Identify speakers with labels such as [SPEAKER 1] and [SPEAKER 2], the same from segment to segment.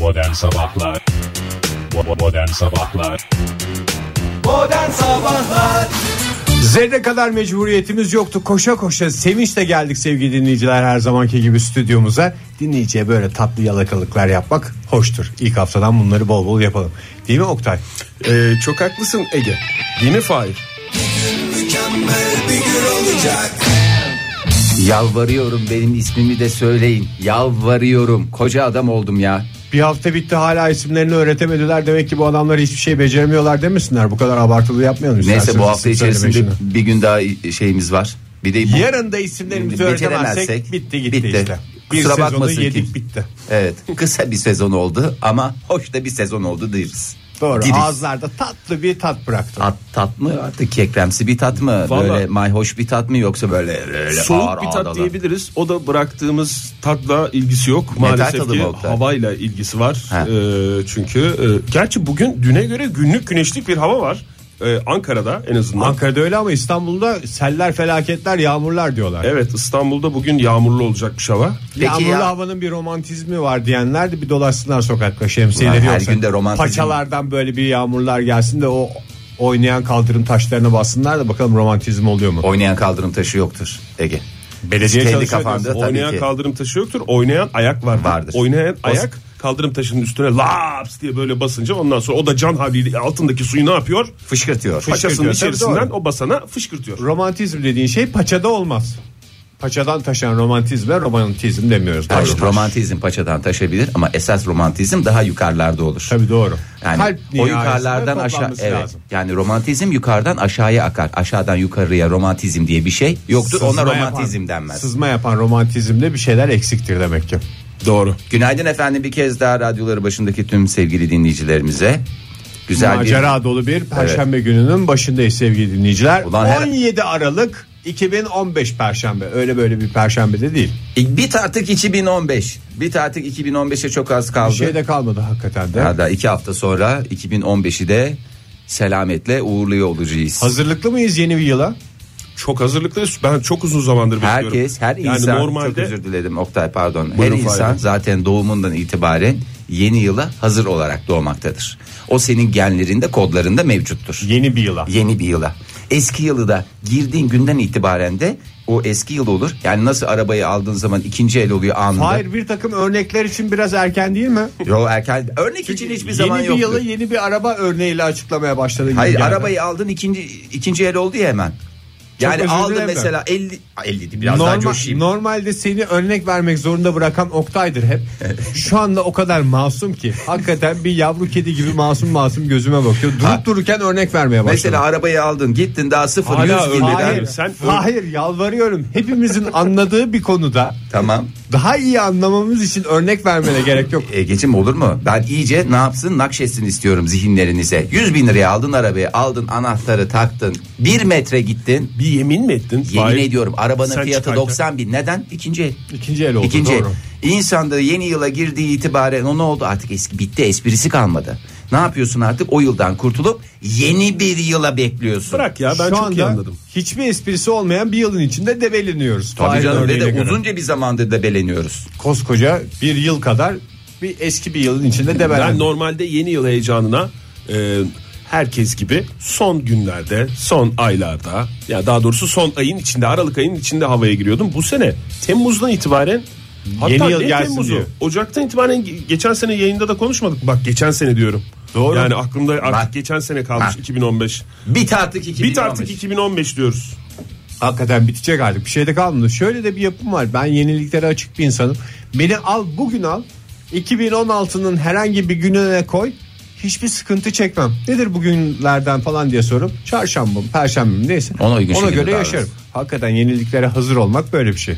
[SPEAKER 1] Modern Sabahlar Bo- Modern Sabahlar
[SPEAKER 2] Modern Sabahlar
[SPEAKER 3] Zerre kadar mecburiyetimiz yoktu. Koşa koşa sevinçle geldik sevgili dinleyiciler her zamanki gibi stüdyomuza. Dinleyiciye böyle tatlı yalakalıklar yapmak hoştur. İlk haftadan bunları bol bol yapalım. Değil mi Oktay?
[SPEAKER 4] Ee, çok haklısın Ege. Değil mi Fahir?
[SPEAKER 2] Mükemmel bir gün olacak
[SPEAKER 5] Yalvarıyorum benim ismimi de söyleyin. Yalvarıyorum. Koca adam oldum ya.
[SPEAKER 3] Bir hafta bitti hala isimlerini öğretemediler. Demek ki bu adamlar hiçbir şey beceremiyorlar demesinler. Bu kadar abartılı yapmayalım.
[SPEAKER 5] Neyse
[SPEAKER 3] isterseniz
[SPEAKER 5] bu
[SPEAKER 3] isim
[SPEAKER 5] hafta içerisinde
[SPEAKER 3] söylemeyişini.
[SPEAKER 5] bir gün daha şeyimiz var. Bir de bu...
[SPEAKER 3] Yarın da isimlerimizi öğretemezsek
[SPEAKER 5] Beceremezsek
[SPEAKER 3] bitti gitti
[SPEAKER 5] bitti.
[SPEAKER 3] işte. Bir
[SPEAKER 5] Kusura
[SPEAKER 3] sezonu
[SPEAKER 5] bakmasın
[SPEAKER 3] yedik
[SPEAKER 5] kim.
[SPEAKER 3] bitti.
[SPEAKER 5] Evet kısa bir sezon oldu ama hoş da bir sezon oldu deriz.
[SPEAKER 3] Doğru
[SPEAKER 5] Diriz.
[SPEAKER 3] ağızlarda tatlı bir tat bıraktı.
[SPEAKER 5] Tat, tat mı artık kekremsi bir tat mı?
[SPEAKER 4] Vallahi-
[SPEAKER 5] Böyle mayhoş bir tat mı yoksa böyle, böyle ağır
[SPEAKER 4] Soğuk bir tat
[SPEAKER 5] ağdadan?
[SPEAKER 4] diyebiliriz. O da bıraktığımız tatla ilgisi yok. Maalesef
[SPEAKER 5] tadı
[SPEAKER 4] ki
[SPEAKER 5] mı Oktay?
[SPEAKER 4] havayla ilgisi var.
[SPEAKER 5] Ha.
[SPEAKER 4] Ee, çünkü e, gerçi bugün düne göre günlük güneşlik bir hava var. Ee, Ankara'da en azından.
[SPEAKER 3] Ankara'da öyle ama İstanbul'da seller felaketler yağmurlar diyorlar.
[SPEAKER 4] evet İstanbul'da bugün yağmurlu olacakmış hava.
[SPEAKER 5] Peki
[SPEAKER 3] Yağmurlu
[SPEAKER 5] ya-
[SPEAKER 3] havanın bir romantizmi var diyenler de bir dolaşsınlar sokakta şemsiyeleri
[SPEAKER 5] Ulan her
[SPEAKER 3] yoksa.
[SPEAKER 5] gün de romantizm-
[SPEAKER 3] Paçalardan böyle bir yağmurlar gelsin de o oynayan kaldırım taşlarına bassınlar da bakalım romantizm oluyor mu?
[SPEAKER 5] Oynayan kaldırım taşı yoktur Ege.
[SPEAKER 3] Belediye
[SPEAKER 5] Kendi
[SPEAKER 3] çalışıyor
[SPEAKER 5] kafanda tabii
[SPEAKER 4] Oynayan
[SPEAKER 5] ki.
[SPEAKER 4] kaldırım taşı yoktur. Oynayan ayak vardır.
[SPEAKER 5] Vardır.
[SPEAKER 4] Oynayan
[SPEAKER 5] O-
[SPEAKER 4] ayak kaldırım taşının üstüne laps diye böyle basınca ondan sonra o da can havliyle altındaki suyu ne yapıyor?
[SPEAKER 5] Fışkırtıyor.
[SPEAKER 4] Paçasının
[SPEAKER 3] Fışkırtıyor, tabii
[SPEAKER 4] içerisinden
[SPEAKER 3] doğru.
[SPEAKER 4] o basana fışkırtıyor.
[SPEAKER 3] Romantizm dediğin şey paçada olmaz. Paçadan taşan romantizme romantizm demiyoruz.
[SPEAKER 5] Doğru,
[SPEAKER 3] Taş-
[SPEAKER 5] romantizm paçadan taşabilir ama esas romantizm daha yukarılarda olur.
[SPEAKER 3] Tabii doğru.
[SPEAKER 5] Yani
[SPEAKER 3] Kalp
[SPEAKER 5] o
[SPEAKER 3] nihayesinde
[SPEAKER 5] yukarılardan aşağı
[SPEAKER 3] toplanması
[SPEAKER 5] evet.
[SPEAKER 3] lazım.
[SPEAKER 5] Yani romantizm yukarıdan aşağıya akar. Aşağıdan yukarıya romantizm diye bir şey yoktur. Ona
[SPEAKER 3] Sızma yapan-
[SPEAKER 5] romantizm denmez.
[SPEAKER 3] Sızma yapan romantizmde bir şeyler eksiktir demek ki.
[SPEAKER 4] Doğru.
[SPEAKER 5] Günaydın efendim bir kez daha radyoları başındaki tüm sevgili dinleyicilerimize. Güzel
[SPEAKER 3] Macera dolu bir perşembe gününün başındayız sevgili dinleyiciler.
[SPEAKER 5] Ulan her-
[SPEAKER 3] 17 Aralık 2015 perşembe. Öyle böyle bir perşembe de değil.
[SPEAKER 5] bir bit artık 2015. Bit artık 2015'e çok az
[SPEAKER 3] Bir
[SPEAKER 5] kaldı.
[SPEAKER 3] şey de kalmadı hakikaten de.
[SPEAKER 5] Daha da iki hafta sonra 2015'i de selametle uğurluyor olacağız.
[SPEAKER 3] Hazırlıklı mıyız yeni bir yıla?
[SPEAKER 4] Çok hazırlıklıyız. Ben çok uzun zamandır bekliyorum.
[SPEAKER 5] Herkes, her
[SPEAKER 4] yani
[SPEAKER 5] insan çok
[SPEAKER 4] normalde
[SPEAKER 5] özür diledim Oktay pardon. her
[SPEAKER 4] Buyurun
[SPEAKER 5] insan
[SPEAKER 4] Fahir.
[SPEAKER 5] zaten doğumundan itibaren yeni yıla hazır olarak doğmaktadır. O senin genlerinde, kodlarında mevcuttur.
[SPEAKER 3] Yeni bir yıla.
[SPEAKER 5] Yeni bir yıla. Eski yılı da girdiğin günden itibaren de o eski yıl olur. Yani nasıl arabayı aldığın zaman ikinci el oluyor anında.
[SPEAKER 3] Hayır bir takım örnekler için biraz erken değil mi?
[SPEAKER 5] Yo erken örnek için hiçbir zaman
[SPEAKER 3] yeni bir
[SPEAKER 5] yoktur.
[SPEAKER 3] yılı yeni bir araba örneğiyle açıklamaya başladı. gibi
[SPEAKER 5] Hayır
[SPEAKER 3] geldi.
[SPEAKER 5] arabayı aldın ikinci ikinci el oldu ya hemen. Yani
[SPEAKER 3] özür
[SPEAKER 5] aldın
[SPEAKER 3] dilerim ben.
[SPEAKER 5] mesela 50 50 di, biraz daha
[SPEAKER 3] Normal,
[SPEAKER 5] coşayım.
[SPEAKER 3] normalde seni örnek vermek zorunda bırakan Oktay'dır hep. Şu anda o kadar masum ki. Hakikaten bir yavru kedi gibi masum masum gözüme bakıyor. Durup dururken örnek vermeye başladı.
[SPEAKER 5] Mesela arabayı aldın gittin daha sıfır
[SPEAKER 4] Hala
[SPEAKER 5] yüz
[SPEAKER 4] örnek
[SPEAKER 5] girmeden-
[SPEAKER 4] vermiyor.
[SPEAKER 3] Hayır,
[SPEAKER 4] Sen-
[SPEAKER 3] hayır yalvarıyorum. Hepimizin anladığı bir konuda
[SPEAKER 5] Tamam.
[SPEAKER 3] daha iyi anlamamız için örnek vermene gerek yok.
[SPEAKER 5] Ege'cim olur mu? Ben iyice ne yapsın nakşetsin istiyorum zihinlerinize. 100 bin liraya aldın arabayı aldın anahtarı taktın. Bir metre gittin.
[SPEAKER 4] bir yemin mi ettin?
[SPEAKER 5] Yemin
[SPEAKER 4] Hayır.
[SPEAKER 5] ediyorum arabanın
[SPEAKER 4] Sen
[SPEAKER 5] fiyatı
[SPEAKER 4] çıkarken-
[SPEAKER 5] 90 bin. Neden? İkinci el.
[SPEAKER 3] İkinci el oldu,
[SPEAKER 5] İkinci
[SPEAKER 3] doğru.
[SPEAKER 5] el. İnsan da yeni yıla girdiği itibaren o ne oldu? Artık eski bitti esprisi kalmadı. Ne yapıyorsun artık? O yıldan kurtulup yeni bir yıla bekliyorsun.
[SPEAKER 4] Bırak ya ben
[SPEAKER 3] Şu
[SPEAKER 4] çok iyi
[SPEAKER 3] anda
[SPEAKER 4] anladım.
[SPEAKER 3] hiçbir esprisi olmayan bir yılın içinde debeliniyoruz.
[SPEAKER 5] Tabii
[SPEAKER 3] Fahir
[SPEAKER 5] canım ve
[SPEAKER 3] örneğine
[SPEAKER 5] de
[SPEAKER 3] göre.
[SPEAKER 5] uzunca bir zamandır da beleniyoruz.
[SPEAKER 3] koskoca bir yıl kadar bir eski bir yılın içinde
[SPEAKER 4] Ben
[SPEAKER 3] debelendik.
[SPEAKER 4] normalde yeni yıl heyecanına e, herkes gibi son günlerde, son aylarda ya daha doğrusu son ayın içinde, Aralık ayının içinde havaya giriyordum. Bu sene Temmuz'dan itibaren hatta
[SPEAKER 3] Yeni yıl
[SPEAKER 4] ne
[SPEAKER 3] gelsin
[SPEAKER 4] Temmuz'u?
[SPEAKER 3] diyor.
[SPEAKER 4] Ocak'tan itibaren ge- geçen sene yayında da konuşmadık. Bak geçen sene diyorum.
[SPEAKER 3] Doğru.
[SPEAKER 4] Yani aklımda artık
[SPEAKER 5] Bak.
[SPEAKER 4] geçen sene kalmış
[SPEAKER 5] Bak.
[SPEAKER 4] 2015.
[SPEAKER 5] Bit artık 2015.
[SPEAKER 4] Bit artık 2015 diyoruz.
[SPEAKER 3] Hakikaten bitecek artık bir şey de kalmadı. Şöyle de bir yapım var ben yeniliklere açık bir insanım. Beni al bugün al 2016'nın herhangi bir gününe koy hiçbir sıkıntı çekmem. Nedir bugünlerden falan diye sorup çarşamba mı, perşembe mi neyse.
[SPEAKER 5] Ona uygun şekilde
[SPEAKER 3] göre
[SPEAKER 5] davranırız.
[SPEAKER 3] yaşarım. Hakikaten yeniliklere hazır olmak böyle bir şey.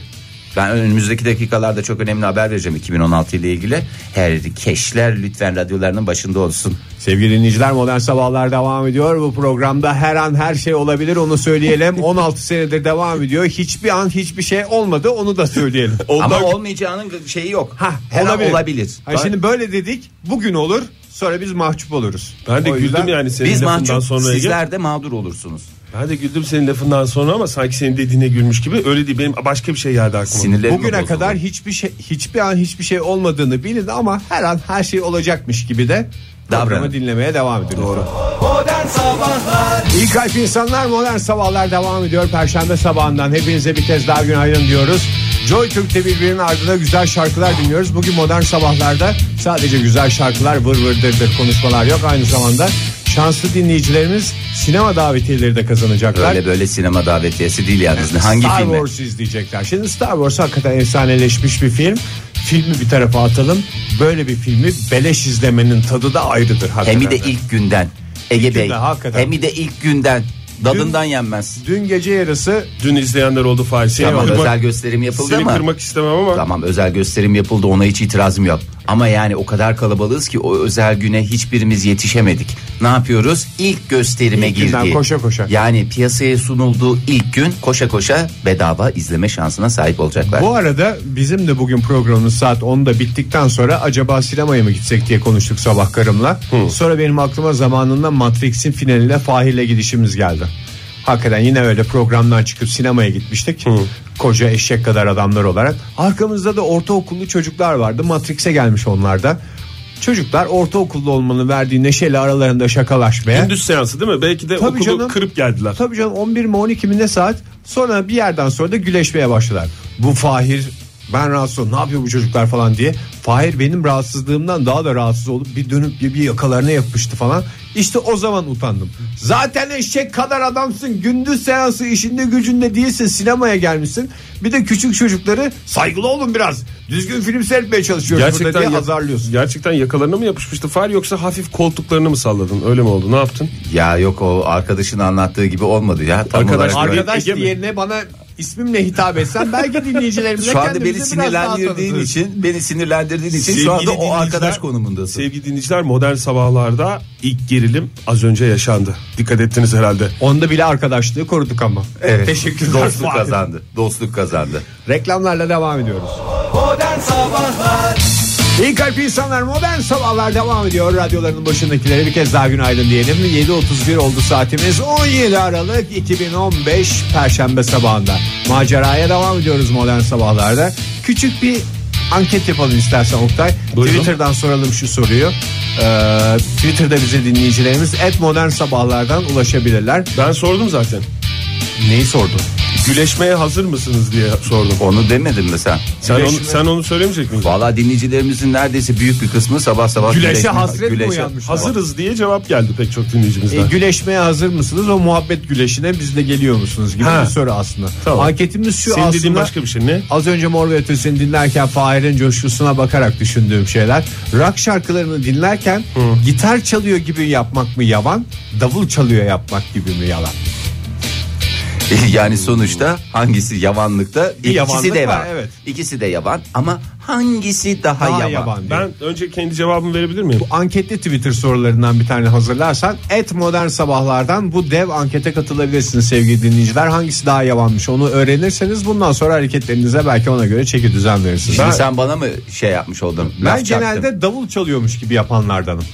[SPEAKER 5] Ben önümüzdeki dakikalarda çok önemli haber vereceğim 2016 ile ilgili. Her keşler lütfen radyolarının başında olsun.
[SPEAKER 3] Sevgili dinleyiciler modern sabahlar devam ediyor. Bu programda her an her şey olabilir onu söyleyelim. 16 senedir devam ediyor. Hiçbir an hiçbir şey olmadı onu da söyleyelim.
[SPEAKER 5] Ama olmayacağının şeyi yok.
[SPEAKER 3] Ha,
[SPEAKER 5] her olabilir. olabilir.
[SPEAKER 3] Hayır, şimdi böyle dedik bugün olur sonra biz mahcup oluruz.
[SPEAKER 4] Ben de
[SPEAKER 3] O
[SPEAKER 4] güldüm
[SPEAKER 3] yüzden
[SPEAKER 4] yani senin
[SPEAKER 5] Biz
[SPEAKER 4] lafından
[SPEAKER 5] mahcup
[SPEAKER 4] sonra Ege.
[SPEAKER 5] sizler de mağdur olursunuz.
[SPEAKER 4] Ben de güldüm senin lafından sonra ama sanki senin dediğine gülmüş gibi. Öyle değil benim başka bir şey geldi aklıma.
[SPEAKER 5] Sinirlerim
[SPEAKER 3] Bugüne kadar hiçbir şey hiçbir an hiçbir şey olmadığını bilin ama her an her şey olacakmış gibi de
[SPEAKER 5] Davranın.
[SPEAKER 3] davranı dinlemeye devam edin. Doğru.
[SPEAKER 2] Modern Sabahlar
[SPEAKER 3] İyi kalp insanlar modern sabahlar devam ediyor. Perşembe sabahından hepinize bir kez daha günaydın diyoruz. Joy Türk'te birbirinin ardına güzel şarkılar dinliyoruz. Bugün modern sabahlarda sadece güzel şarkılar vır vır dır dır konuşmalar yok. Aynı zamanda şanslı dinleyicilerimiz sinema davetiyeleri de kazanacaklar.
[SPEAKER 5] Öyle böyle sinema davetiyesi değil yalnız. Hangi
[SPEAKER 3] Star
[SPEAKER 5] filmi?
[SPEAKER 3] Wars izleyecekler. Şimdi Star Wars hakikaten efsaneleşmiş bir film. Filmi bir tarafa atalım. Böyle bir filmi beleş izlemenin tadı da ayrıdır hakikaten.
[SPEAKER 5] Hem de ilk günden. Ege Bey.
[SPEAKER 3] günden, hakikaten.
[SPEAKER 5] Hem de ilk günden. Dadından yenmez.
[SPEAKER 3] Dün Şey gece yarısı
[SPEAKER 4] Dün izleyenler oldu Fahir. Seni
[SPEAKER 5] Tamam
[SPEAKER 4] kırmak-
[SPEAKER 5] özel gösterim yapıldı
[SPEAKER 4] Seni
[SPEAKER 5] ama.
[SPEAKER 4] kırmak istemem ama.
[SPEAKER 5] Tamam özel gösterim yapıldı ona hiç itirazım yok. Ama yani o kadar kalabalığız ki o özel güne hiçbirimiz yetişemedik. Ne yapıyoruz? İlk gösterime
[SPEAKER 3] İlk günden
[SPEAKER 5] girdi.
[SPEAKER 3] koşa koşa.
[SPEAKER 5] Yani piyasaya sunulduğu ilk gün koşa koşa bedava izleme şansına sahip olacaklar.
[SPEAKER 3] Bu arada bizim de bugün programımız saat 10'da bittikten sonra acaba sinemaya mı gitsek diye konuştuk sabah karımla. Sonra benim aklıma zamanında Matrix'in finaline Fahir'le gidişimiz geldi. Hakikaten yine öyle programdan çıkıp sinemaya gitmiştik. Koca eşek kadar adamlar olarak. Arkamızda da ortaokullu çocuklar vardı. Matrix'e gelmiş onlar da. Çocuklar ortaokullu olmanın verdiği neşeyle aralarında şakalaşmaya.
[SPEAKER 4] Gündüz seansı değil mi? Belki de
[SPEAKER 3] Tabii
[SPEAKER 4] okulu
[SPEAKER 3] canım.
[SPEAKER 4] kırıp geldiler.
[SPEAKER 3] Tabii canım 11 mi 12 mi ne saat sonra bir yerden sonra da güleşmeye başladılar. Bu Fahir ben rahatsız oldum ne yapıyor bu çocuklar falan diye. Fahir benim rahatsızlığımdan daha da rahatsız olup bir dönüp bir bir yakalarına yapıştı falan. İşte o zaman utandım. Zaten eşek kadar adamsın gündüz seansı işinde gücünde değilsin sinemaya gelmişsin. Bir de küçük çocukları saygılı olun biraz düzgün film seyretmeye çalışıyoruz burada diye
[SPEAKER 4] ya-
[SPEAKER 3] azarlıyorsun.
[SPEAKER 4] Gerçekten yakalarına mı yapışmıştı Fahir yoksa hafif koltuklarını mı salladın? Öyle mi oldu? Ne yaptın?
[SPEAKER 5] Ya yok o arkadaşın anlattığı gibi olmadı ya. Tam
[SPEAKER 4] Arkadaş-
[SPEAKER 5] olarak böyle.
[SPEAKER 3] Arkadaş
[SPEAKER 4] Ege mi?
[SPEAKER 3] yerine bana ismimle hitap etsen belki dinleyicilerimize
[SPEAKER 5] Şu anda
[SPEAKER 3] kendimizi
[SPEAKER 5] beni
[SPEAKER 3] biraz daha
[SPEAKER 5] sinirlendirdiğin
[SPEAKER 3] tanıtırız.
[SPEAKER 5] için beni sinirlendirdiğin için
[SPEAKER 4] Sevgili
[SPEAKER 5] şu anda o
[SPEAKER 4] dinleyiciler-
[SPEAKER 5] arkadaş konumundasın.
[SPEAKER 4] Sevgili dinleyiciler modern sabahlarda ilk gerilim az önce yaşandı. Dikkat ettiniz herhalde.
[SPEAKER 3] Onda bile arkadaşlığı koruduk ama.
[SPEAKER 5] Evet.
[SPEAKER 3] Teşekkürler.
[SPEAKER 5] Dostluk
[SPEAKER 3] Fahir.
[SPEAKER 5] kazandı. Dostluk kazandı.
[SPEAKER 3] Reklamlarla devam ediyoruz.
[SPEAKER 2] Modern Sabahlar
[SPEAKER 3] İyi kalp insanlar modern sabahlar devam ediyor. Radyoların başındakilere bir kez daha günaydın diyelim. 7.31 oldu saatimiz. 17 Aralık 2015 Perşembe sabahında. Maceraya devam ediyoruz modern sabahlarda. Küçük bir anket yapalım istersen Oktay.
[SPEAKER 4] Buyurun.
[SPEAKER 3] Twitter'dan soralım şu soruyu. Ee, Twitter'da bize dinleyicilerimiz et modern sabahlardan ulaşabilirler.
[SPEAKER 4] Ben sordum zaten.
[SPEAKER 3] Neyi sordun?
[SPEAKER 4] Güleşmeye hazır mısınız diye sordum.
[SPEAKER 5] Onu demedin mi sen?
[SPEAKER 4] Sen onu,
[SPEAKER 3] Güleşme-
[SPEAKER 4] sen onu söylemeyecek miydin?
[SPEAKER 5] Valla dinleyicilerimizin neredeyse büyük bir kısmı sabah sabah
[SPEAKER 3] Güleşe
[SPEAKER 5] güleşme-
[SPEAKER 3] hasret mi uyanmış?
[SPEAKER 4] Hazırız diye cevap geldi pek çok dinleyicimizden.
[SPEAKER 3] E, güleşmeye hazır mısınız? O muhabbet güleşine biz de geliyor musunuz gibi
[SPEAKER 4] Ha.
[SPEAKER 3] bir soru aslında.
[SPEAKER 4] Tamam.
[SPEAKER 3] Anketimiz şu
[SPEAKER 4] Senin dediğin
[SPEAKER 3] aslında.
[SPEAKER 4] başka bir şey ne?
[SPEAKER 3] Az önce Mor ve Ötesi'ni dinlerken Fahir'in coşkusuna bakarak düşündüğüm şeyler. Rock şarkılarını dinlerken gitar çalıyor gibi yapmak mı yalan, davul çalıyor yapmak gibi mi yalan?
[SPEAKER 5] yani sonuçta hangisi yavanlıkta? İkisi
[SPEAKER 3] yavanlık
[SPEAKER 5] de
[SPEAKER 3] var,
[SPEAKER 5] yavan.
[SPEAKER 3] evet.
[SPEAKER 5] İkisi de yavan ama hangisi daha,
[SPEAKER 3] Daha
[SPEAKER 5] yavan?
[SPEAKER 3] yaban.
[SPEAKER 4] Ben önce kendi cevabımı verebilir miyim?
[SPEAKER 3] anketli Twitter sorularından bir tane hazırlarsan et modern sabahlardan bu dev ankete katılabilirsiniz sevgili dinleyiciler. Hangisi daha yavanmış onu öğrenirseniz bundan sonra hareketlerinize belki ona göre çeki düzen verirsiniz.
[SPEAKER 5] Şimdi
[SPEAKER 3] Ben,
[SPEAKER 5] sen bana mı şey yapmış oldun? laf
[SPEAKER 3] ben
[SPEAKER 5] çaktın?
[SPEAKER 3] genelde davul çalıyormuş gibi yapanlardanım.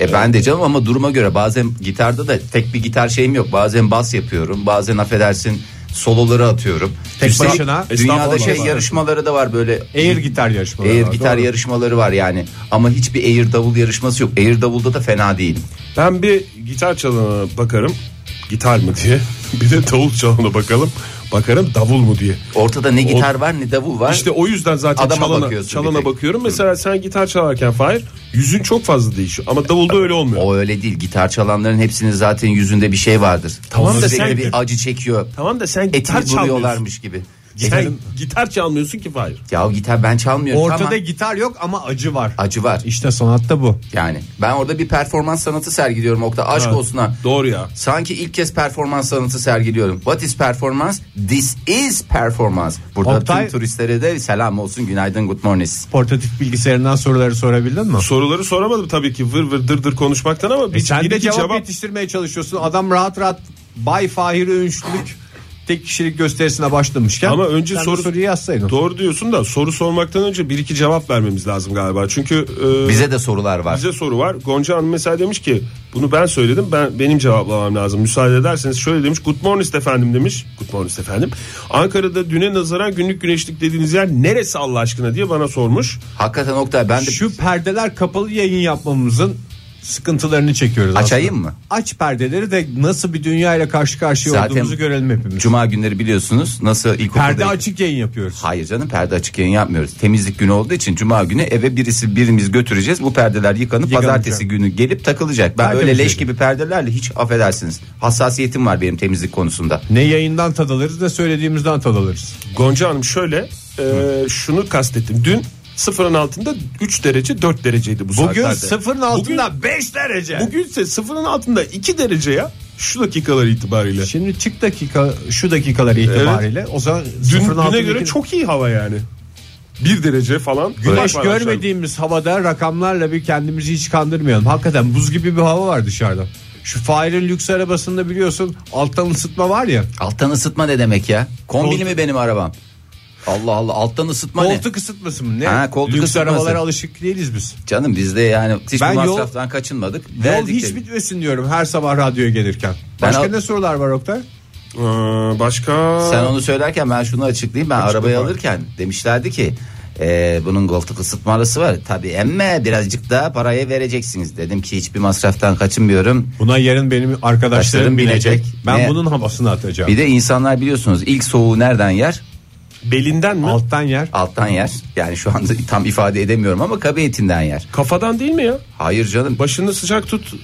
[SPEAKER 5] E ben de canım ama duruma göre bazen gitarda da tek bir gitar şeyim yok. Bazen bas yapıyorum. Bazen affedersin soloları atıyorum.
[SPEAKER 3] Tek
[SPEAKER 5] Üstelik
[SPEAKER 3] başına
[SPEAKER 5] dünyada
[SPEAKER 4] İstanbul'da
[SPEAKER 5] şey
[SPEAKER 4] var.
[SPEAKER 5] yarışmaları da var böyle.
[SPEAKER 3] Air gitar yarışmaları.
[SPEAKER 5] Air
[SPEAKER 3] var,
[SPEAKER 5] gitar
[SPEAKER 3] doğru.
[SPEAKER 5] yarışmaları var yani. Ama hiçbir air davul yarışması yok. Air davulda da fena değilim.
[SPEAKER 4] Ben bir gitar çalana bakarım. Gitar mı diye. Bir de davul çalana bakalım. Bakarım davul mu diye.
[SPEAKER 5] Ortada ne gitar var ne davul var.
[SPEAKER 4] İşte o yüzden zaten
[SPEAKER 5] Adama
[SPEAKER 4] çalana,
[SPEAKER 5] bakıyorsun bir
[SPEAKER 4] çalana
[SPEAKER 5] tek.
[SPEAKER 4] bakıyorum. Mesela sen gitar çalarken Fahir yüzün çok fazla değişiyor. Ama davulda öyle olmuyor.
[SPEAKER 5] O öyle değil. Gitar çalanların hepsinin zaten yüzünde bir şey vardır.
[SPEAKER 4] Tamam da
[SPEAKER 5] Sürekli
[SPEAKER 4] sen-
[SPEAKER 5] bir acı çekiyor.
[SPEAKER 4] Tamam da sen gitar
[SPEAKER 5] Etini
[SPEAKER 4] çalmıyorsun.
[SPEAKER 5] buluyorlarmış gibi.
[SPEAKER 4] Sen gitar çalmıyorsun ki Fahir.
[SPEAKER 5] Ya o gitar ben çalmıyorum
[SPEAKER 3] Ortada
[SPEAKER 5] ama
[SPEAKER 3] gitar yok ama acı var.
[SPEAKER 5] acı var.
[SPEAKER 3] İşte sanatta bu.
[SPEAKER 5] Yani ben orada bir performans sanatı sergiliyorum Okta. Aşk
[SPEAKER 4] Ha,
[SPEAKER 5] olsun ha.
[SPEAKER 4] Doğru ya.
[SPEAKER 5] Sanki ilk kez performans sanatı sergiliyorum. What is performance? This is performance. Burada
[SPEAKER 3] Oktay-
[SPEAKER 5] tüm turistlere de selam olsun. Günaydın, good morning.
[SPEAKER 3] Portatif bilgisayarından soruları sorabildin mi?
[SPEAKER 4] Soruları soramadım tabii ki vır vır dır dır konuşmaktan ama
[SPEAKER 3] E
[SPEAKER 4] biz
[SPEAKER 3] sen
[SPEAKER 4] bir
[SPEAKER 3] de
[SPEAKER 4] iki
[SPEAKER 3] cevap yetiştirmeye çalışıyorsun. Adam rahat rahat Bay Fahir Öğünçlük tek kişilik gösterisine başlamışken
[SPEAKER 4] Ama önce
[SPEAKER 3] sen de
[SPEAKER 4] soru-
[SPEAKER 3] soruyu yazsaydın.
[SPEAKER 4] Doğru diyorsun da soru sormaktan önce bir iki cevap vermemiz lazım galiba. Çünkü e,
[SPEAKER 5] Bize de sorular var.
[SPEAKER 4] bize soru var. Gonca Hanım mesela demiş ki bunu ben söyledim. Ben benim cevaplamam lazım. Müsaade ederseniz şöyle demiş. Good morning efendim demiş. Good morning efendim. Ankara'da düne nazaran günlük güneşlik dediğiniz yer neresi Allah aşkına diye bana sormuş.
[SPEAKER 5] Hakikaten Oktay ben de
[SPEAKER 3] Şu perdeler kapalı yayın yapmamızın sıkıntılarını çekiyoruz.
[SPEAKER 5] Açayım
[SPEAKER 3] aslında.
[SPEAKER 5] mı?
[SPEAKER 3] Aç perdeleri de nasıl bir dünya ile karşı karşıya
[SPEAKER 5] Zaten
[SPEAKER 3] olduğumuzu görelim hepimiz.
[SPEAKER 5] cuma günleri biliyorsunuz nasıl ilkokulda...
[SPEAKER 3] Perde açık yayın yapıyoruz.
[SPEAKER 5] Hayır canım perde açık yayın yapmıyoruz. Temizlik günü olduğu için cuma günü eve birisi birimiz götüreceğiz. Bu perdeler yıkanıp
[SPEAKER 3] Yıkanacak.
[SPEAKER 5] pazartesi günü gelip takılacak. Ben
[SPEAKER 3] Ben
[SPEAKER 5] öyle leş
[SPEAKER 3] temizledim.
[SPEAKER 5] gibi perdelerle hiç affedersiniz. Hassasiyetim var benim temizlik konusunda.
[SPEAKER 3] Ne yayından tad alırız ne söylediğimizden tad alırız.
[SPEAKER 4] Gonca Hanım şöyle e, şunu kastettim. Dün sıfırın altında 3 derece 4 dereceydi bu
[SPEAKER 3] Bugün
[SPEAKER 4] saatlerde.
[SPEAKER 3] sıfırın
[SPEAKER 4] Bugün-
[SPEAKER 3] altında 5 derece.
[SPEAKER 4] Bugünse sıfırın altında 2 derece ya şu dakikalar itibariyle.
[SPEAKER 3] Şimdi çık dakika şu dakikalar itibariyle o zaman
[SPEAKER 4] Dün,
[SPEAKER 3] sıfırın
[SPEAKER 4] düne
[SPEAKER 3] altındaki-
[SPEAKER 4] göre çok iyi hava yani. 1 derece falan.
[SPEAKER 3] Güneş
[SPEAKER 4] fark var aşağı.
[SPEAKER 3] görmediğimiz havada rakamlarla bir kendimizi hiç kandırmayalım. Hakikaten buz gibi bir hava var dışarıda. Şu Fahir'in lüks arabasında biliyorsun alttan ısıtma var ya.
[SPEAKER 5] Alttan ısıtma ne demek ya? Kombini mi benim arabam? Allah Allah alttan ısıtma ne?
[SPEAKER 3] Koltuk ısıtması mı ne?
[SPEAKER 5] Ha, koltuk
[SPEAKER 3] lüks
[SPEAKER 5] ısıtması.
[SPEAKER 3] arabalara alışık değiliz biz.
[SPEAKER 5] Canım bizde yani hiç
[SPEAKER 3] Ben
[SPEAKER 5] bu
[SPEAKER 3] yol-
[SPEAKER 5] masraftan kaçınmadık.
[SPEAKER 3] Yol
[SPEAKER 5] Verdik
[SPEAKER 3] hiç
[SPEAKER 5] de-
[SPEAKER 3] bitmesin diyorum her sabah radyoya gelirken.
[SPEAKER 5] Ben
[SPEAKER 3] Başka
[SPEAKER 5] al-
[SPEAKER 3] ne sorular var Oktay?
[SPEAKER 4] Ee, başka
[SPEAKER 5] Sen onu söylerken ben şunu açıklayayım. Ben arabayı alırken demişlerdi ki e, bunun koltuk ısıtmalısı var. Tabii emme birazcık daha paraya vereceksiniz. Dedim ki hiçbir masraftan kaçınmıyorum.
[SPEAKER 3] Buna yarın benim arkadaşlarım
[SPEAKER 5] Arkadaşlarım
[SPEAKER 3] binecek.
[SPEAKER 5] binecek.
[SPEAKER 3] Ben
[SPEAKER 5] Ne?
[SPEAKER 3] bunun havasını atacağım.
[SPEAKER 5] Bir de insanlar biliyorsunuz ilk soğuğu nereden yer?
[SPEAKER 4] belinden mi?
[SPEAKER 3] Alttan yer.
[SPEAKER 5] Alttan yer. Yani şu anda tam ifade edemiyorum ama kabi etinden yer.
[SPEAKER 4] Kafadan değil mi ya?
[SPEAKER 5] Hayır canım
[SPEAKER 4] Başını sıcak tut.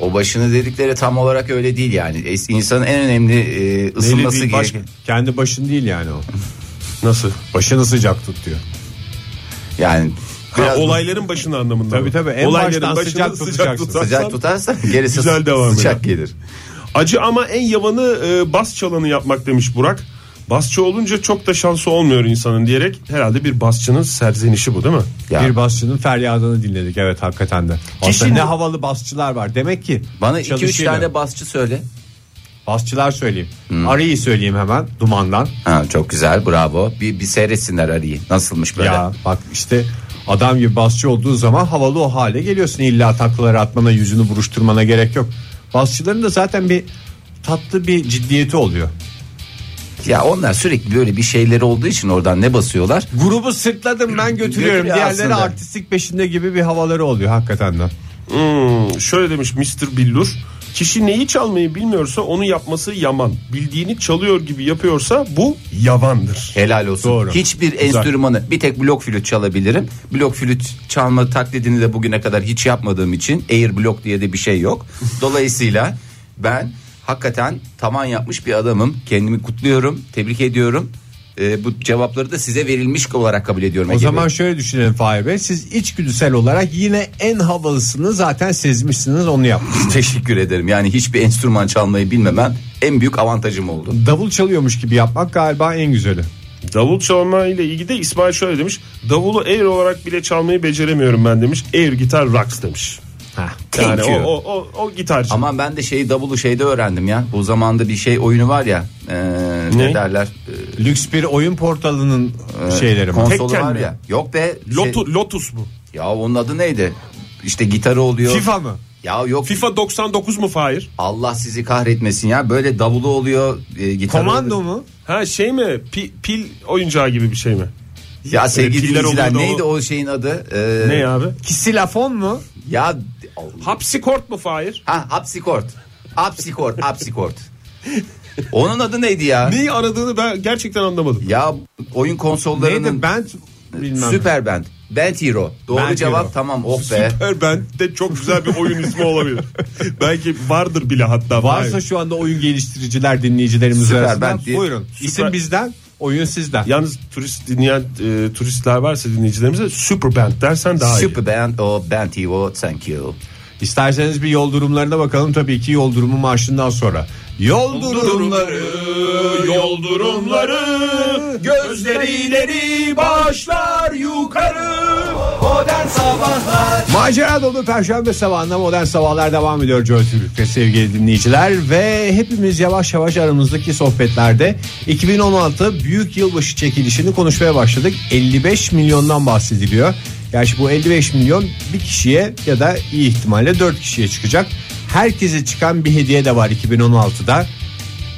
[SPEAKER 5] o başını dedikleri tam olarak öyle değil yani. Es- İnsanın en önemli e, ısınması
[SPEAKER 4] değil, baş-
[SPEAKER 5] gereken.
[SPEAKER 3] Kendi başın değil yani o.
[SPEAKER 4] Nasıl?
[SPEAKER 3] Başını sıcak tut diyor.
[SPEAKER 5] Yani
[SPEAKER 4] Ha, olayların başını anlamında.
[SPEAKER 3] Tabii
[SPEAKER 4] mı?
[SPEAKER 3] tabii, en
[SPEAKER 4] olayların
[SPEAKER 3] baştan
[SPEAKER 4] başını
[SPEAKER 3] sıcak tutacaksın.
[SPEAKER 4] tutarsan-
[SPEAKER 5] sıcak tutarsan gerisi
[SPEAKER 4] Güzel devam
[SPEAKER 5] sıcak
[SPEAKER 4] eder.
[SPEAKER 5] gelir.
[SPEAKER 4] Acı ama en yavanı e, bas çalanı yapmak demiş Burak. Basçı olunca çok da şansı olmuyor insanın diyerek herhalde bir basçının serzenişi bu değil mi?
[SPEAKER 5] Ya.
[SPEAKER 3] Bir basçının feryadını dinledik evet hakikaten de. Aslında ne havalı basçılar var. Demek ki
[SPEAKER 5] Bana 2-3
[SPEAKER 3] çalışıyla-
[SPEAKER 5] tane Hmm. basçı söyle.
[SPEAKER 3] basçılar söyleyeyim. Arı'yı söyleyeyim hemen dumandan.
[SPEAKER 5] Ha, çok güzel bravo. Bir, bir seyretsinler arayı. Nasılmış böyle?
[SPEAKER 3] Ya bak işte adam gibi basçı olduğun zaman havalı o hale geliyorsun. İlla taklaları atmana yüzünü buruşturmana gerek yok. Basçıların da zaten bir tatlı bir ciddiyeti oluyor.
[SPEAKER 5] Ya onlar sürekli böyle bir şeyleri olduğu için oradan ne basıyorlar?
[SPEAKER 3] Grubu sırtladım ben götürüyorum.
[SPEAKER 5] Götürüyor
[SPEAKER 3] Diğerleri
[SPEAKER 5] aslında.
[SPEAKER 3] artistik peşinde gibi bir havaları oluyor hakikaten de.
[SPEAKER 4] Hmm, şöyle demiş Mr. Billur. Kişi neyi çalmayı bilmiyorsa onu yapması yaman. Bildiğini çalıyor gibi yapıyorsa bu yavandır.
[SPEAKER 5] Helal olsun.
[SPEAKER 3] Doğru.
[SPEAKER 5] Hiçbir enstrümanı bir tek blok flüt çalabilirim. Blok flüt çalma taklidini de bugüne kadar hiç yapmadığım için air blok diye de bir şey yok. Dolayısıyla ben hakikaten tavan yapmış bir adamım. Kendimi kutluyorum, tebrik ediyorum. Ee, bu cevapları da size verilmiş olarak kabul ediyorum.
[SPEAKER 3] O
[SPEAKER 5] Ege
[SPEAKER 3] zaman
[SPEAKER 5] Bey.
[SPEAKER 3] şöyle düşünelim Fahir Bey. Siz içgüdüsel olarak yine en havalısını zaten sezmişsiniz onu yapmışsınız.
[SPEAKER 5] teşekkür ederim. Yani hiçbir enstrüman çalmayı bilmemem en büyük avantajım oldu.
[SPEAKER 3] Davul çalıyormuş gibi yapmak galiba en güzeli.
[SPEAKER 4] Davul çalma ile ilgili de İsmail şöyle demiş. Davulu air olarak bile çalmayı beceremiyorum ben demiş. Air gitar rocks demiş. Yani
[SPEAKER 5] Thank
[SPEAKER 4] o,
[SPEAKER 5] you.
[SPEAKER 4] o, o, o gitarcı.
[SPEAKER 5] Aman ben de şeyi davulu şeyde öğrendim ya. Bu zamanda bir şey oyunu var ya. E, ne?
[SPEAKER 4] Ne?
[SPEAKER 5] derler?
[SPEAKER 3] Lüks bir oyun portalının şeyleri
[SPEAKER 5] E,
[SPEAKER 3] mi?
[SPEAKER 5] konsolu
[SPEAKER 4] Tekken
[SPEAKER 5] var
[SPEAKER 4] mi?
[SPEAKER 5] ya. Yok be.
[SPEAKER 4] Lotu-
[SPEAKER 5] şey-
[SPEAKER 4] Lotus mu?
[SPEAKER 5] ya onun adı neydi? İşte gitarı oluyor.
[SPEAKER 3] FIFA mı?
[SPEAKER 5] Ya yok.
[SPEAKER 4] FIFA 99 mu Fahir?
[SPEAKER 5] Allah sizi kahretmesin ya. Böyle davulu oluyor. E, gitarı
[SPEAKER 3] Komando
[SPEAKER 5] oluyor.
[SPEAKER 3] mu?
[SPEAKER 4] Ha şey mi? Pi- pil oyuncağı gibi bir şey mi?
[SPEAKER 5] Ya sevgili
[SPEAKER 4] piller
[SPEAKER 5] dinleyiciler
[SPEAKER 4] oluyor da
[SPEAKER 5] neydi
[SPEAKER 4] o-
[SPEAKER 5] o şeyin adı? E,
[SPEAKER 4] Ne abi?
[SPEAKER 3] Kisilafon mu?
[SPEAKER 5] Ya
[SPEAKER 4] Hapsikort mu Fahir?
[SPEAKER 5] ha hapsikort. Hapsikort, hapsikort. Onun adı neydi ya?
[SPEAKER 4] Neyi aradığını ben gerçekten anlamadım.
[SPEAKER 5] Ya oyun konsollarının
[SPEAKER 3] Neydi? Ben bilmem.
[SPEAKER 5] Süper Band. Band Hero. Doğru
[SPEAKER 3] Band
[SPEAKER 5] cevap
[SPEAKER 3] Hero.
[SPEAKER 5] tamam oh be.
[SPEAKER 4] Her ben de çok güzel bir oyun ismi olabilir. Belki vardır bile hatta.
[SPEAKER 3] Varsa
[SPEAKER 4] Fahir.
[SPEAKER 3] şu anda oyun geliştiriciler dinleyicilerimiz
[SPEAKER 5] Süper,
[SPEAKER 3] arasında.
[SPEAKER 5] ben diye-
[SPEAKER 3] Buyurun.
[SPEAKER 4] Süper-
[SPEAKER 3] İsim bizden, oyun sizden.
[SPEAKER 4] Yalnız turist dinleyen e, turistler varsa dinleyicilerimize Super Band dersen daha iyi.
[SPEAKER 5] Super Band o Band Hero thank you.
[SPEAKER 3] İsterseniz bir yol durumlarına bakalım tabii ki yol durumu marşından sonra. Yol durumları,
[SPEAKER 4] Yol durumları gözleri ileri başlar yukarı.
[SPEAKER 2] Modern Sabahlar
[SPEAKER 5] Modern
[SPEAKER 3] Macera dolu perşembe sabahında modern sabahlar devam ediyor Joy Türk'te sevgili dinleyiciler ve hepimiz yavaş yavaş aramızdaki sohbetlerde 2016 büyük yılbaşı çekilişini konuşmaya başladık. 55 milyondan bahsediliyor. Gerçi bu 55 milyon bir kişiye ya da iyi ihtimalle 4 kişiye çıkacak. Herkese çıkan bir hediye de var 2016'da.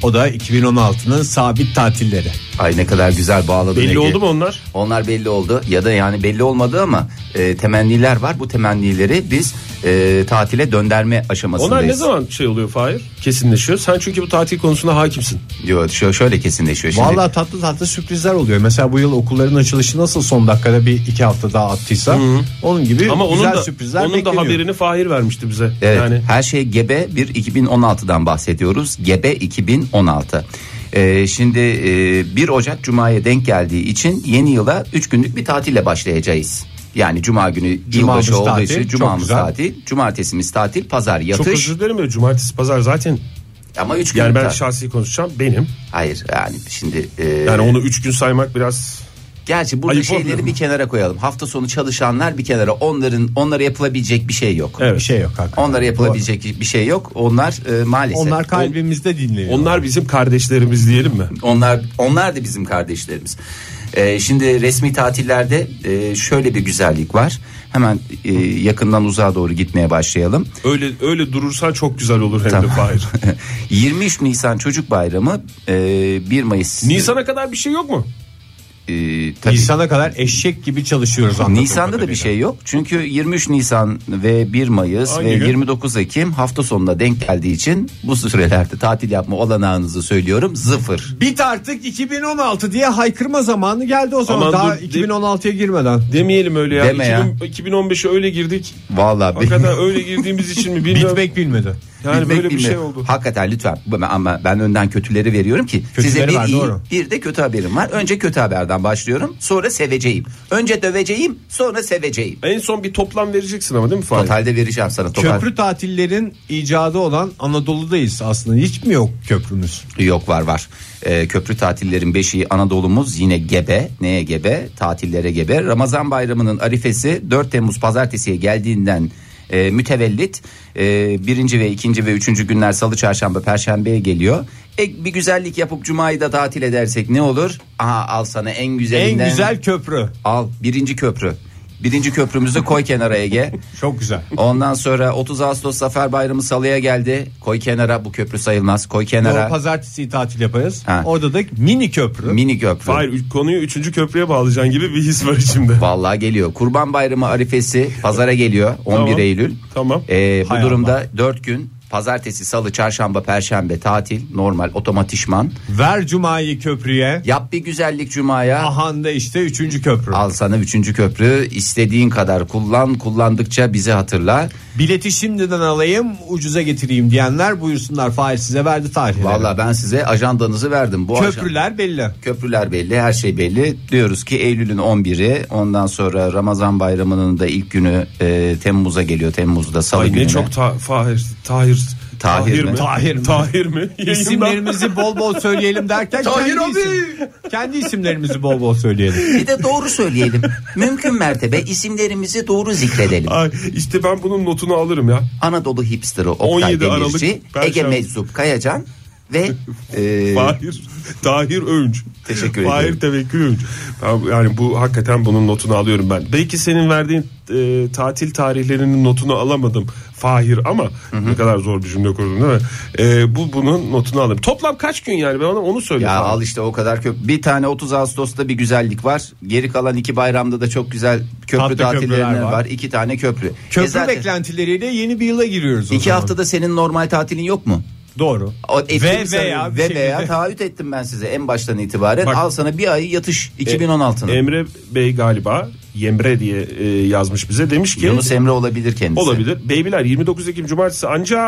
[SPEAKER 3] O da 2016'nın sabit tatilleri.
[SPEAKER 5] Ay ne kadar güzel bağladın
[SPEAKER 4] Belli
[SPEAKER 5] Ege.
[SPEAKER 4] oldu mu onlar?
[SPEAKER 5] Onlar belli oldu ya da yani belli olmadı ama e, temenniler var. Bu temennileri biz e, tatile dönderme aşamasındayız.
[SPEAKER 4] Onlar ne zaman şey oluyor Fahir? Kesinleşiyor. Sen çünkü bu tatil konusunda hakimsin.
[SPEAKER 5] Diyor, şö- şöyle kesinleşiyor şimdi.
[SPEAKER 3] Vallahi tatlı tatlı sürprizler oluyor. Mesela bu yıl okulların açılışı nasıl son dakikada bir iki hafta daha attıysa onun gibi
[SPEAKER 4] Ama onun
[SPEAKER 3] güzel
[SPEAKER 4] da
[SPEAKER 3] sürprizler
[SPEAKER 4] onun da
[SPEAKER 3] bekleniyor.
[SPEAKER 4] haberini Fahir vermişti bize.
[SPEAKER 5] Evet,
[SPEAKER 4] Yani
[SPEAKER 5] her şey gebe bir 2016'dan bahsediyoruz. Gebe 2016. Ee, şimdi e, 1 Ocak Cuma'ya denk geldiği için yeni yıla 3 günlük bir tatille başlayacağız. Yani Cuma günü
[SPEAKER 3] Cumamız
[SPEAKER 5] yılbaşı olduğu
[SPEAKER 3] tatil,
[SPEAKER 5] için
[SPEAKER 3] çok
[SPEAKER 5] Cuma'mız
[SPEAKER 3] güzel.
[SPEAKER 5] tatil, Cumartesimiz tatil, Pazar
[SPEAKER 4] çok
[SPEAKER 5] yatış
[SPEAKER 4] özür dilerim ya cumartesi pazar zaten
[SPEAKER 5] ama 3 günlük
[SPEAKER 4] yani ben
[SPEAKER 5] tatil.
[SPEAKER 4] şahsi konuşacağım benim.
[SPEAKER 5] Hayır yani şimdi e,
[SPEAKER 4] Yani onu 3 gün saymak biraz
[SPEAKER 5] gerçi burada
[SPEAKER 4] Ayıp olmuyor
[SPEAKER 5] şeyleri
[SPEAKER 4] mu?
[SPEAKER 5] bir kenara koyalım. Hafta sonu çalışanlar bir kenara onların onlara yapılabilecek bir şey yok.
[SPEAKER 4] evet.
[SPEAKER 3] bir şey yok hakikaten.
[SPEAKER 5] Onlara yapılabilecek bir şey yok. Onlar e, maalesef
[SPEAKER 3] Onlar kalbimizde dinliyor.
[SPEAKER 4] Onlar bizim kardeşlerimiz diyelim mi?
[SPEAKER 5] Onlar onlar da bizim kardeşlerimiz. Ee, şimdi resmi tatillerde e, şöyle bir güzellik var. Hemen e, yakından uzağa doğru gitmeye başlayalım.
[SPEAKER 4] Öyle öyle durursan çok güzel olur hem de
[SPEAKER 5] Tamam.
[SPEAKER 4] Fahir.
[SPEAKER 5] 23 Nisan Çocuk Bayramı, e, 1 Mayıs.
[SPEAKER 4] Nisan'a kadar bir şey yok mu?
[SPEAKER 5] e, tabii.
[SPEAKER 3] Nisan'a kadar eşek gibi çalışıyoruz. anladığım
[SPEAKER 5] Nisan'da da
[SPEAKER 3] kadarıyla.
[SPEAKER 5] bir şey yok. Çünkü 23 Nisan ve 1 Mayıs
[SPEAKER 4] Hangi
[SPEAKER 5] ve
[SPEAKER 4] gün?
[SPEAKER 5] 29 Ekim hafta sonuna denk geldiği için bu sürelerde tatil yapma olanağınızı söylüyorum. Zıfır.
[SPEAKER 3] Bit artık 2016 diye haykırma zamanı geldi o zaman
[SPEAKER 4] Aman
[SPEAKER 3] daha
[SPEAKER 4] dur,
[SPEAKER 3] 2016'ya girmeden.
[SPEAKER 4] Demeyelim öyle ya.
[SPEAKER 5] Deme ya.
[SPEAKER 4] 2000 2015'e öyle girdik.
[SPEAKER 5] Vallahi
[SPEAKER 4] Hakikaten öyle girdiğimiz için mi bilmiyorum.
[SPEAKER 3] Bitmek bilmedi.
[SPEAKER 4] Yani
[SPEAKER 5] Bitmek
[SPEAKER 4] böyle bir
[SPEAKER 5] bilmiyor.
[SPEAKER 4] şey oldu.
[SPEAKER 5] Hakikaten lütfen Ben- ama ben önden kötüleri veriyorum ki size
[SPEAKER 3] Kötüleri
[SPEAKER 5] bir
[SPEAKER 3] var,
[SPEAKER 5] iyi
[SPEAKER 3] doğru.
[SPEAKER 5] bir de kötü haberim var. Önce kötü haberden başlıyorum sonra seveceğim. Önce döveceğim sonra seveceğim.
[SPEAKER 4] En son bir toplam vereceksin ama değil mi Fahir?
[SPEAKER 5] Totalde vereceğim sana total.
[SPEAKER 3] Köprü tatillerin icadı olan Anadolu'dayız aslında. Hiç mi yok köprümüz?
[SPEAKER 5] Yok var var. Ee, köprü tatillerin beşiği Anadolu'muz yine gebe. Neye gebe? Tatillere gebe. Ramazan bayramının arifesi 4 Temmuz pazartesiye geldiğinden e, mütevellit. E, birinci ve ikinci ve üçüncü günler salı çarşamba perşembeye geliyor. E, bir güzellik yapıp cumayı da tatil edersek ne olur? Aha al sana en
[SPEAKER 3] En
[SPEAKER 5] güzelinden.
[SPEAKER 3] güzel köprü.
[SPEAKER 5] Al birinci köprü. Birinci köprümüzü koy kenara Ege.
[SPEAKER 3] Çok güzel.
[SPEAKER 5] Ondan sonra 30 Ağustos Zafer Bayramı salıya geldi. Koy kenara bu köprü sayılmaz. Koy kenara.
[SPEAKER 3] O pazartesi tatil yaparız.
[SPEAKER 5] Ha.
[SPEAKER 3] Orada da mini köprü.
[SPEAKER 5] Mini köprü.
[SPEAKER 4] Fahir ü- konuyu 3. köprüye bağlayacaksın gibi bir his var içimde.
[SPEAKER 5] Vallahi geliyor. Kurban Bayramı arifesi pazara geliyor 11
[SPEAKER 4] Tamam.
[SPEAKER 5] Eylül.
[SPEAKER 4] Tamam.
[SPEAKER 5] Ee, bu
[SPEAKER 3] Hay
[SPEAKER 5] durumda 4 gün pazartesi, salı, çarşamba, perşembe tatil normal otomatikman.
[SPEAKER 3] Ver cumayı köprüye.
[SPEAKER 5] Yap bir güzellik cumaya.
[SPEAKER 4] Ah.
[SPEAKER 3] Ahanda işte üçüncü köprü.
[SPEAKER 5] Al sana 3. köprü. istediğin kadar kullan. Kullandıkça bizi hatırla.
[SPEAKER 3] Bileti şimdiden alayım ucuza getireyim diyenler buyursunlar. Faiz size verdi tarihleri.
[SPEAKER 5] Vallahi ben size ajandanızı verdim. Bu ajan-
[SPEAKER 3] Köprüler belli.
[SPEAKER 5] Köprüler belli, her şey belli. Diyoruz ki Eylül'ün 11'i, ondan sonra Ramazan Bayramı'nın da ilk günü e, Temmuz'a geliyor. Temmuz'da salı
[SPEAKER 4] Ay
[SPEAKER 5] gününe.
[SPEAKER 4] ne çok ta- Fahir, Tahir,
[SPEAKER 5] Tahir mi?
[SPEAKER 4] Tahir
[SPEAKER 3] Tahir
[SPEAKER 4] mi?
[SPEAKER 3] mi?
[SPEAKER 4] Tahir mi? Yayında-
[SPEAKER 3] İsimlerimizi bol bol söyleyelim derken
[SPEAKER 5] Tahir
[SPEAKER 3] kendi,
[SPEAKER 5] abi.
[SPEAKER 3] isim- kendi isimlerimizi bol bol söyleyelim.
[SPEAKER 5] Bir de doğru söyleyelim. Mümkün mertebe isimlerimizi doğru zikredelim.
[SPEAKER 4] Ay, işte ben bunun notunu alırım ya.
[SPEAKER 5] Anadolu hipsterı Oktay
[SPEAKER 4] 17
[SPEAKER 5] Demirci,
[SPEAKER 4] Aralık Perşembe.
[SPEAKER 5] Ege Meczup Kayacan ve e,
[SPEAKER 4] Fahir, Tahir Öğünç.
[SPEAKER 5] Teşekkür
[SPEAKER 4] Fahir
[SPEAKER 5] ederim.
[SPEAKER 4] Tevekkül Öğünç. Ben- Yani bu hakikaten bunun notunu alıyorum ben. Belki senin verdiğin e, tatil tarihlerinin notunu alamadım Fahir ama ne kadar zor bir cümle kurdum değil mi? E, bu bunun notunu alırım. Toplam kaç gün yani ben ona onu söyleyeyim.
[SPEAKER 5] e, ya al işte o kadar köprü. Bir tane 30 Ağustos'ta bir güzellik var. Geri kalan iki bayramda da çok güzel köprü
[SPEAKER 3] Tatlı
[SPEAKER 5] tatillerine
[SPEAKER 3] köprüler
[SPEAKER 5] var.
[SPEAKER 3] var.
[SPEAKER 5] İki tane köprü.
[SPEAKER 3] Köprü
[SPEAKER 5] E zaten
[SPEAKER 3] beklentileriyle yeni bir yıla giriyoruz o
[SPEAKER 5] İki
[SPEAKER 3] zaman.
[SPEAKER 5] haftada senin normal tatilin yok mu?
[SPEAKER 3] Doğru.
[SPEAKER 5] O
[SPEAKER 3] Ve
[SPEAKER 5] ettiğim
[SPEAKER 3] veya
[SPEAKER 5] sana-
[SPEAKER 3] bir
[SPEAKER 5] ve
[SPEAKER 3] şekilde-
[SPEAKER 5] veya taahhüt ettim ben size en baştan itibaren.
[SPEAKER 4] Bak-
[SPEAKER 5] Al sana bir ay yatış
[SPEAKER 3] E,
[SPEAKER 5] 2016'nın.
[SPEAKER 4] Emre Bey galiba Yemre diye e, yazmış bize demiş ki
[SPEAKER 5] Yunus Emre olabilir kendisi.
[SPEAKER 4] olabilir. Beybiler 29 Ekim cumartesi ancak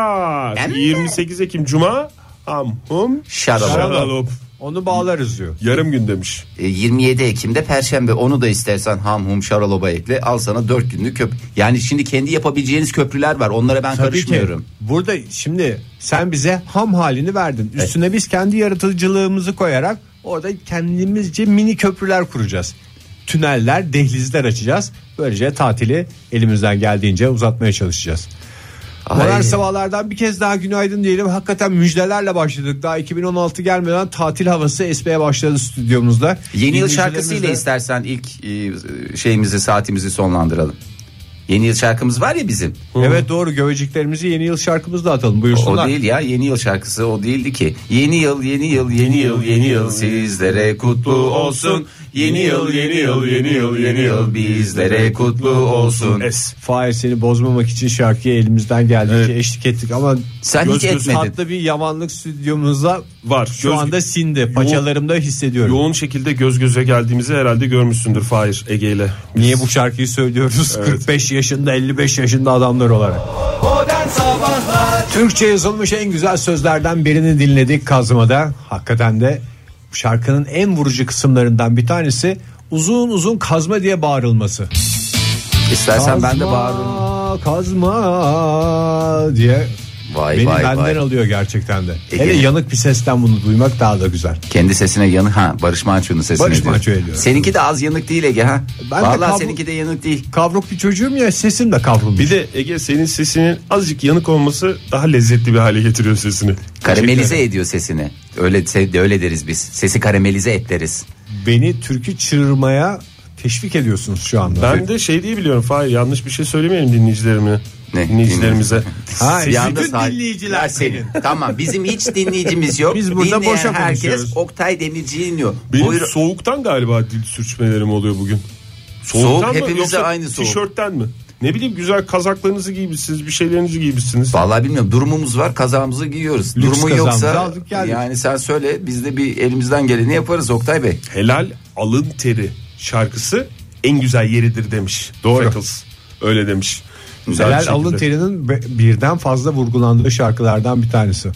[SPEAKER 5] Emre.
[SPEAKER 4] 28 Ekim cuma am hum
[SPEAKER 5] Şarabı.
[SPEAKER 4] şarabı.
[SPEAKER 3] Onu bağlarız diyor.
[SPEAKER 4] Yarım gün demiş.
[SPEAKER 5] E, 27 Ekim'de Perşembe onu da istersen ham hum şaraloba ekle. Al sana 4 günlük köprü. Yani şimdi kendi yapabileceğiniz köprüler var. Onlara ben
[SPEAKER 3] Tabii ki.
[SPEAKER 5] karışmıyorum.
[SPEAKER 3] Burada şimdi sen bize ham halini verdin. Üstüne biz kendi yaratıcılığımızı koyarak orada kendimizce mini köprüler kuracağız. tüneller, dehlizler açacağız. Böylece tatili elimizden geldiğince uzatmaya çalışacağız. Modern sabahlardan bir kez daha günaydın diyelim. Hakikaten müjdelerle başladık. Daha 2016 gelmeden tatil havası esmeye başladı stüdyomuzda.
[SPEAKER 5] Yeni yıl
[SPEAKER 3] Dinleyicilerimiz
[SPEAKER 5] şarkısıyla
[SPEAKER 3] de-
[SPEAKER 5] istersen ilk e, şeyimizi saatimizi sonlandıralım. Yeni yıl şarkımız var ya bizim.
[SPEAKER 3] Evet doğru göveciklerimizi yeni yıl şarkımızla atalım buyursunlar.
[SPEAKER 5] O değil ya yeni yıl şarkısı o değildi ki. Yeni yıl yeni yıl yeni yıl yeni yıl sizlere kutlu olsun. Yeni yıl yeni yıl yeni yıl yeni yıl bizlere kutlu olsun.
[SPEAKER 4] Es.
[SPEAKER 3] Fahir seni bozmamak için şarkıya elimizden geldiğince eşlik ettik ama
[SPEAKER 5] Sen
[SPEAKER 3] göz
[SPEAKER 5] hiç
[SPEAKER 3] göz
[SPEAKER 5] etmedin.
[SPEAKER 3] tatlı bir yamanlık stüdyomuzda
[SPEAKER 4] Var.
[SPEAKER 3] Şu
[SPEAKER 4] Göz-
[SPEAKER 3] anda sindi. Paçalarımda hissediyorum.
[SPEAKER 4] Yoğun şekilde göz göze geldiğimizi herhalde görmüşsündür Fahir Ege ile.
[SPEAKER 3] Niye bu şarkıyı söylüyoruz? 45 yaşında 55 yaşında adamlar olarak.
[SPEAKER 2] Modern Sabahlar
[SPEAKER 3] Türkçe yazılmış en güzel sözlerden birini dinledik kazmada. Hakikaten de bu şarkının en vurucu kısımlarından bir tanesi uzun uzun kazma diye bağırılması.
[SPEAKER 5] İstersen ben de bağırırım.
[SPEAKER 3] bağırırım. Kazma diye
[SPEAKER 5] Vay
[SPEAKER 3] beni
[SPEAKER 5] vay
[SPEAKER 3] benden
[SPEAKER 5] vay.
[SPEAKER 3] alıyor gerçekten de.
[SPEAKER 5] Ege.
[SPEAKER 3] Hele yanık bir sesten bunu duymak daha da güzel.
[SPEAKER 5] Kendi sesine yanı ha Barış Manço'nun sesine.
[SPEAKER 3] Barış
[SPEAKER 5] diyor.
[SPEAKER 3] Manço'ya diyorum.
[SPEAKER 5] Seninki de az yanık değil Ege ha.
[SPEAKER 3] Ben de
[SPEAKER 5] Vallahi
[SPEAKER 3] kablo-
[SPEAKER 5] seninki de yanık değil.
[SPEAKER 3] Kavruk bir çocuğum ya sesim de kavrulmuş.
[SPEAKER 4] Bir de Ege senin sesinin azıcık yanık olması daha lezzetli bir hale getiriyor sesini.
[SPEAKER 5] Karamelize ediyor sesini. Öyle öyle deriz biz. Sesi karamelize et deriz.
[SPEAKER 3] Beni türkü çığırmaya teşvik ediyorsunuz şu anda.
[SPEAKER 4] Ben de şey diye biliyorum Fahir yanlış bir şey söylemeyelim dinleyicilerime.
[SPEAKER 5] Ne?
[SPEAKER 4] Dinleyicilerimize.
[SPEAKER 3] Ha,
[SPEAKER 5] Yalnız
[SPEAKER 3] bütün
[SPEAKER 5] hay-
[SPEAKER 3] dinleyiciler senin.
[SPEAKER 5] tamam bizim hiç dinleyicimiz yok.
[SPEAKER 3] Biz burada
[SPEAKER 5] Dinleyen
[SPEAKER 3] boşa konuşuyoruz.
[SPEAKER 5] herkes Oktay Demirci'yi dinliyor.
[SPEAKER 4] Benim
[SPEAKER 5] Buyur-
[SPEAKER 4] soğuktan galiba dil sürçmelerim oluyor bugün.
[SPEAKER 5] Soğuk
[SPEAKER 4] mı
[SPEAKER 5] hepimize
[SPEAKER 4] yoksa
[SPEAKER 5] aynı soğuk.
[SPEAKER 4] Tişörtten mi? Ne bileyim güzel kazaklarınızı giymişsiniz, bir şeylerinizi giymişsiniz.
[SPEAKER 5] Vallahi bilmiyorum durumumuz var kazamızı
[SPEAKER 3] Lüks
[SPEAKER 5] giyiyoruz. Durumun
[SPEAKER 3] kazağımızı
[SPEAKER 5] yoksa
[SPEAKER 3] aldık geldik.
[SPEAKER 5] yani sen söyle biz de bir elimizden geleni yaparız Oktay Bey.
[SPEAKER 4] Helal alın teri şarkısı en güzel yeridir demiş.
[SPEAKER 3] Doğru.
[SPEAKER 4] Freckles. Öyle demiş. Güzel bir
[SPEAKER 3] Helal
[SPEAKER 4] şekilde.
[SPEAKER 3] alın terinin be- birden fazla vurgulandığı şarkılardan bir tanesi.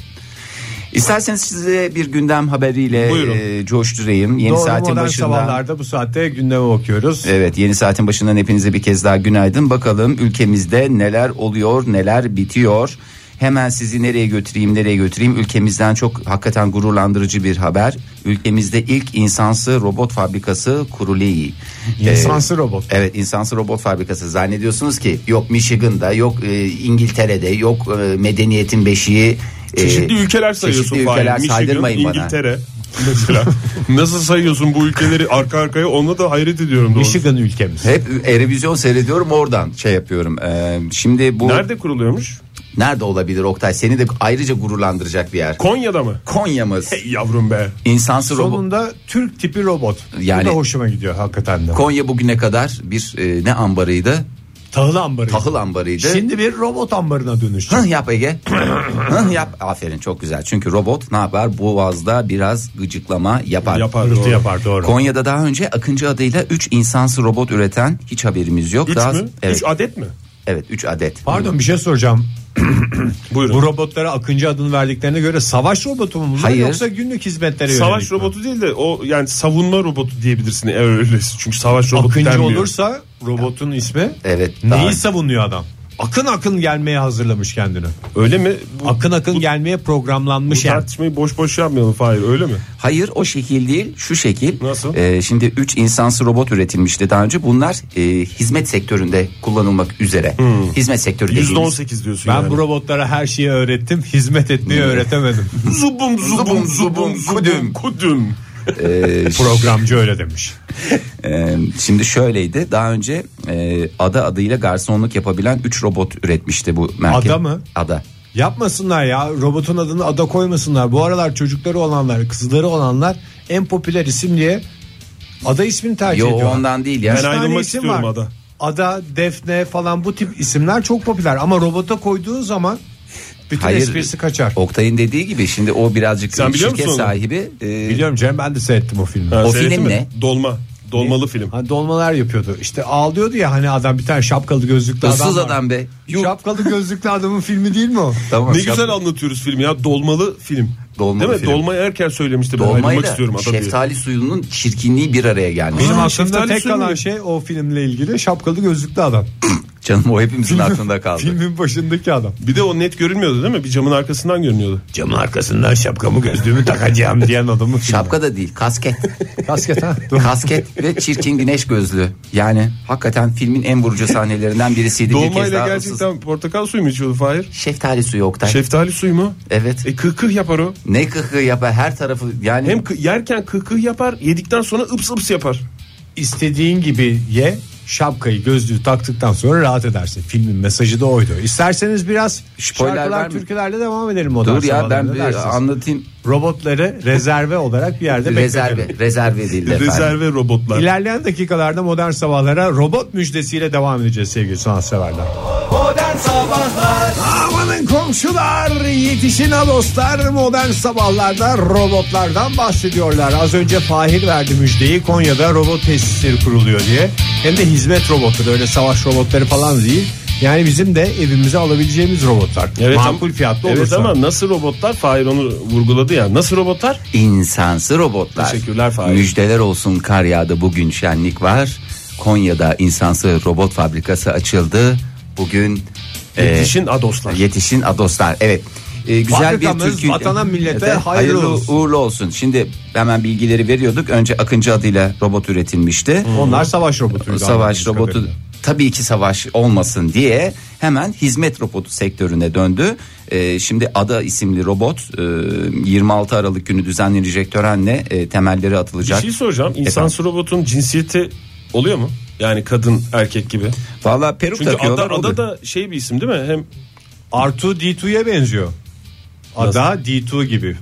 [SPEAKER 5] İsterseniz size bir gündem haberiyle
[SPEAKER 4] Buyurun.
[SPEAKER 5] e, coşturayım. Yeni
[SPEAKER 3] Doğru
[SPEAKER 5] saatin
[SPEAKER 3] modern
[SPEAKER 5] başında.
[SPEAKER 3] sabahlarda bu saatte gündeme bakıyoruz.
[SPEAKER 5] Evet yeni saatin başından hepinize bir kez daha günaydın. Bakalım ülkemizde neler oluyor neler bitiyor. Hemen sizi nereye götüreyim nereye götüreyim ülkemizden çok hakikaten gururlandırıcı bir haber. Ülkemizde ilk insansı robot fabrikası Kuruleyi.
[SPEAKER 3] İnsansı robot.
[SPEAKER 5] Evet insansı robot fabrikası zannediyorsunuz ki yok Michigan'da yok e, İngiltere'de yok e, medeniyetin beşiği. e,
[SPEAKER 4] Çeşitli ülkeler sayıyorsun.
[SPEAKER 5] çeşitli
[SPEAKER 4] Fahir.
[SPEAKER 5] ülkeler
[SPEAKER 4] Michigan,
[SPEAKER 5] saydırmayın bana.
[SPEAKER 4] İngiltere. Mesela nasıl sayıyorsun bu ülkeleri arka arkaya ona da hayret ediyorum. doğrusu.
[SPEAKER 3] Michigan ülkemiz.
[SPEAKER 5] Hep Erevizyon seyrediyorum oradan şey yapıyorum. E, şimdi bu nerede?
[SPEAKER 4] Nerede kuruluyormuş?
[SPEAKER 5] olabilir Oktay? Seni de ayrıca gururlandıracak bir yer.
[SPEAKER 4] Konya'da mı?
[SPEAKER 5] Konya'mız.
[SPEAKER 4] Hey yavrum be.
[SPEAKER 5] İnsansı robot.
[SPEAKER 3] Sonunda Türk tipi robot.
[SPEAKER 5] Yani-
[SPEAKER 3] bu da hoşuma gidiyor hakikaten de.
[SPEAKER 5] Konya bugüne kadar bir e, ne ambarıydı?
[SPEAKER 3] Tahıl ambarı.
[SPEAKER 5] Tahıl ambarıydı.
[SPEAKER 3] Şimdi bir robot ambarına dönüşecek.
[SPEAKER 5] Hıh yap Ege. Hıh yap. Aferin çok güzel. Çünkü robot ne yapar? Boğazda biraz gıcıklama yapar.
[SPEAKER 4] Yapar.
[SPEAKER 3] Hırtı
[SPEAKER 4] doğru.
[SPEAKER 3] yapar doğru.
[SPEAKER 5] Konya'da daha önce Akıncı adıyla 3 insansı robot üreten hiç haberimiz yok.
[SPEAKER 4] Üç
[SPEAKER 5] daha,
[SPEAKER 4] mü?
[SPEAKER 5] Evet,
[SPEAKER 4] Üç adet mi?
[SPEAKER 5] evet 3 adet.
[SPEAKER 3] Pardon bir şey soracağım.
[SPEAKER 4] Buyurun.
[SPEAKER 3] Bu robotlara Akıncı adını verdiklerine göre savaş robotu mu bunlar
[SPEAKER 5] Hayır.
[SPEAKER 3] yoksa günlük hizmetlere yönelik
[SPEAKER 4] Savaş
[SPEAKER 3] mi?
[SPEAKER 4] robotu değil de o yani savunma robotu diyebilirsin eğer öylesi. Çünkü savaş robotu
[SPEAKER 3] Akıncı
[SPEAKER 4] denmiyor.
[SPEAKER 3] olursa robotun ismi
[SPEAKER 5] Evet. daha-
[SPEAKER 3] neyi savunuyor adam? Akın akın gelmeye hazırlamış kendini.
[SPEAKER 4] Öyle mi? Bu,
[SPEAKER 3] Akın akın
[SPEAKER 4] bu-
[SPEAKER 3] gelmeye
[SPEAKER 4] bu
[SPEAKER 3] programlanmış yani.
[SPEAKER 4] tartışmayı boş boş yapmayalım Fahir öyle mi?
[SPEAKER 5] Hayır o şekil değil şu şekil.
[SPEAKER 4] Nasıl?
[SPEAKER 5] Ee, şimdi 3 insansı robot üretilmişti daha önce. Bunlar e, hizmet sektöründe kullanılmak üzere.
[SPEAKER 4] Hmm.
[SPEAKER 5] Hizmet sektörü dediğimiz.
[SPEAKER 4] %18 diyorsun
[SPEAKER 3] Ben
[SPEAKER 4] yani.
[SPEAKER 3] bu robotlara her şeyi öğrettim. Hizmet etmeyi
[SPEAKER 5] Hmm.
[SPEAKER 3] öğretemedim.
[SPEAKER 4] Zubum zubum zubum
[SPEAKER 5] kudüm.
[SPEAKER 4] zubum kudüm.
[SPEAKER 5] Ee,
[SPEAKER 3] Programcı öyle demiş.
[SPEAKER 5] Ee, şimdi şöyleydi daha önce e, ada adıyla garsonluk yapabilen 3 robot üretmişti bu merkez.
[SPEAKER 3] Ada mı?
[SPEAKER 5] Ada.
[SPEAKER 3] Yapmasınlar ya robotun adını ada koymasınlar. Bu aralar çocukları olanlar, kızları olanlar en popüler isim diye ada ismini tercih
[SPEAKER 5] Yo
[SPEAKER 3] ediyorlar.
[SPEAKER 5] ondan değil ya.
[SPEAKER 4] Ben
[SPEAKER 3] Üç tane
[SPEAKER 4] ayrılmak
[SPEAKER 3] isim
[SPEAKER 4] istiyorum ada.
[SPEAKER 3] Ada, Defne falan bu tip isimler çok popüler ama robota koyduğun zaman bütün esprisi kaçar.
[SPEAKER 5] Oktay'ın dediği gibi şimdi o birazcık
[SPEAKER 4] Sen biliyor
[SPEAKER 5] şirket
[SPEAKER 4] musun onu?
[SPEAKER 5] sahibi e,
[SPEAKER 3] Biliyorum Cem ben de seyrettim o filmi.
[SPEAKER 4] Ha,
[SPEAKER 5] O
[SPEAKER 4] seyrettin
[SPEAKER 5] film
[SPEAKER 4] mi?
[SPEAKER 5] ne?
[SPEAKER 4] Dolma. Dolmalı film.
[SPEAKER 3] Hani dolmalar yapıyordu. İşte ağlıyordu ya hani adam bir tane şapkalı gözlüklü adam.
[SPEAKER 5] ıssız
[SPEAKER 3] var.
[SPEAKER 5] adam be. Yuh.
[SPEAKER 3] Şapkalı gözlüklü adamın filmi değil mi o?
[SPEAKER 5] Tamam,
[SPEAKER 4] Ne
[SPEAKER 5] şap-
[SPEAKER 4] güzel anlatıyoruz filmi ya. Dolmalı film.
[SPEAKER 5] Dolmalı
[SPEAKER 4] Değil mi?
[SPEAKER 5] film.
[SPEAKER 4] Dolmayı erken söylemişti. Ben ayrılmak
[SPEAKER 5] dolmayla
[SPEAKER 4] istiyorum ada diye.
[SPEAKER 5] şeftali suyunun çirkinliği bir araya gelmiş.
[SPEAKER 3] Benim
[SPEAKER 4] Aa,
[SPEAKER 3] aklımda
[SPEAKER 4] şeftali
[SPEAKER 3] tek
[SPEAKER 4] suyu mu?
[SPEAKER 3] kalan şey o filmle ilgili şapkalı gözlüklü adam.
[SPEAKER 5] Canım o hepimizin aklında kaldı.
[SPEAKER 3] Filmin başındaki adam.
[SPEAKER 4] Bir de o net görünmüyordu değil mi? Bir camın arkasından görünüyordu.
[SPEAKER 3] Camın arkasından şapkamı gözlüğümü takacağım diyen adamı.
[SPEAKER 5] Şapka da değil kasket.
[SPEAKER 3] Kasket ha.
[SPEAKER 5] kasket ve çirkin güneş gözlü. Yani hakikaten filmin en vurucu sahnelerinden birisiydi. Bir kez
[SPEAKER 4] Dolmayla
[SPEAKER 5] daha
[SPEAKER 4] gerçekten
[SPEAKER 5] ıssız-
[SPEAKER 4] portakal suyu mu içiyordu Fahir?
[SPEAKER 5] Şeftali suyu Oktay.
[SPEAKER 4] Şeftali suyu mu?
[SPEAKER 5] evet.
[SPEAKER 4] E kıh kıh yapar o.
[SPEAKER 5] Ne kıkı yapar her tarafı yani.
[SPEAKER 4] Hem kı- yerken kıh kıh yapar yedikten sonra ıps ıps yapar.
[SPEAKER 3] İstediğin gibi ye şapkayı gözlüğü taktıktan sonra rahat edersin. Filmin mesajı da oydu. İsterseniz biraz
[SPEAKER 5] Spoiler
[SPEAKER 3] şarkılar
[SPEAKER 5] verme.
[SPEAKER 3] türkülerle devam edelim modern
[SPEAKER 5] Dur ya ben
[SPEAKER 3] sabahlarında
[SPEAKER 5] bir
[SPEAKER 3] dersiniz.
[SPEAKER 5] anlatayım.
[SPEAKER 3] Robotları rezerve olarak bir yerde bekletelim.
[SPEAKER 5] Rezerve, rezerve değil efendim.
[SPEAKER 4] Rezerve robotlar.
[SPEAKER 3] İlerleyen dakikalarda modern sabahlara robot müjdesiyle devam edeceğiz sevgili sanatseverler.
[SPEAKER 2] Modern Sabahlar
[SPEAKER 3] Amanın komşular yetişin ha dostlar modern sabahlarda robotlardan bahsediyorlar. Az önce Fahir verdi müjdeyi Konya'da robot tesisleri kuruluyor diye. Hem de hizmet robotları öyle savaş robotları falan değil. Yani bizim de evimize alabileceğimiz robotlar. Makul
[SPEAKER 4] ama-
[SPEAKER 3] fiyatlı
[SPEAKER 4] evet
[SPEAKER 3] olursa.
[SPEAKER 4] ama nasıl robotlar? Fahir onu vurguladı ya. Nasıl robotlar?
[SPEAKER 5] İnsansı robotlar.
[SPEAKER 4] Teşekkürler Fahir.
[SPEAKER 5] Müjdeler olsun kar yağdı bugün şenlik var. Konya'da insansı robot fabrikası açıldı. Bugün e,
[SPEAKER 4] Yetişin adoslar.
[SPEAKER 5] yetişin adoslar. Evet. E, güzel bir
[SPEAKER 3] Fabrikamız
[SPEAKER 5] türkü.
[SPEAKER 3] vatana, millete
[SPEAKER 5] Evet,
[SPEAKER 3] hayırlı olsun.
[SPEAKER 5] uğurlu olsun. Şimdi hemen bilgileri veriyorduk. Önce Akıncı adıyla robot üretilmişti.
[SPEAKER 3] Onlar savaş robotuydu.
[SPEAKER 5] Savaş
[SPEAKER 3] anladığımız
[SPEAKER 5] robotu
[SPEAKER 3] kadarıyla.
[SPEAKER 5] tabii ki savaş olmasın diye hemen hizmet robotu sektörüne döndü. Ee, şimdi Ada isimli robot e, 26 Aralık günü düzenlenecek törenle e, temelleri
[SPEAKER 4] Bir
[SPEAKER 5] atılacak.
[SPEAKER 4] şey soracağım. İnsansı robotun cinsiyeti oluyor mu? Yani kadın erkek gibi.
[SPEAKER 5] Valla peruk
[SPEAKER 4] Çünkü ada,
[SPEAKER 5] takıyorlar.
[SPEAKER 4] ada
[SPEAKER 5] oluyor.
[SPEAKER 4] da şey bir isim değil mi? Hem
[SPEAKER 3] R2D2'ye benziyor. Ada D2 gibi.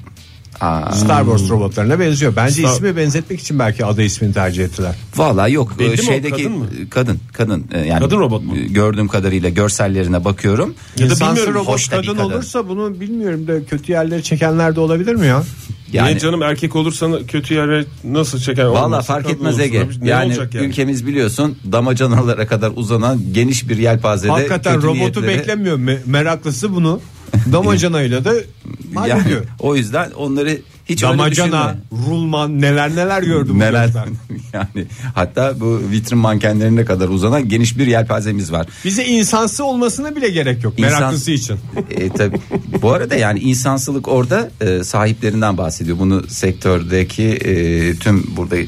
[SPEAKER 5] Aa,
[SPEAKER 3] Star Wars robotlarına benziyor. Bence
[SPEAKER 4] Star-
[SPEAKER 3] ismi benzetmek için belki ada ismini tercih ettiler.
[SPEAKER 5] Valla yok
[SPEAKER 4] Belli
[SPEAKER 5] Ee,
[SPEAKER 4] mi o,
[SPEAKER 5] şeydeki
[SPEAKER 4] kadın mı?
[SPEAKER 5] kadın kadın Ee, yani
[SPEAKER 4] Kadın robot mu?
[SPEAKER 5] e, Gördüğüm kadarıyla görsellerine bakıyorum.
[SPEAKER 4] Ya da
[SPEAKER 3] İnsansı
[SPEAKER 4] bilmiyorum,
[SPEAKER 3] robot
[SPEAKER 5] hoş da bir
[SPEAKER 3] kadın
[SPEAKER 5] kadın.
[SPEAKER 3] olursa bunu bilmiyorum da kötü yerlere çekenler de olabilir mi ya?
[SPEAKER 5] Yani
[SPEAKER 4] Niye canım erkek olursan kötü yere nasıl çeker?
[SPEAKER 5] Valla
[SPEAKER 4] Olmaz.
[SPEAKER 5] fark
[SPEAKER 4] Kadın
[SPEAKER 5] etmez
[SPEAKER 4] olursa
[SPEAKER 5] Ege.
[SPEAKER 4] da bir- ne
[SPEAKER 5] Yani,
[SPEAKER 4] olacak
[SPEAKER 5] ülkemiz biliyorsun damacanalara kadar uzanan geniş bir yelpazede.
[SPEAKER 3] Hakikaten
[SPEAKER 5] kötü
[SPEAKER 3] robotu
[SPEAKER 5] niyetleri-
[SPEAKER 3] beklemiyor Me- meraklısı bunu. Damacanayla da
[SPEAKER 5] Yani,
[SPEAKER 3] hallediyor.
[SPEAKER 5] o yüzden onları hiç öyle
[SPEAKER 3] Damacana,
[SPEAKER 5] düşünme.
[SPEAKER 3] rulman neler neler gördüm.
[SPEAKER 5] Neler
[SPEAKER 3] bu gözler.
[SPEAKER 5] yani hatta bu vitrin mankenlerine kadar uzanan geniş bir yelpazemiz var.
[SPEAKER 3] Bize insansı olmasına bile gerek yok
[SPEAKER 5] İnsan-
[SPEAKER 3] meraklısı için.
[SPEAKER 5] E, tabii. Bu arada yani insansılık orada e, sahiplerinden bahsediyor. Bunu sektördeki e, tüm burada e,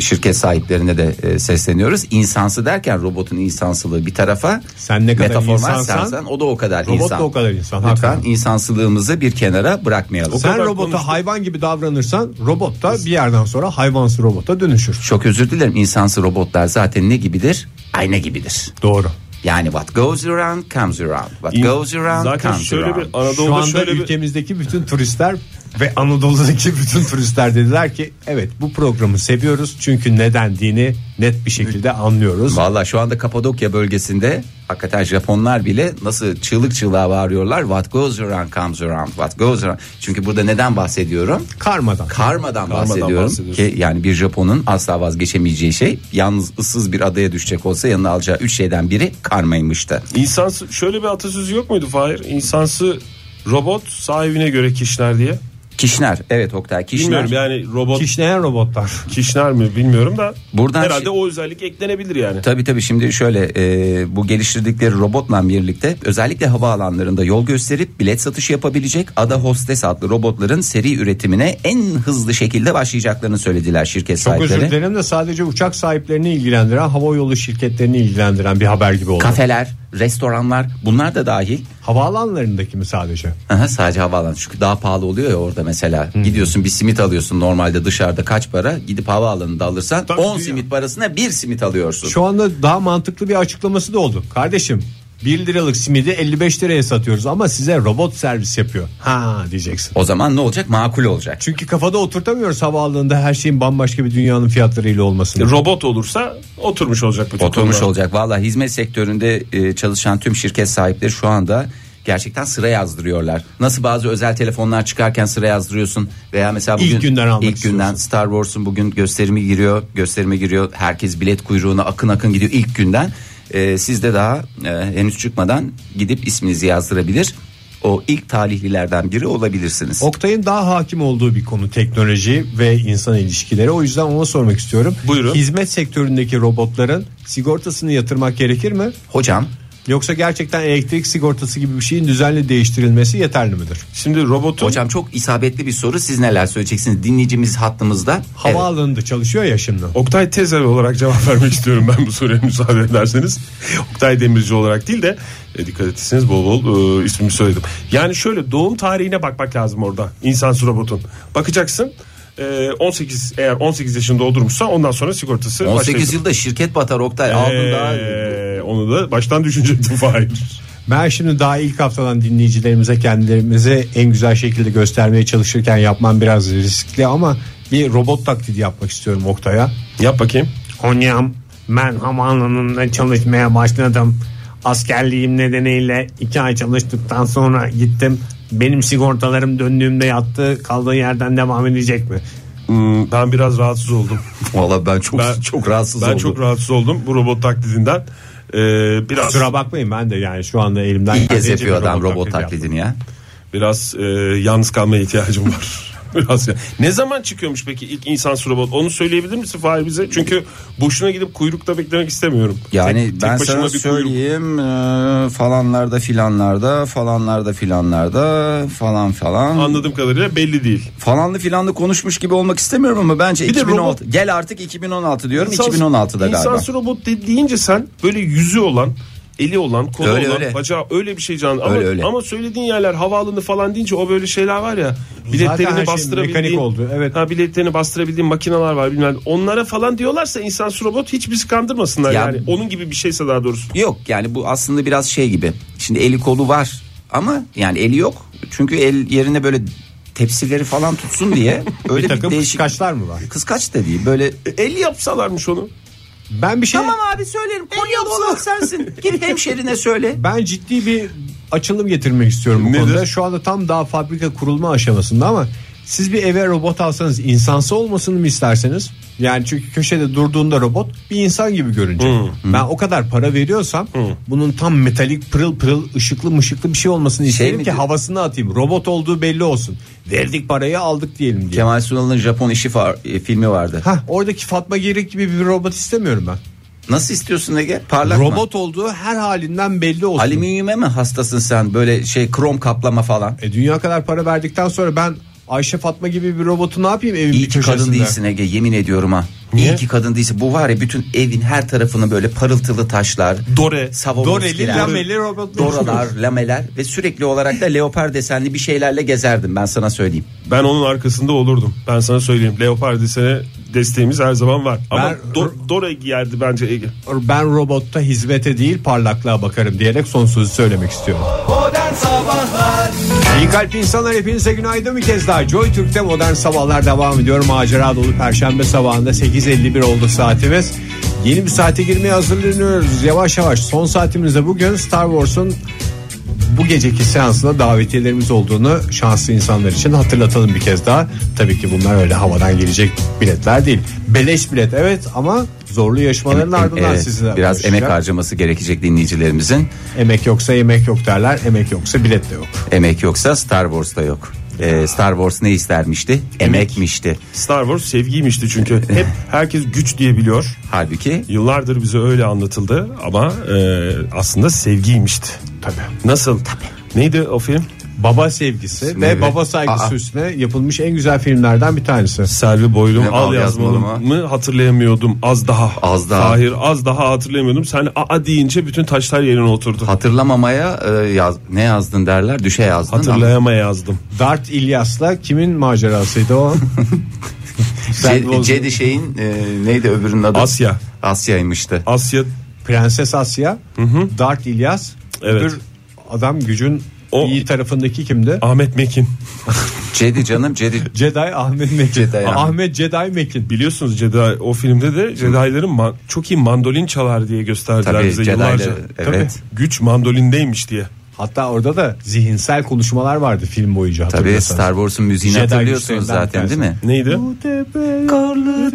[SPEAKER 5] şirket sahiplerine de e, sesleniyoruz. İnsansı derken robotun insansılığı bir tarafa.
[SPEAKER 3] Sen ne kadar
[SPEAKER 5] metaforman
[SPEAKER 3] insansan,
[SPEAKER 5] sensen o da o kadar
[SPEAKER 3] robot da
[SPEAKER 5] insan.
[SPEAKER 3] o kadar insan,
[SPEAKER 5] Lütfen
[SPEAKER 3] hakikaten.
[SPEAKER 5] insansılığımızı bir kenara bırakmayalım.
[SPEAKER 3] Sen
[SPEAKER 4] kadar
[SPEAKER 3] robota
[SPEAKER 4] konuştuk.
[SPEAKER 3] hayvan gibi davranırsan robot da bir yerden sonra hayvansı robota dönüşür.
[SPEAKER 5] Çok özür dilerim insansı robotlar zaten ne gibidir? Ayna gibidir.
[SPEAKER 3] Doğru.
[SPEAKER 5] Yani what goes around comes around. What
[SPEAKER 4] İn-
[SPEAKER 5] goes around
[SPEAKER 4] Zaten
[SPEAKER 5] comes
[SPEAKER 4] şöyle
[SPEAKER 5] around.
[SPEAKER 4] bir Anadolu'da
[SPEAKER 3] Şu anda
[SPEAKER 4] şöyle bir
[SPEAKER 3] ülkemizdeki bütün turistler ve Anadolu'daki bütün turistler dediler ki evet bu programı seviyoruz çünkü nedendiğini net bir şekilde anlıyoruz.
[SPEAKER 5] Valla şu anda Kapadokya bölgesinde hakikaten Japonlar bile nasıl çığlık çığlığa bağırıyorlar. What goes around comes around. What goes around. Çünkü burada neden bahsediyorum?
[SPEAKER 3] Karmadan.
[SPEAKER 5] Karmadan,
[SPEAKER 4] Karmadan
[SPEAKER 5] bahsediyorum
[SPEAKER 4] bahsediyorsun.
[SPEAKER 5] ki yani bir Japon'un asla vazgeçemeyeceği şey yalnız ıssız bir adaya düşecek olsa yanına alacağı üç şeyden biri karmaymıştı.
[SPEAKER 4] İnsansı şöyle bir atasözü yok muydu Fahir? İnsansı robot sahibine göre kişner diye.
[SPEAKER 5] Kişner evet Oktay Kişner.
[SPEAKER 4] Bilmiyorum yani robot
[SPEAKER 3] Kişneyen robotlar.
[SPEAKER 4] kişner mi bilmiyorum da
[SPEAKER 5] Buradan
[SPEAKER 4] herhalde
[SPEAKER 5] şi-
[SPEAKER 4] o özellik eklenebilir yani.
[SPEAKER 5] Tabii tabii şimdi şöyle e, bu geliştirdikleri robotla birlikte özellikle havaalanlarında yol gösterip bilet satışı yapabilecek Ada Hostes adlı robotların seri üretimine en hızlı şekilde başlayacaklarını söylediler şirket
[SPEAKER 3] Çok
[SPEAKER 5] sahipleri.
[SPEAKER 3] özür dilerim de sadece uçak sahiplerini ilgilendiren, hava yolu şirketlerini ilgilendiren bir haber gibi oldu.
[SPEAKER 5] Kafeler, restoranlar bunlar da dahil.
[SPEAKER 3] Havaalanlarındaki mi sadece?
[SPEAKER 5] Aha, sadece havaalanı çünkü daha pahalı oluyor ya orada mesela.
[SPEAKER 3] Hmm.
[SPEAKER 5] Gidiyorsun bir simit alıyorsun normalde dışarıda kaç para gidip havaalanında alırsan 10 simit parasına bir simit alıyorsun.
[SPEAKER 3] Şu anda daha mantıklı bir açıklaması da oldu. Kardeşim 1 liralık simidi 55 liraya satıyoruz ama size robot servis yapıyor. Ha diyeceksin.
[SPEAKER 5] O zaman ne olacak makul olacak.
[SPEAKER 3] Çünkü kafada oturtamıyoruz havaalanında her şeyin bambaşka bir dünyanın fiyatlarıyla olmasını.
[SPEAKER 4] Robot olursa oturmuş olacak bütün
[SPEAKER 5] Oturmuş
[SPEAKER 4] konular.
[SPEAKER 5] olacak. Valla hizmet sektöründe e, çalışan tüm şirket sahipleri şu anda gerçekten sıra yazdırıyorlar. Nasıl bazı özel telefonlar çıkarken sıra yazdırıyorsun veya mesela bugün
[SPEAKER 3] İlk günden almak
[SPEAKER 5] ilk günden
[SPEAKER 3] istiyorsun.
[SPEAKER 5] Star Wars'un bugün gösterimi giriyor, gösterime giriyor. Herkes bilet kuyruğuna akın akın gidiyor ilk günden. E, siz de daha e, henüz çıkmadan gidip isminizi yazdırabilir. o ilk talihlilerden biri olabilirsiniz.
[SPEAKER 3] Oktay'ın daha hakim olduğu bir konu teknoloji ve insan ilişkileri. O yüzden ona sormak istiyorum.
[SPEAKER 4] Buyurun.
[SPEAKER 3] Hizmet sektöründeki robotların sigortasını yatırmak gerekir mi?
[SPEAKER 5] Hocam
[SPEAKER 3] Yoksa gerçekten elektrik sigortası gibi bir şeyin düzenli değiştirilmesi yeterli midir?
[SPEAKER 4] Şimdi robotun
[SPEAKER 5] hocam çok isabetli bir soru. Siz neler söyleyeceksiniz? Dinleyicimiz hattımızda. Evet.
[SPEAKER 3] Havaalanında çalışıyor ya şimdi.
[SPEAKER 4] Oktay Tezer olarak cevap vermek istiyorum ben bu soruya müsaade ederseniz. Oktay Demirci olarak değil de e, dikkat etseniz bol bol e, ismimi söyledim. Yani şöyle doğum tarihine bakmak lazım orada insansız robotun. Bakacaksın e, 18 eğer 18 yaşında doldurmuşsa ondan sonra sigortası
[SPEAKER 5] 18
[SPEAKER 4] başlayacak.
[SPEAKER 5] yılda şirket batar Oktay. Aldın daha.
[SPEAKER 4] şey- Ee, onu da baştan düşünecektim Fahir.
[SPEAKER 3] Ben şimdi daha ilk haftadan dinleyicilerimize kendilerimizi en güzel şekilde göstermeye çalışırken yapmam biraz riskli ama bir robot taklidi yapmak istiyorum Oktay'a.
[SPEAKER 4] Yap bakayım.
[SPEAKER 3] Konya'm ben havaalanında çalışmaya başladım. Askerliğim nedeniyle iki ay çalıştıktan sonra gittim. Benim sigortalarım döndüğümde yattı. Kaldığı yerden devam edecek mi?
[SPEAKER 4] Hmm, ben biraz rahatsız oldum.
[SPEAKER 5] Valla ben çok çok rahatsız
[SPEAKER 4] ben
[SPEAKER 5] oldum.
[SPEAKER 4] çok rahatsız oldum bu robot taklidinden. Ee, biraz
[SPEAKER 3] Kusura bakmayın ben de yani şu anda elimden
[SPEAKER 5] İlk kez
[SPEAKER 3] geldiğince bir
[SPEAKER 5] yapıyor adam robot
[SPEAKER 3] taklidi yaptım.
[SPEAKER 5] taklidini ya.
[SPEAKER 4] Biraz e, yalnız kalmaya ihtiyacım var. Biraz ya. Ne zaman çıkıyormuş peki ilk insansız robot? Onu söyleyebilir misin Fahir bize? Çünkü boşuna gidip kuyrukta beklemek istemiyorum.
[SPEAKER 5] Yani
[SPEAKER 4] Tek- tek
[SPEAKER 5] ben
[SPEAKER 4] başıma
[SPEAKER 5] sana
[SPEAKER 4] bir kuyruk.
[SPEAKER 5] söyleyeyim e, falanlarda filanlarda falanlarda filanlarda falan falan.
[SPEAKER 4] Anladığım kadarıyla belli değil.
[SPEAKER 5] Falanlı filanlı konuşmuş gibi olmak istemiyorum ama bence
[SPEAKER 4] Bir de
[SPEAKER 5] 2016. Gel artık 2016 diyorum 2016'da galiba.
[SPEAKER 4] İnsansız robot de- deyince sen böyle yüzü olan Eli olan, kolu
[SPEAKER 5] Öyle,
[SPEAKER 4] olan,
[SPEAKER 5] öyle.
[SPEAKER 4] bacağı öyle bir şey canlı. Ama,
[SPEAKER 5] Öyle, öyle.
[SPEAKER 4] ama söylediğin yerler havaalanı falan deyince o böyle şeyler var ya.
[SPEAKER 3] her
[SPEAKER 4] Biletlerini
[SPEAKER 3] şey
[SPEAKER 4] bastırabildiğin.
[SPEAKER 3] mekanik oldu, evet.
[SPEAKER 4] Ha, biletlerini bastırabildiğin makineler var bilmem. Onlara falan diyorlarsa insansız robot hiç bizi şey kandırmasınlar
[SPEAKER 5] Ya-
[SPEAKER 4] yani. Onun gibi bir şeyse daha doğrusu.
[SPEAKER 5] Yok yani bu aslında biraz şey gibi. Şimdi eli kolu var ama yani eli yok. Çünkü el yerine böyle tepsileri falan tutsun diye öyle
[SPEAKER 3] Bir
[SPEAKER 5] bir,
[SPEAKER 3] takım
[SPEAKER 5] değişik
[SPEAKER 3] kışkaçlar mı var?
[SPEAKER 5] kıskaç da değil böyle
[SPEAKER 4] El yapsalarmış onu.
[SPEAKER 3] Ben bir şey
[SPEAKER 5] E, Tamam abi söylerim. Konyalı olan sensin. Git hemşerine söyle.
[SPEAKER 3] Ben ciddi bir açılım getirmek istiyorum bu
[SPEAKER 4] Nedir?
[SPEAKER 3] konuda. Şu anda tam daha fabrika kurulma aşamasında ama siz bir eve robot alsanız insansı olmasını mı isterseniz? Yani çünkü köşede durduğunda robot bir insan gibi görünecek. Ben o kadar para veriyorsam bunun tam metalik pırıl pırıl ışıklı mışıklı bir şey olmasını isterim
[SPEAKER 5] mi
[SPEAKER 3] ki
[SPEAKER 5] diyor?
[SPEAKER 3] havasını atayım. Robot olduğu belli olsun. Verdik parayı aldık diyelim diye.
[SPEAKER 5] Kemal Sunal'ın Japon işi fa- e, filmi vardı.
[SPEAKER 3] Hah, oradaki Fatma Girik gibi bir robot istemiyorum ben.
[SPEAKER 5] Nasıl istiyorsun Ege? Parlak mı?
[SPEAKER 3] robot olduğu her halinden belli olsun.
[SPEAKER 5] Alüminyume mi hastasın sen? Böyle şey krom kaplama falan.
[SPEAKER 3] E dünya kadar para verdikten sonra ben Ayşe Fatma gibi bir robotu ne yapayım evimin
[SPEAKER 5] İyi
[SPEAKER 3] bir
[SPEAKER 5] ki kadın
[SPEAKER 3] köşesinde?
[SPEAKER 5] değilsin Ege yemin ediyorum ha. İyi ki kadın değilsin. Bu var ya bütün evin her tarafını böyle parıltılı taşlar.
[SPEAKER 4] Dore.
[SPEAKER 3] Doreli,
[SPEAKER 5] Swarovski'ler,
[SPEAKER 3] lameli robotlar.
[SPEAKER 5] Doralar, lameler ve sürekli olarak da leopar desenli bir şeylerle gezerdim ben sana söyleyeyim.
[SPEAKER 4] Ben onun arkasında olurdum. Ben sana söyleyeyim. Leopard desene desteğimiz her zaman var. Ama
[SPEAKER 3] Ben-
[SPEAKER 4] Do- Dora giyerdi bence Ege.
[SPEAKER 3] Ben robotta hizmete değil parlaklığa bakarım diyerek son sözü söylemek istiyorum.
[SPEAKER 2] Modern Sabahlar
[SPEAKER 3] İyi kalp insanlar hepinize günaydın bir kez daha. Joy Türk'te modern sabahlar devam ediyor. Macera dolu perşembe sabahında 8.51 oldu saatimiz. Yeni bir saate girmeye hazırlanıyoruz yavaş yavaş. Son saatimizde bugün Star Wars'un bu geceki seansına davetiyelerimiz olduğunu şanslı insanlar için hatırlatalım bir kez daha. Tabii ki bunlar öyle havadan gelecek biletler değil. Beleş bilet evet ama zorlu yarışmaların ardından
[SPEAKER 5] Evet,
[SPEAKER 3] sizinle
[SPEAKER 5] biraz
[SPEAKER 3] buluşacak.
[SPEAKER 5] emek harcaması gerekecek dinleyicilerimizin.
[SPEAKER 3] Emek yoksa yemek yok derler. Emek yoksa bilet de yok.
[SPEAKER 5] Emek yoksa Star Wars'ta yok. Ee, Star Wars ne istermişti? Emekmişti.
[SPEAKER 4] Star Wars sevgiymişti çünkü. Hep herkes güç diye biliyor.
[SPEAKER 5] Halbuki
[SPEAKER 4] Yıllardır bize öyle anlatıldı ama e, aslında sevgiymişti.
[SPEAKER 3] Tabii.
[SPEAKER 4] Nasıl? Neydi o film?
[SPEAKER 3] Baba sevgisi ve
[SPEAKER 5] evet.
[SPEAKER 3] baba saygısı
[SPEAKER 5] Aa.
[SPEAKER 3] üstüne yapılmış en güzel filmlerden bir tanesi.
[SPEAKER 4] Selvi Boylum
[SPEAKER 5] Ne,
[SPEAKER 4] al
[SPEAKER 5] al yazmalım
[SPEAKER 4] yazmalımı hatırlayamıyordum az daha.
[SPEAKER 5] Az daha.
[SPEAKER 4] Hayır az daha hatırlayamıyordum. Sen aa deyince bütün taşlar yerine oturdu.
[SPEAKER 5] hatırlamamaya e, yaz, ne yazdın derler düşe yazdın. ama-
[SPEAKER 4] Hatırlayamaya yazdım.
[SPEAKER 3] Dart İlyas'la kimin macerasıydı o?
[SPEAKER 5] Ce-
[SPEAKER 3] Selvi Boylum.
[SPEAKER 5] Cedi şeyin e, neydi öbürünün adı?
[SPEAKER 4] Asya.
[SPEAKER 5] Asya'ymıştı.
[SPEAKER 4] Asya
[SPEAKER 3] Prenses Asya, Dart İlyas.
[SPEAKER 4] Evet.
[SPEAKER 3] öbür adam gücün
[SPEAKER 4] O-
[SPEAKER 3] iyi tarafındaki kimdi?
[SPEAKER 4] Ahmet Mekin.
[SPEAKER 5] Cedi canım Cedi.
[SPEAKER 3] Jedi Ahmet Mekin.
[SPEAKER 5] Jedi Ahmet.
[SPEAKER 3] Ahmet Jedi Mekin.
[SPEAKER 4] Biliyorsunuz Jedi o filmde de Jedi'ların ma- çok iyi mandolin çalar diye gösterdiler
[SPEAKER 5] Tabii,
[SPEAKER 4] bize
[SPEAKER 5] Jedi'leri,
[SPEAKER 4] yıllarca.
[SPEAKER 5] evet.
[SPEAKER 4] güç mandolindeymiş diye.
[SPEAKER 3] Hatta orada da zihinsel konuşmalar vardı film boyunca
[SPEAKER 5] Tabii
[SPEAKER 3] hatırlıyorsanız.
[SPEAKER 5] Star Wars'un müziğini
[SPEAKER 3] Jedi
[SPEAKER 5] hatırlıyorsunuz
[SPEAKER 3] güçlerinden
[SPEAKER 5] zaten
[SPEAKER 3] bir
[SPEAKER 5] değil mi?
[SPEAKER 4] Neydi?
[SPEAKER 5] Karlı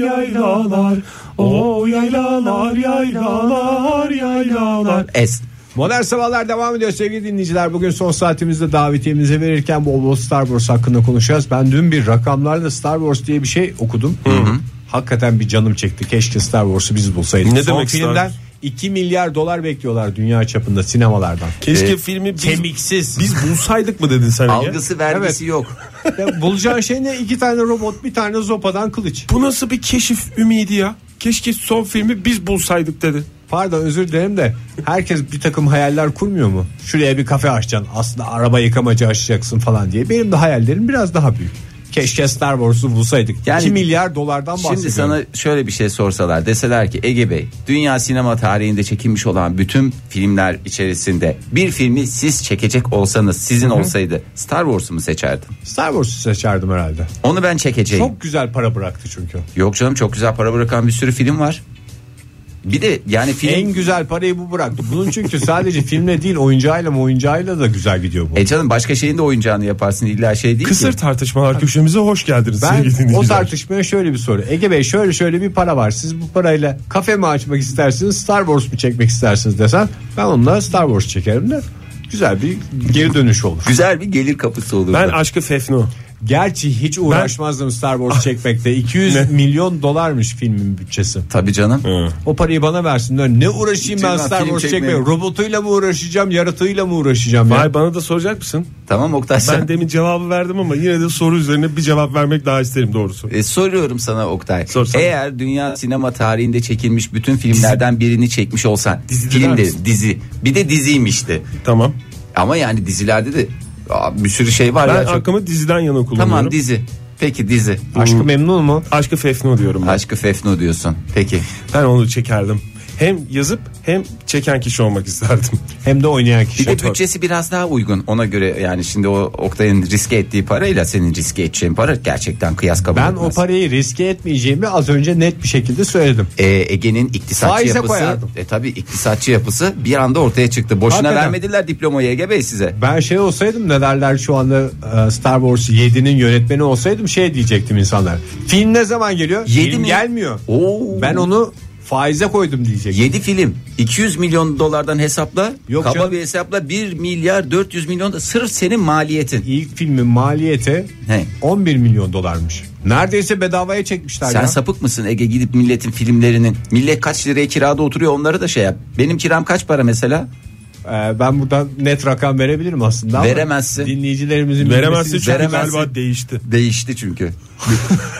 [SPEAKER 4] yaylalar, o yaylalar, yaylalar, yaylalar.
[SPEAKER 5] Es.
[SPEAKER 3] Modern Sabahlar devam ediyor sevgili dinleyiciler. Bugün son saatimizde davetiyemizi verirken bol bol Star Wars hakkında konuşacağız. Ben dün bir rakamlarla Star Wars diye bir şey okudum. Hakikaten bir canım çekti. Keşke Star Wars'u biz bulsaydık.
[SPEAKER 4] Ne
[SPEAKER 3] son
[SPEAKER 4] demek Star
[SPEAKER 3] filmden
[SPEAKER 4] Wars?
[SPEAKER 3] 2 milyar dolar bekliyorlar dünya çapında sinemalardan.
[SPEAKER 4] Keşke filmi biz,
[SPEAKER 3] Kemiksiz.
[SPEAKER 4] biz bulsaydık mı dedin sen? Ege?
[SPEAKER 5] Algısı vergisi yok.
[SPEAKER 3] Ya bulacağın şey ne? İki tane robot bir tane zopadan kılıç.
[SPEAKER 4] Bu nasıl bir keşif ümidi ya? Keşke son filmi biz bulsaydık dedi.
[SPEAKER 3] Pardon özür dilerim de herkes bir takım hayaller kurmuyor mu? Şuraya bir kafe açacaksın aslında araba yıkamacı açacaksın falan diye. Benim de hayallerim biraz daha büyük. Keşke Star Wars'u bulsaydık.
[SPEAKER 5] Yani-
[SPEAKER 3] 2 milyar dolardan bahsediyorum.
[SPEAKER 5] Şimdi sana şöyle bir şey sorsalar deseler ki Ege Bey dünya sinema tarihinde çekilmiş olan bütün filmler içerisinde bir filmi siz çekecek olsanız sizin olsaydı Star Wars'u mu seçerdin?
[SPEAKER 3] Star Wars'u seçerdim herhalde.
[SPEAKER 5] Onu ben çekeceğim.
[SPEAKER 3] Çok güzel para bıraktı çünkü.
[SPEAKER 5] Yok canım çok güzel para bırakan bir sürü film var. Bir de yani film
[SPEAKER 3] En güzel parayı bu bıraktı. Bunun çünkü sadece filmle değil oyuncağıyla mı oyuncağıyla da güzel gidiyor bu.
[SPEAKER 5] E canım başka şeyin de oyuncağını yaparsın illa şey değil
[SPEAKER 4] Kısır
[SPEAKER 5] ki.
[SPEAKER 4] tartışmalar köşemize hoş geldiniz sevgili
[SPEAKER 3] Ben o
[SPEAKER 4] dinleyiciler.
[SPEAKER 3] tartışmaya şöyle bir soru. Ege Bey şöyle şöyle bir para var. Siz bu parayla kafe mi açmak istersiniz, Star Wars mu çekmek istersiniz desen ben onunla Star Wars çekerim de güzel bir geri dönüş olur.
[SPEAKER 5] Güzel bir gelir kapısı olurdu.
[SPEAKER 4] Ben aşkı Fefno.
[SPEAKER 3] Gerçi hiç uğraşmazdım Star Wars çekmekte. 200
[SPEAKER 4] Ah. Ne?
[SPEAKER 3] milyon dolarmış filmin bütçesi.
[SPEAKER 5] Tabii canım.
[SPEAKER 3] O parayı bana versinler. Ne uğraşayım ben
[SPEAKER 5] Cevap,
[SPEAKER 3] Star
[SPEAKER 5] film
[SPEAKER 3] Wars
[SPEAKER 5] çekmeye.
[SPEAKER 3] çekmeye? Robotuyla mı uğraşacağım, yaratığıyla mı uğraşacağım? ya?
[SPEAKER 4] Vay bana da soracak mısın?
[SPEAKER 5] Tamam Oktay sen.
[SPEAKER 4] Ben demin cevabı verdim ama yine de soru üzerine bir cevap vermek daha isterim doğrusu.
[SPEAKER 5] E, soruyorum sana Oktay.
[SPEAKER 4] Sor sana.
[SPEAKER 5] Eğer dünya sinema tarihinde çekilmiş bütün filmlerden birini çekmiş olsan.
[SPEAKER 4] Dizi
[SPEAKER 5] film
[SPEAKER 4] diler
[SPEAKER 5] de-
[SPEAKER 4] misin?
[SPEAKER 5] dizi. Bir de diziymişti.
[SPEAKER 4] Tamam.
[SPEAKER 5] Ama yani dizilerde de aa, bir sürü şey var
[SPEAKER 4] Ben
[SPEAKER 5] ya. çok-
[SPEAKER 4] hakkımı diziden yana kullanıyorum.
[SPEAKER 5] Tamam dizi. Peki dizi.
[SPEAKER 3] Aşkı memnun mu?
[SPEAKER 4] Aşkı Fefno diyorum ben.
[SPEAKER 5] Aşkı Fefno diyorsun. Peki.
[SPEAKER 4] Ben onu çekerdim. Hem yazıp hem çeken kişi olmak isterdim.
[SPEAKER 3] Hem de oynayan kişi.
[SPEAKER 5] Bir de bütçesi biraz daha uygun. Ona göre yani şimdi o Oktay'ın riske ettiği parayla senin riske edeceğin para gerçekten kıyas kabul
[SPEAKER 3] Ben o
[SPEAKER 5] etmez.
[SPEAKER 3] parayı riske etmeyeceğimi az önce net bir şekilde söyledim.
[SPEAKER 5] Ee, Ege'nin iktisatçı
[SPEAKER 3] Faize
[SPEAKER 5] yapısı
[SPEAKER 3] koyardım.
[SPEAKER 5] e tabi iktisatçı yapısı bir anda ortaya çıktı. Boşuna
[SPEAKER 3] Hakikaten.
[SPEAKER 5] vermediler diplomayı Ege Bey size.
[SPEAKER 3] Ben şey olsaydım ne derler şu anda e, Star Wars 7'nin yönetmeni olsaydım şey diyecektim insanlar. Film ne zaman geliyor?
[SPEAKER 5] Yedi
[SPEAKER 3] Film
[SPEAKER 5] mi?
[SPEAKER 3] gelmiyor.
[SPEAKER 5] Oo.
[SPEAKER 3] Ben onu faize koydum diyecektim.
[SPEAKER 5] 7 film 200 milyon dolardan hesapla
[SPEAKER 3] Yok
[SPEAKER 5] kaba
[SPEAKER 3] canım.
[SPEAKER 5] bir hesapla 1 milyar 400 milyon da sırf senin maliyetin.
[SPEAKER 3] İlk filmin maliyeti
[SPEAKER 5] He.
[SPEAKER 3] 11 milyon dolarmış. Neredeyse bedavaya çekmişler
[SPEAKER 5] Sen
[SPEAKER 3] ya.
[SPEAKER 5] sapık mısın Ege gidip milletin filmlerinin millet kaç liraya kirada oturuyor onları da şey yap. Benim kiram kaç para mesela?
[SPEAKER 3] E, ben buradan net rakam verebilirim aslında ama
[SPEAKER 5] Veremezsin.
[SPEAKER 3] Dinleyicilerimizin
[SPEAKER 4] Veremezsin çünkü
[SPEAKER 3] bilmesini-
[SPEAKER 5] veremezsin.
[SPEAKER 4] galiba değişti.
[SPEAKER 5] Değişti çünkü.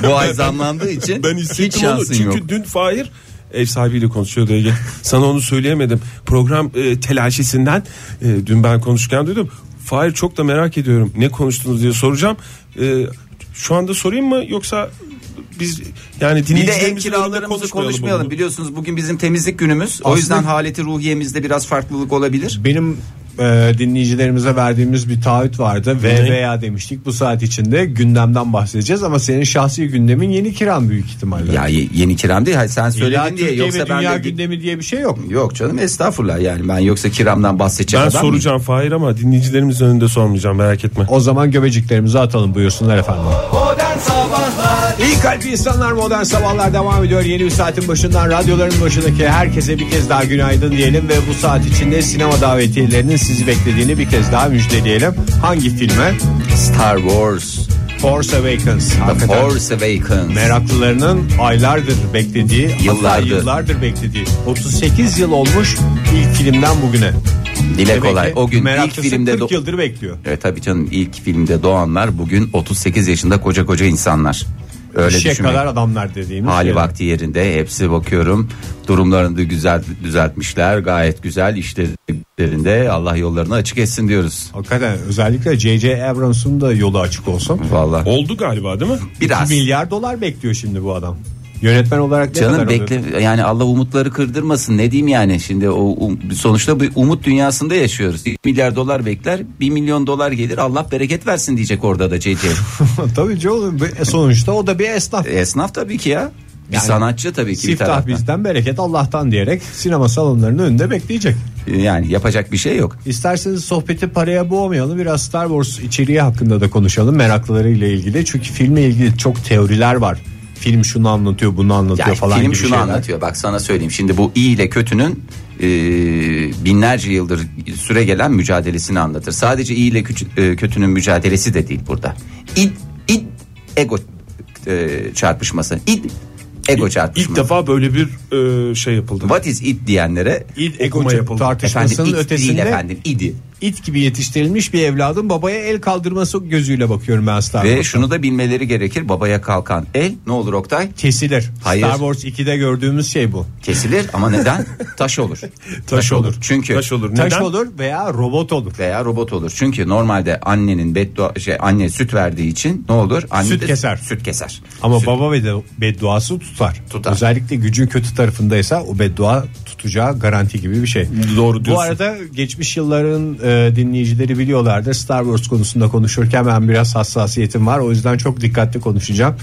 [SPEAKER 5] Bu ay zamlandığı için
[SPEAKER 4] Ben
[SPEAKER 5] hiç
[SPEAKER 4] hissettim onu.
[SPEAKER 5] şansın
[SPEAKER 4] Çünkü
[SPEAKER 5] yok.
[SPEAKER 4] dün Fahir ev sahibiyle konuşuyordu Ege. Sana onu söyleyemedim. Program e, telaşesinden e, dün ben konuşurken duydum. Fahir çok da merak ediyorum. Ne konuştunuz diye soracağım. E, şu anda sorayım mı yoksa biz yani
[SPEAKER 5] Bir de ev
[SPEAKER 4] dinleyicilerimizin önünde
[SPEAKER 5] kiralarımızı konuşmayalım.
[SPEAKER 4] bunu.
[SPEAKER 5] Biliyorsunuz bugün bizim temizlik günümüz. o yüzden haleti ruhiyemizde biraz farklılık olabilir.
[SPEAKER 3] Benim e, dinleyicilerimize verdiğimiz bir taahhüt vardı.
[SPEAKER 4] Ne?
[SPEAKER 3] Ve veya demiştik. Bu saat içinde gündemden bahsedeceğiz ama senin şahsi gündemin yeni kiran büyük ihtimalle.
[SPEAKER 5] Ya ye- yeni kiram değil. Hayır, sen söyledin
[SPEAKER 3] İlla
[SPEAKER 5] diye
[SPEAKER 3] Türkiye
[SPEAKER 5] yoksa
[SPEAKER 3] ve dünya
[SPEAKER 5] ben de...
[SPEAKER 3] gündemi diye bir şey yok.
[SPEAKER 5] Yok canım estağfurullah yani ben yoksa kiramdan bahsedecek
[SPEAKER 4] Ben
[SPEAKER 5] adam mıyım?
[SPEAKER 4] soracağım Fahir ama dinleyicilerimizin önünde sormayacağım merak etme.
[SPEAKER 3] O zaman göbeciklerimizi atalım buyursunlar efendim.
[SPEAKER 2] Modern Sabahlar
[SPEAKER 3] İyi kalp insanlar modern sabahlar devam ediyor. Yeni bir saatin başından radyoların başındaki herkese bir kez daha günaydın diyelim ve bu saat içinde sinema davetiyelerinin sizi beklediğini bir kez daha müjdeleyelim. Hangi filme?
[SPEAKER 5] Star Wars,
[SPEAKER 3] Force Awakens.
[SPEAKER 5] The
[SPEAKER 3] Hakikaten
[SPEAKER 5] Force Awakens.
[SPEAKER 3] meraklılarının aylardır beklediği, hatta
[SPEAKER 5] Yıllardır.
[SPEAKER 3] yıllardır beklediği 38 yıl olmuş ilk filmden bugüne.
[SPEAKER 5] Dile
[SPEAKER 3] Demek
[SPEAKER 5] kolay.
[SPEAKER 3] ki
[SPEAKER 5] O gün ilk
[SPEAKER 3] meraklısı
[SPEAKER 5] filmde
[SPEAKER 3] 40
[SPEAKER 5] do-
[SPEAKER 3] yıldır bekliyor.
[SPEAKER 5] Evet tabii canım ilk filmde doğanlar bugün 38 yaşında koca koca insanlar. Öyle
[SPEAKER 3] İşe
[SPEAKER 5] düşünmek.
[SPEAKER 3] kadar şey. adamlar dediğimiz.
[SPEAKER 5] Hali
[SPEAKER 3] şeyler.
[SPEAKER 5] vakti yerinde hepsi bakıyorum durumlarını da güzel düzeltmişler gayet güzel işlerinde Allah yollarını açık etsin diyoruz.
[SPEAKER 3] Hakikaten özellikle J.J. Abrams'ın da yolu açık olsun.
[SPEAKER 5] Vallahi
[SPEAKER 4] Oldu galiba değil mi?
[SPEAKER 5] biraz
[SPEAKER 3] 2 milyar dolar bekliyor şimdi bu adam. Yönetmen olarak ne
[SPEAKER 5] canım
[SPEAKER 3] kadar alıyor?
[SPEAKER 5] bekle yani Allah umutları kırdırmasın ne diyeyim yani şimdi o um- sonuçta bir umut dünyasında yaşıyoruz. 1 milyar dolar bekler 1 milyon dolar gelir Allah bereket versin diyecek orada da CC.
[SPEAKER 3] Tabii canım e, sonuçta o da bir esnaf.
[SPEAKER 5] Esnaf tabii ki ya. Bir
[SPEAKER 3] Yani
[SPEAKER 5] sanatçı tabii ki E, bir
[SPEAKER 3] Siftah
[SPEAKER 5] taraftan.
[SPEAKER 3] bizden bereket Allah'tan diyerek sinema salonlarının önünde bekleyecek.
[SPEAKER 5] Yani yapacak bir şey yok.
[SPEAKER 3] İsterseniz sohbeti paraya boğmayalım. Biraz Star Wars içeriği hakkında da konuşalım meraklılarıyla ilgili. Çünkü filmle ilgili çok teoriler var. Film şunu anlatıyor, bunu anlatıyor
[SPEAKER 5] Yani
[SPEAKER 3] falan
[SPEAKER 5] film
[SPEAKER 3] gibi
[SPEAKER 5] şunu
[SPEAKER 3] şeyler.
[SPEAKER 5] anlatıyor. Bak sana söyleyeyim. Şimdi bu iyi ile kötünün e, binlerce yıldır süre gelen mücadelesini anlatır. Sadece iyi ile küçü- e, kötünün mücadelesi de değil burada. İd, id ego e, çarpışması. İd ego çarpışması.
[SPEAKER 4] İlk defa böyle bir e, şey yapıldı.
[SPEAKER 5] What is it diyenlere
[SPEAKER 4] İd egoma
[SPEAKER 3] Hocam,
[SPEAKER 4] yapıldı.
[SPEAKER 3] tartış-
[SPEAKER 5] efendim
[SPEAKER 3] Tartışmasının
[SPEAKER 5] it değil
[SPEAKER 3] ötesinde-
[SPEAKER 5] efendim idi.
[SPEAKER 3] İt gibi yetiştirilmiş bir evladın babaya el kaldırması gözüyle bakıyorum ben Star
[SPEAKER 5] Ve
[SPEAKER 3] Wars'a.
[SPEAKER 5] şunu da bilmeleri gerekir babaya kalkan el ne olur Oktay?
[SPEAKER 3] Kesilir.
[SPEAKER 5] Hayır.
[SPEAKER 3] Star Wars 2'de gördüğümüz şey bu.
[SPEAKER 5] Kesilir ama neden? Taş olur.
[SPEAKER 4] Taş olur.
[SPEAKER 5] Çünkü
[SPEAKER 4] Taş olur. Neden?
[SPEAKER 3] Taş olur veya robot olur.
[SPEAKER 5] veya robot olur. Çünkü normalde annenin beddua, şey, anne süt verdiği için ne olur? Anne
[SPEAKER 3] Süt
[SPEAKER 5] de-
[SPEAKER 3] keser.
[SPEAKER 5] Süt keser.
[SPEAKER 3] Ama
[SPEAKER 5] Süt-
[SPEAKER 3] baba beddu- bedduası tutar.
[SPEAKER 5] Tutar.
[SPEAKER 3] Özellikle gücün kötü tarafındaysa o beddua tutacağı garanti gibi bir şey.
[SPEAKER 4] Doğru
[SPEAKER 3] Bu
[SPEAKER 4] diyorsun.
[SPEAKER 3] arada geçmiş yılların e, dinleyicileri biliyorlardır. Star Wars konusunda konuşurken ben biraz hassasiyetim var. O yüzden çok dikkatli konuşacağım.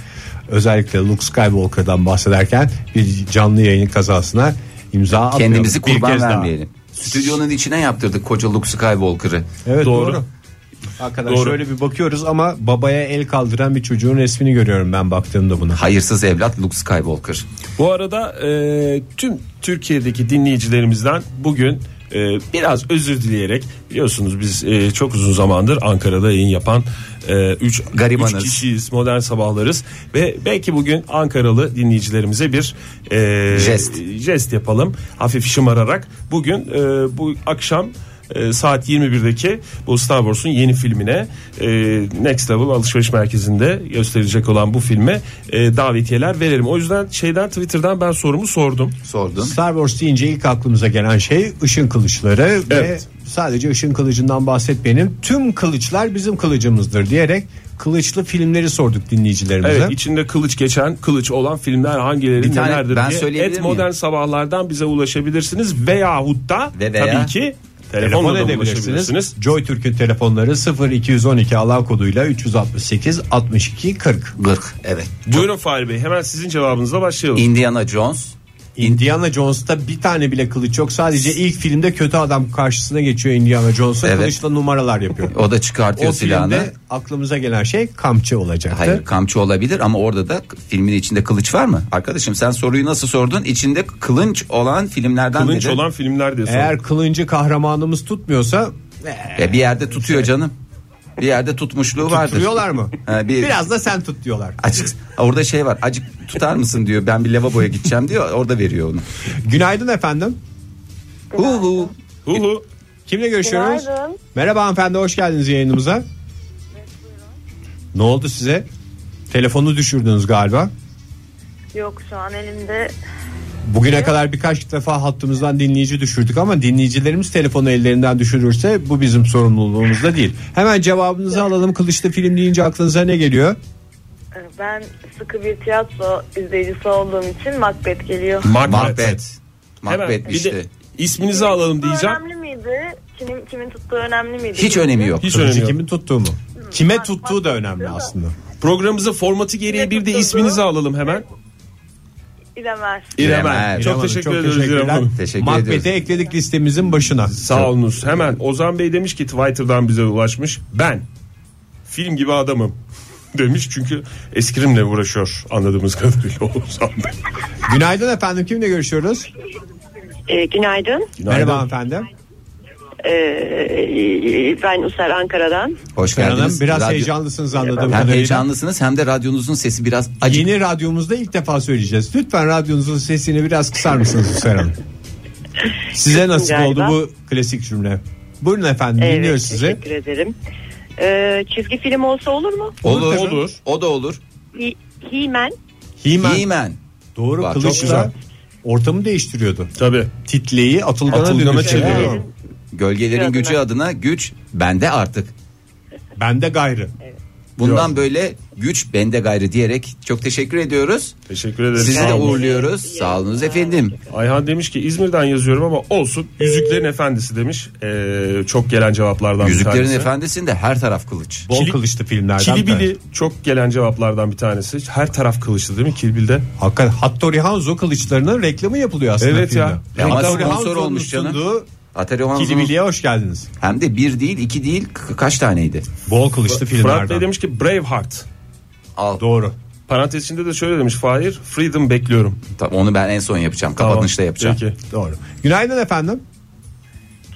[SPEAKER 3] Özellikle Luke Skywalker'dan bahsederken bir canlı yayın kazasına imza atmıyorum.
[SPEAKER 5] kendimizi
[SPEAKER 3] Bir
[SPEAKER 5] kurban
[SPEAKER 3] kez daha.
[SPEAKER 5] vermeyelim. Stüdyonun içine yaptırdık koca Luke Skywalker'ı.
[SPEAKER 3] Evet
[SPEAKER 4] Doğru.
[SPEAKER 3] doğru. Hakikaten
[SPEAKER 4] Doğru.
[SPEAKER 3] şöyle bir bakıyoruz ama babaya el kaldıran bir çocuğun resmini görüyorum ben baktığımda buna.
[SPEAKER 5] Hayırsız evlat Luke Skywalker.
[SPEAKER 4] Bu arada e, tüm Türkiye'deki dinleyicilerimizden bugün e, biraz özür dileyerek biliyorsunuz biz e, çok uzun zamandır Ankara'da yayın yapan e, 3
[SPEAKER 5] Garibanız.
[SPEAKER 4] kişiyiz modern sabahlarız ve belki bugün Ankaralı dinleyicilerimize bir e,
[SPEAKER 5] Jest.
[SPEAKER 4] jest yapalım hafif şımararak bugün e, bu akşam e, saat 21'deki bu Star Wars'un yeni filmine e, Next Level alışveriş merkezinde gösterecek olan bu filme e, davetiyeler verelim. O yüzden şeyden Twitter'dan ben sorumu sordum.
[SPEAKER 5] Sordun.
[SPEAKER 3] Star Wars deyince ilk aklımıza gelen şey ışın kılıçları
[SPEAKER 4] Evet.
[SPEAKER 3] ve sadece ışın kılıcından bahsetmeyelim. Tüm kılıçlar bizim kılıcımızdır diyerek kılıçlı filmleri sorduk dinleyicilerimize.
[SPEAKER 4] Evet içinde kılıç geçen kılıç olan filmler hangileri
[SPEAKER 5] Bir tane
[SPEAKER 4] nelerdir
[SPEAKER 5] ben
[SPEAKER 4] diye
[SPEAKER 5] söyleyebilir
[SPEAKER 4] et
[SPEAKER 5] miyim?
[SPEAKER 4] modern sabahlardan bize ulaşabilirsiniz veyahut da
[SPEAKER 5] Ve veya-
[SPEAKER 4] tabii ki
[SPEAKER 3] Telefon
[SPEAKER 4] telefonla da ulaşabilirsiniz.
[SPEAKER 3] edebilirsiniz. Joy Türk'ün telefonları 0212 alan koduyla 368 62 40.
[SPEAKER 5] Gık. Evet.
[SPEAKER 4] Buyurun Fahri Bey hemen sizin cevabınızla başlayalım.
[SPEAKER 5] Indiana Jones.
[SPEAKER 3] Indiana Jones'ta bir tane bile kılıç yok. Sadece ilk filmde kötü adam karşısına geçiyor Indiana Jones'a
[SPEAKER 5] Evet.
[SPEAKER 3] kılıçla numaralar yapıyor.
[SPEAKER 5] O da çıkartıyor
[SPEAKER 3] o
[SPEAKER 5] silahını.
[SPEAKER 3] filmde aklımıza gelen şey kamçı olacaktı.
[SPEAKER 5] Hayır kamçı olabilir ama orada da filmin içinde kılıç var mı? Arkadaşım sen soruyu nasıl sordun? İçinde kılınç olan filmlerden
[SPEAKER 4] Kılınç
[SPEAKER 5] biri.
[SPEAKER 4] olan filmler diye
[SPEAKER 3] Eğer kılıncı kahramanımız tutmuyorsa
[SPEAKER 5] Ya E, bir yerde tutuyor canım. Bir yerde tutmuşluğu vardır.
[SPEAKER 3] Tutuyorlar mı?
[SPEAKER 5] Ha, bir-
[SPEAKER 3] Biraz da sen tut diyorlar.
[SPEAKER 5] Açık orada şey var. Acık tutar mısın diyor. Ben bir lavaboya gideceğim diyor. Orada veriyor onu.
[SPEAKER 3] Günaydın efendim.
[SPEAKER 5] Hu hu.
[SPEAKER 4] Hu hu.
[SPEAKER 3] Kimle görüşüyoruz?
[SPEAKER 6] Günaydın.
[SPEAKER 3] Merhaba hanımefendi hoş geldiniz yayınımıza. Ne oldu size? Telefonu düşürdünüz galiba.
[SPEAKER 6] Yok şu an elimde.
[SPEAKER 3] Bugüne kadar birkaç defa hattımızdan dinleyici düşürdük ama dinleyicilerimiz telefonu ellerinden düşürürse bu bizim sorumluluğumuzda değil. Hemen cevabınızı alalım. Kılıçlı film deyince aklınıza ne geliyor?
[SPEAKER 6] e, Ben sıkı bir tiyatro izleyicisi olduğum için Macbeth geliyor.
[SPEAKER 5] Macbeth. Macbeth
[SPEAKER 4] bir de
[SPEAKER 5] işte.
[SPEAKER 4] isminizi alalım
[SPEAKER 6] Tuttuğu
[SPEAKER 4] diyeceğim.
[SPEAKER 6] Önemli miydi? Kimin, kimin tuttuğu önemli miydi?
[SPEAKER 5] Hiç önemi yok.
[SPEAKER 4] Hiç
[SPEAKER 3] Kılıcı
[SPEAKER 4] önemli yok.
[SPEAKER 3] kimin tuttuğu mu? Kime tuttuğu da önemli aslında.
[SPEAKER 4] Programımızın formatı gereği bir de
[SPEAKER 6] Tuttuğu-
[SPEAKER 4] isminizi alalım hemen.
[SPEAKER 6] İrem Er.
[SPEAKER 4] İrem
[SPEAKER 5] İrem
[SPEAKER 4] Er.
[SPEAKER 5] Er.
[SPEAKER 4] Çok
[SPEAKER 3] Hanım,
[SPEAKER 4] teşekkür ediyoruz İrem
[SPEAKER 3] teşekkürler.
[SPEAKER 4] Hanım.
[SPEAKER 5] Teşekkür
[SPEAKER 3] Macbeth'i
[SPEAKER 5] ediyoruz.
[SPEAKER 3] ekledik listemizin başına.
[SPEAKER 4] Sağ olunuz. Hemen Ozan Bey demiş ki Twitter'dan bize ulaşmış. Ben film gibi adamım demiş çünkü eskrimle uğraşıyor anladığımız kadarıyla Ozan Bey.
[SPEAKER 3] Günaydın efendim kimle görüşüyoruz?
[SPEAKER 7] E, günaydın.
[SPEAKER 4] Günaydın.
[SPEAKER 3] Merhaba efendim.
[SPEAKER 7] E, ben Usar Ankara'dan.
[SPEAKER 5] Hoş
[SPEAKER 3] Hanım
[SPEAKER 5] geldiniz.
[SPEAKER 3] biraz
[SPEAKER 5] Radyo-
[SPEAKER 3] heyecanlısınız anladığım
[SPEAKER 5] Hem
[SPEAKER 3] kadarıyla.
[SPEAKER 5] heyecanlısınız hem de radyonuzun sesi biraz acık.
[SPEAKER 3] Yeni radyomuzda ilk defa söyleyeceğiz. Lütfen radyonuzun sesini biraz kısar mısınız Hüseyin Hanım? Size nasip
[SPEAKER 7] Galiba.
[SPEAKER 3] oldu bu klasik cümle. Buyurun efendim
[SPEAKER 7] Evet,
[SPEAKER 3] dinliyoruz sizi.
[SPEAKER 7] Teşekkür ederim. E, çizgi film olsa olur mu?
[SPEAKER 5] Olur.
[SPEAKER 4] Olur.
[SPEAKER 5] O da olur.
[SPEAKER 7] He- He-Man.
[SPEAKER 3] He-Man.
[SPEAKER 5] He-Man.
[SPEAKER 3] Doğru
[SPEAKER 5] Bak, çok
[SPEAKER 3] kılıçla
[SPEAKER 5] güzel.
[SPEAKER 3] ortamı değiştiriyordu.
[SPEAKER 4] Tabii.
[SPEAKER 3] Titleyi atılgana,
[SPEAKER 4] Atılgana
[SPEAKER 3] dönüştürüyordu.
[SPEAKER 4] çeviriyor.
[SPEAKER 5] Gölgelerin
[SPEAKER 7] Adına.
[SPEAKER 5] gücü adına güç bende artık.
[SPEAKER 3] Bende gayrı.
[SPEAKER 5] Bundan böyle güç bende gayrı diyerek çok teşekkür ediyoruz.
[SPEAKER 4] Teşekkür ederiz.
[SPEAKER 5] Sizi
[SPEAKER 4] Sağ
[SPEAKER 5] de
[SPEAKER 4] olun.
[SPEAKER 5] uğurluyoruz. Sağ olunuz efendim.
[SPEAKER 4] Ayhan demiş ki İzmir'den yazıyorum ama olsun. Yüzüklerin Efendisi demiş. Ee, çok gelen cevaplardan bir
[SPEAKER 5] Yüzüklerin
[SPEAKER 4] tanesi.
[SPEAKER 5] Efendisi'nde her taraf kılıç.
[SPEAKER 3] Bol
[SPEAKER 4] Kili-
[SPEAKER 3] kılıçlı filmlerden. bir tanesi.
[SPEAKER 4] Kilibili çok gelen cevaplardan bir tanesi. Her taraf kılıçlı değil mi Kilbil'de?
[SPEAKER 3] Hakikaten Hattori Hanzo kılıçlarının reklamı yapılıyor aslında
[SPEAKER 4] Evet ya.
[SPEAKER 3] filmde.
[SPEAKER 5] Ama
[SPEAKER 3] Hattori
[SPEAKER 5] sponsor
[SPEAKER 3] Hanzo'nun
[SPEAKER 5] olmuş canım.
[SPEAKER 3] sunduğu
[SPEAKER 5] Atari Hanzo'nun-
[SPEAKER 3] Kilibili'ye hoş geldiniz.
[SPEAKER 5] hem de bir değil iki değil k- kaç taneydi?
[SPEAKER 3] Bol kılıçlı
[SPEAKER 4] Fırat Bey
[SPEAKER 3] filmlerden.
[SPEAKER 4] demiş ki Braveheart.
[SPEAKER 5] Al.
[SPEAKER 3] Doğru.
[SPEAKER 4] Parantez içinde de şöyle demiş Fahir. Freedom bekliyorum.
[SPEAKER 5] Tamam, onu ben en son yapacağım. Kapanışta
[SPEAKER 4] Tamam,
[SPEAKER 5] yapacağım.
[SPEAKER 4] Peki.
[SPEAKER 3] Doğru. Günaydın efendim.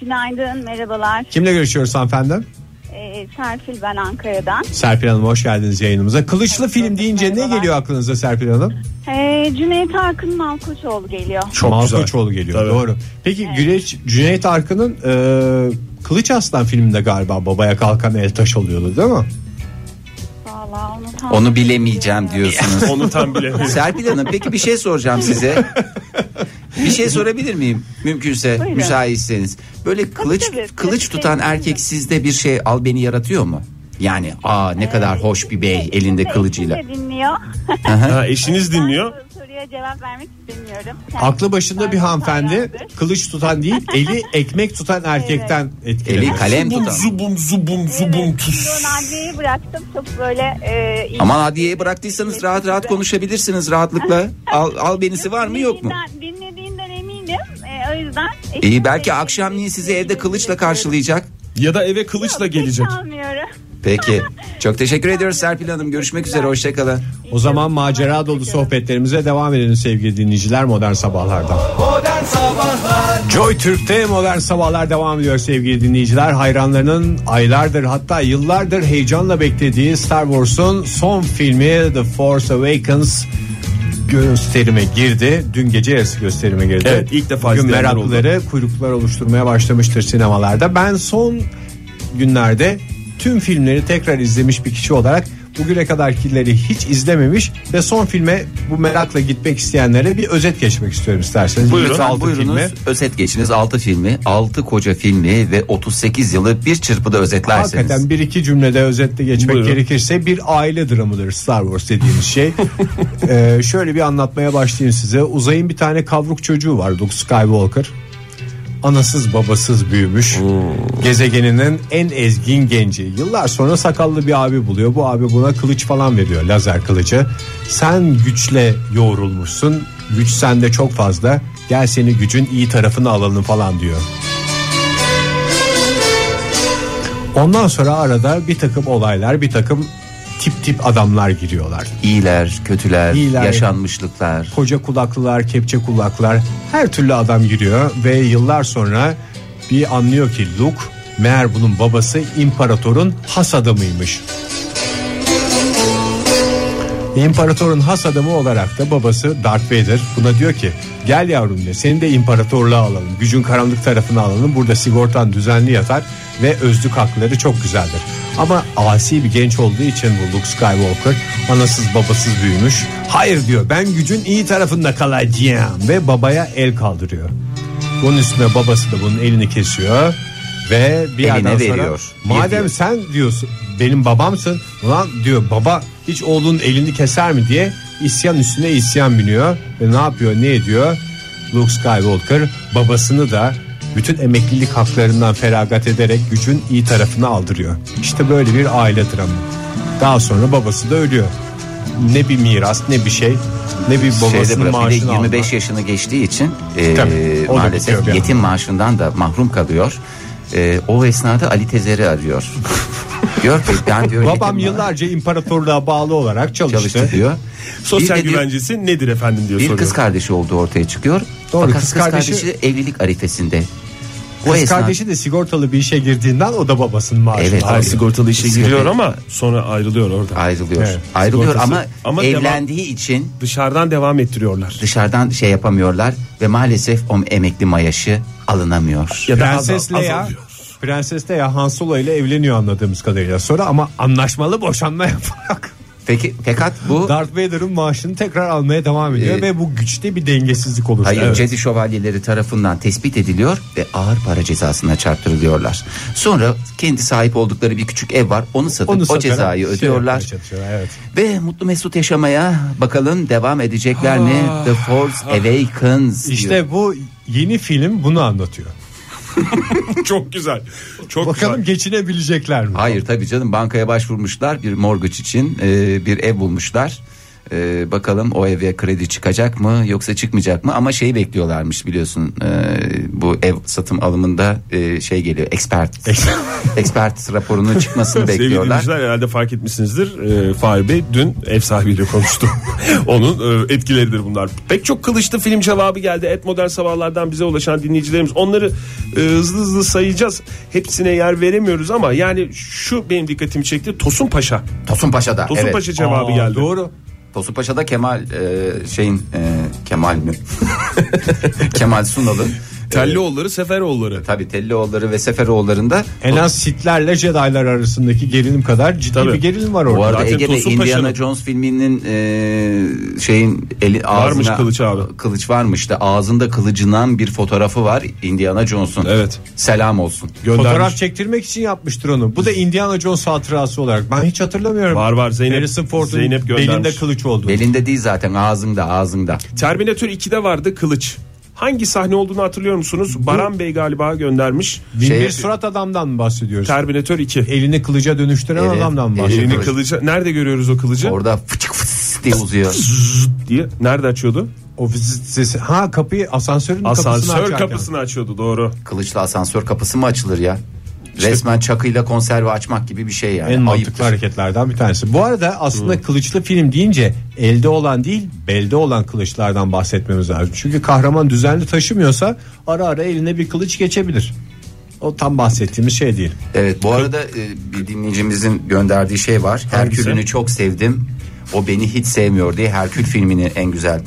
[SPEAKER 8] Günaydın, merhabalar.
[SPEAKER 3] Kimle görüşüyoruz hanımefendi?
[SPEAKER 8] Ee, Serpil ben Ankara'dan.
[SPEAKER 3] Serpil Hanım hoş geldiniz yayınımıza. Kılıçlı
[SPEAKER 8] Hoş
[SPEAKER 3] film
[SPEAKER 8] bulduk,
[SPEAKER 3] deyince ne
[SPEAKER 8] merhabalar.
[SPEAKER 3] geliyor aklınıza Serpil Hanım?
[SPEAKER 8] Ee, Cüneyt Arkın Malkoçoğlu geliyor.
[SPEAKER 4] Çok güzel.
[SPEAKER 3] Malkoçoğlu geliyor
[SPEAKER 4] Tabii.
[SPEAKER 3] doğru. Peki Güneş, Cüneyt Arkın'ın e, Kılıç Aslan filminde galiba babaya kalkan el taş oluyordu değil mi?
[SPEAKER 8] Vallahi onu tam
[SPEAKER 5] Onu bilemeyeceğim diyorsunuz.
[SPEAKER 4] Onu tam bilemiyorum.
[SPEAKER 5] Serpil Hanım peki bir şey soracağım size. Bir şey sorabilir miyim? Mümkünse
[SPEAKER 7] Buyurun.
[SPEAKER 5] müsaitseniz. Böyle kılıç
[SPEAKER 7] tabii. şey
[SPEAKER 5] kılıç
[SPEAKER 7] Tabii,
[SPEAKER 5] tutan
[SPEAKER 7] tabii.
[SPEAKER 5] erkek sizde bir şey al beni yaratıyor mu? Yani aa ne kadar hoş bir bey elinde kılıcıyla.
[SPEAKER 8] Eşim de dinliyor.
[SPEAKER 4] Ha, eşiniz dinliyor.
[SPEAKER 8] Ben bu soruya cevap vermek istemiyorum. Kendisi
[SPEAKER 3] Aklı başında bir
[SPEAKER 8] hayrandır.
[SPEAKER 3] hanımefendi kılıç tutan değil eli ekmek tutan erkekten
[SPEAKER 5] Eli
[SPEAKER 3] etkileniyor.
[SPEAKER 5] kalem
[SPEAKER 4] Zubum
[SPEAKER 5] tutan.
[SPEAKER 4] zubum zubum
[SPEAKER 8] Evet,
[SPEAKER 4] zubum tuz.
[SPEAKER 8] Şimdi onu adliyeyi bıraktım çok böyle e, iyi.
[SPEAKER 5] Aman adiyeye bıraktıysanız rahat rahat konuşabilirsiniz rahatlıkla. Al, al benisi var mı yok mu?
[SPEAKER 8] Dinlediğinden- Dinlediğinden eminim. Ee, o yüzden.
[SPEAKER 5] İyi belki akşamleyin sizi evde kılıçla karşılayacak.
[SPEAKER 4] Ya da eve kılıçla gelecek.
[SPEAKER 8] Almıyorum.
[SPEAKER 5] Peki. Çok teşekkür ediyoruz Serpil Hanım. Görüşmek üzere. Hoşçakalın.
[SPEAKER 3] O zaman macera dolu sohbetlerimize devam edelim sevgili dinleyiciler modern sabahlardan.
[SPEAKER 2] Modern Sabahlar
[SPEAKER 3] Joy Türk'te modern sabahlar devam ediyor sevgili dinleyiciler. Hayranlarının aylardır hatta yıllardır heyecanla beklediği Star Wars'un son filmi The Force Awakens gösterime girdi. Dün gece yarısı gösterime girdi.
[SPEAKER 4] Evet, ilk defa
[SPEAKER 3] Bugün
[SPEAKER 4] izleyenler
[SPEAKER 3] meraklıları kuyruklar oluşturmaya başlamıştır sinemalarda. Ben son günlerde tüm filmleri tekrar izlemiş bir kişi olarak bugüne kadarkileri hiç izlememiş ve son filme bu merakla gitmek isteyenlere bir özet geçmek istiyorum isterseniz.
[SPEAKER 4] Buyurun,
[SPEAKER 3] Lütfen altı
[SPEAKER 5] buyurunuz.
[SPEAKER 3] filmi.
[SPEAKER 5] Özet geçiniz 6 filmi, 6 koca filmi ve 38 yılı bir çırpıda özetlerseniz.
[SPEAKER 3] Hakikaten bir iki cümlede özetle geçmek
[SPEAKER 4] Buyurun.
[SPEAKER 3] gerekirse bir aile dramıdır Star Wars dediğimiz şey. Ee, şöyle bir anlatmaya başlayayım size. Uzay'ın bir tane kavruk çocuğu var Luke Skywalker. Anasız babasız büyümüş. Gezegeninin en ezgin genci. Yıllar sonra sakallı bir abi buluyor. Bu abi buna kılıç falan veriyor. Lazer kılıcı. Sen güçle yoğrulmuşsun. Güç sende çok fazla. Gel seni gücün iyi tarafını alalım falan diyor. Ondan sonra arada bir takım olaylar, bir takım tip tip adamlar giriyorlar.
[SPEAKER 5] İyiler, kötüler,
[SPEAKER 3] İyiler.
[SPEAKER 5] yaşanmışlıklar.
[SPEAKER 3] Koca kulaklılar, kepçe kulaklar, her türlü adam giriyor ve yıllar sonra bir anlıyor ki Luke meğer bunun babası imparatorun has adamıymış. İmparatorun has adamı olarak da babası Darth Vader buna diyor ki gel yavrum diyor seni de imparatorluğa alalım gücün karanlık tarafına alalım burada sigortan düzenli yatar ve özlük hakları çok güzeldir. Ama asi bir genç olduğu için bu Luke Skywalker anasız babasız büyümüş. Hayır diyor ben gücün iyi tarafında kalacağım ve babaya el kaldırıyor. Bunun üstüne babası da bunun elini kesiyor ve bir
[SPEAKER 5] Eline
[SPEAKER 3] yerden sonra
[SPEAKER 5] veriyor.
[SPEAKER 3] madem
[SPEAKER 5] Bir-
[SPEAKER 3] sen diyorsun benim babamsın lan diyor baba hiç oğlunun elini keser mi diye isyan üstüne isyan biniyor ve ne yapıyor ne ediyor Luke Skywalker babasını da bütün emeklilik haklarından feragat ederek gücün iyi tarafına aldırıyor. İşte böyle bir aile dramı. Daha sonra babası da ölüyor. Ne bir miras ne bir şey ne bir babasının
[SPEAKER 5] Şeyde bırak, bir de
[SPEAKER 3] maaşını
[SPEAKER 5] 25
[SPEAKER 3] alma.
[SPEAKER 5] yaşını geçtiği için e,
[SPEAKER 3] Tabii, o da bitiyor
[SPEAKER 5] maalesef
[SPEAKER 3] bir
[SPEAKER 5] yetim maaşından da mahrum kalıyor. E, o esnada Ali Tezer'i arıyor. diyor ki ben diyor yetim
[SPEAKER 3] Babam
[SPEAKER 5] maaş-
[SPEAKER 3] yıllarca imparatorluğa bağlı olarak çalıştı.
[SPEAKER 5] çalıştı diyor.
[SPEAKER 4] Sosyal
[SPEAKER 5] Bir de diyor-
[SPEAKER 4] güvencesi nedir efendim diyor
[SPEAKER 5] Bir
[SPEAKER 4] soruyor.
[SPEAKER 5] kız kardeşi olduğu ortaya çıkıyor.
[SPEAKER 3] Doğru,
[SPEAKER 5] Fakat
[SPEAKER 3] kız
[SPEAKER 5] kız kardeşi,
[SPEAKER 3] kardeşi-
[SPEAKER 5] evlilik arifesinde. O
[SPEAKER 3] Kız
[SPEAKER 5] esnada-
[SPEAKER 3] kardeşi de sigortalı bir işe girdiğinden o da babasının maaşını
[SPEAKER 5] Evet,
[SPEAKER 3] alıyor.
[SPEAKER 4] Ay, sigortalı işe
[SPEAKER 5] Sigorta-
[SPEAKER 4] giriyor ama sonra ayrılıyor orada.
[SPEAKER 5] ayrılıyor.
[SPEAKER 3] Evet,
[SPEAKER 5] ayrılıyor
[SPEAKER 4] sigortası.
[SPEAKER 5] ama,
[SPEAKER 4] Ama devam-
[SPEAKER 5] evlendiği için
[SPEAKER 4] Dışarıdan devam ettiriyorlar.
[SPEAKER 5] dışarıdan şey yapamıyorlar ve maalesef o emekli mayaşı alınamıyor.
[SPEAKER 4] Ya da az-
[SPEAKER 3] Prenses
[SPEAKER 4] az
[SPEAKER 3] Leia
[SPEAKER 4] alıyor.
[SPEAKER 3] Prenses Leia Han Solo ile evleniyor anladığımız kadarıyla. Sonra ama anlaşmalı boşanma yaparak
[SPEAKER 5] Peki fakat bu
[SPEAKER 3] Darth Vader'ın maaşını tekrar almaya devam ediyor
[SPEAKER 5] Ee,
[SPEAKER 3] ve bu güçte bir dengesizlik oluşuyor.
[SPEAKER 5] hayır
[SPEAKER 3] Evet.
[SPEAKER 5] Jedi şövalyeleri tarafından tespit ediliyor ve ağır para cezasına çarptırılıyorlar. Sonra kendi sahip oldukları bir küçük ev var. Onu satıp
[SPEAKER 3] Onu
[SPEAKER 5] o
[SPEAKER 3] satarak
[SPEAKER 5] cezayı
[SPEAKER 3] şey
[SPEAKER 5] ödüyorlar.
[SPEAKER 3] yapmaya çalışıyorlar, Evet.
[SPEAKER 5] Ve mutlu mesut yaşamaya bakalım devam edecekler mi?
[SPEAKER 4] Ah.
[SPEAKER 5] The Force Awakens diyor.
[SPEAKER 3] İşte bu yeni film bunu anlatıyor.
[SPEAKER 4] Çok güzel. Çok
[SPEAKER 3] Bakalım
[SPEAKER 4] güzel.
[SPEAKER 3] geçinebilecekler mi?
[SPEAKER 5] Hayır tabii canım bankaya başvurmuşlar bir mortgage için e, bir ev bulmuşlar. Ee, bakalım o eve kredi çıkacak mı yoksa çıkmayacak mı ama şeyi bekliyorlarmış biliyorsun ee, bu ev satım alımında ee, şey geliyor expert expert raporunun çıkmasını
[SPEAKER 4] Sevgili
[SPEAKER 5] bekliyorlar.
[SPEAKER 4] dinleyiciler herhalde fark etmişsinizdir. Ee, Fahri Bey dün ev sahibiyle konuştu. Onun e, etkileridir bunlar. Pek çok kılıçlı film cevabı geldi. Et modern sabahlardan bize ulaşan dinleyicilerimiz. Onları e, hızlı hızlı sayacağız. Hepsine yer veremiyoruz ama yani şu benim dikkatimi çekti. Tosun Paşa.
[SPEAKER 5] Tosun Paşa'da
[SPEAKER 4] Tosun
[SPEAKER 5] evet.
[SPEAKER 4] Paşa cevabı
[SPEAKER 3] Aa,
[SPEAKER 4] geldi.
[SPEAKER 3] Doğru.
[SPEAKER 5] Tosun Paşa'da Kemal ee, şeyin ee, Kemal mi? Kemal Sunal'ın e,
[SPEAKER 4] Tellioğulları, Seferoğulları.
[SPEAKER 5] tabi Tellioğulları ve Seferoğulları'nda
[SPEAKER 3] En az Sithlerle Jedi'lar arasındaki gerilim kadar ciddi
[SPEAKER 4] Tabii.
[SPEAKER 3] bir gerilim var orada.
[SPEAKER 5] Bu arada
[SPEAKER 4] Zaten
[SPEAKER 5] Ege'de
[SPEAKER 4] Tosun
[SPEAKER 5] Indiana
[SPEAKER 4] Paşa'nın-
[SPEAKER 5] Jones filminin e, şeyin eli ağzına
[SPEAKER 4] Varmış kılıç abi.
[SPEAKER 5] Kılıç varmış da ağzında kılıcından bir fotoğrafı var Indiana Jones'un.
[SPEAKER 4] Evet.
[SPEAKER 5] Selam olsun.
[SPEAKER 4] Göndermiş.
[SPEAKER 3] Fotoğraf çektirmek için yapmıştır onu. Bu da Indiana Jones hatırası olarak. Ben hiç hatırlamıyorum.
[SPEAKER 4] Var var, Zeynep-
[SPEAKER 3] Harrison Ford'un
[SPEAKER 4] Zeynep göndermiş.
[SPEAKER 3] belinde kılıç oldu.
[SPEAKER 5] Belinde değil zaten ağzında ağzında.
[SPEAKER 4] Terminator 2'de vardı Kılıç. Hangi sahne olduğunu hatırlıyor musunuz? Baran Bey galiba göndermiş.
[SPEAKER 3] Bin
[SPEAKER 5] Şey-
[SPEAKER 3] bir surat adamdan mı bahsediyoruz?
[SPEAKER 4] Terminator 2.
[SPEAKER 3] Elini kılıca dönüştüren
[SPEAKER 5] Evet.
[SPEAKER 3] adamdan mı bahsediyoruz?
[SPEAKER 5] Elini-
[SPEAKER 4] Elini kılıcı nerede görüyoruz o kılıcı?
[SPEAKER 5] Orada fıçık fıs diye uzuyor.
[SPEAKER 4] diye. Nerede açıyordu?
[SPEAKER 3] Ofis sesi. Ha kapıyı asansörün kapısını
[SPEAKER 4] Asansör
[SPEAKER 3] açarken.
[SPEAKER 4] kapısını açıyordu doğru.
[SPEAKER 5] Kılıçla asansör kapısı mı açılır ya? Resmen çakıyla konserve açmak gibi bir şey yani.
[SPEAKER 3] En mantıklı
[SPEAKER 5] Ayıptır.
[SPEAKER 3] hareketlerden bir tanesi. Bu arada aslında kılıçlı film deyince elde olan değil belde olan kılıçlardan bahsetmemiz lazım. Çünkü kahraman düzenli taşımıyorsa ara ara eline bir kılıç geçebilir. O tam bahsettiğimiz şey değil.
[SPEAKER 5] Evet bu arada e, bir dinleyicimizin gönderdiği şey var.
[SPEAKER 4] Hangisi?
[SPEAKER 5] Herkül'ünü çok sevdim. O beni hiç sevmiyor diye Herkül filmini en güzel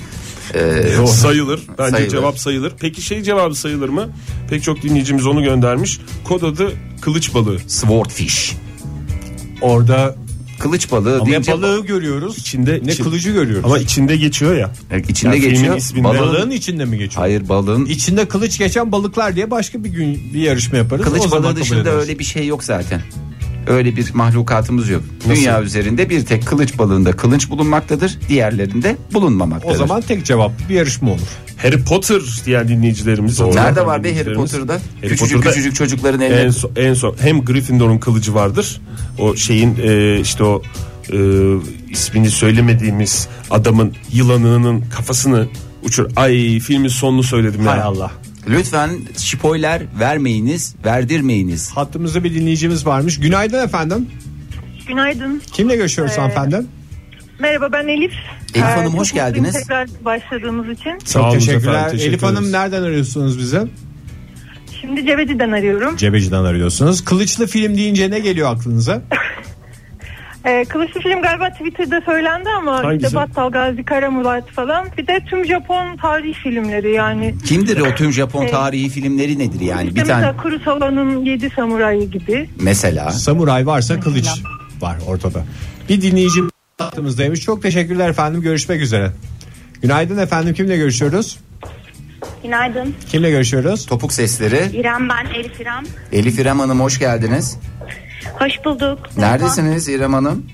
[SPEAKER 5] e,
[SPEAKER 4] Sayılır. Bence
[SPEAKER 5] Sayılır.
[SPEAKER 4] cevap sayılır. Peki şey cevabı sayılır mı? Pek çok dinleyicimiz onu göndermiş. Kod adı kılıç balığı.
[SPEAKER 5] Swordfish.
[SPEAKER 3] Orada
[SPEAKER 5] Kılıç balığı
[SPEAKER 3] ne
[SPEAKER 5] deyince
[SPEAKER 3] balığı görüyoruz
[SPEAKER 4] İçinde
[SPEAKER 3] ne
[SPEAKER 4] içi-
[SPEAKER 3] kılıcı görüyoruz.
[SPEAKER 4] Ama içinde geçiyor ya.
[SPEAKER 5] Yani e, içinde
[SPEAKER 4] Yani filmin
[SPEAKER 5] geçiyor.
[SPEAKER 4] isminde-
[SPEAKER 5] Balığın,
[SPEAKER 3] balığın içinde mi geçiyor?
[SPEAKER 5] hayır balığın
[SPEAKER 3] İçinde kılıç geçen balıklar diye başka bir gün bir yarışma yaparız. O
[SPEAKER 5] kılıç
[SPEAKER 3] zaman
[SPEAKER 5] balığı
[SPEAKER 3] kabul
[SPEAKER 5] dışında
[SPEAKER 3] ederiz.
[SPEAKER 5] öyle bir şey yok zaten. Öyle bir mahlukatımız yok. Dünya üzerinde bir tek kılıç balığında kılıç bulunmaktadır. Diğerlerinde bulunmamaktadır.
[SPEAKER 3] O zaman tek cevap bir yarışma olur.
[SPEAKER 4] Harry Potter diyen dinleyicilerimiz.
[SPEAKER 5] nerede
[SPEAKER 4] Oradan
[SPEAKER 5] var be Harry
[SPEAKER 4] dinleyicilerimiz.
[SPEAKER 5] Potter'da?
[SPEAKER 4] Harry
[SPEAKER 5] küçücük
[SPEAKER 4] Potter'da
[SPEAKER 5] küçücük çocukların elinde.
[SPEAKER 4] En son, en son hem Gryffindor'un kılıcı vardır. O şeyin e, işte o e, ismini söylemediğimiz adamın yılanının kafasını uçur. Ay filmin sonunu söyledim ya.
[SPEAKER 3] Hay Allah.
[SPEAKER 5] Lütfen spoiler vermeyiniz, verdirmeyiniz.
[SPEAKER 3] Hattımızda bir dinleyicimiz varmış. Günaydın efendim.
[SPEAKER 7] Günaydın.
[SPEAKER 3] Kimle görüşüyoruz hanımefendi?
[SPEAKER 7] Merhaba ben Elif. Ee,
[SPEAKER 5] Elif Hanım,
[SPEAKER 7] çok
[SPEAKER 5] hoş
[SPEAKER 7] mutluyum
[SPEAKER 5] geldiniz.
[SPEAKER 7] Tekrar başladığımız için.
[SPEAKER 4] Sağ olun
[SPEAKER 3] Teşekkürler.
[SPEAKER 4] efendim, teşekkür
[SPEAKER 3] Elif Hanım
[SPEAKER 4] ederiz.
[SPEAKER 3] nereden arıyorsunuz bize?
[SPEAKER 7] Şimdi Cebeci'den arıyorum.
[SPEAKER 3] Cebeci'den arıyorsunuz. Kılıçlı film deyince ne geliyor aklınıza?
[SPEAKER 7] Ee, Kılıçlı film galiba Twitter'da söylendi ama
[SPEAKER 4] Hangisi?
[SPEAKER 7] işte Battal Gazi Karamurat falan. Bir de tüm Japon tarih filmleri yani.
[SPEAKER 5] Kimdir o tüm Japon
[SPEAKER 7] Evet.
[SPEAKER 5] tarihi filmleri nedir yani?
[SPEAKER 7] İşte
[SPEAKER 5] Bir tane
[SPEAKER 7] mesela Kurosawa'nın Yedi Samurayı gibi.
[SPEAKER 5] mesela.
[SPEAKER 3] Samuray varsa kılıç var ortada. Bir dinleyici hattımızdaymış. Çok teşekkürler efendim. Görüşmek üzere. Günaydın efendim. Kimle görüşüyoruz?
[SPEAKER 8] Günaydın.
[SPEAKER 3] Kimle görüşüyoruz?
[SPEAKER 5] Topuk sesleri.
[SPEAKER 8] İrem ben Elif İrem.
[SPEAKER 5] Elif İrem Hanım hoş geldiniz.
[SPEAKER 8] Hoş bulduk.
[SPEAKER 5] Neredesiniz İrem Hanım?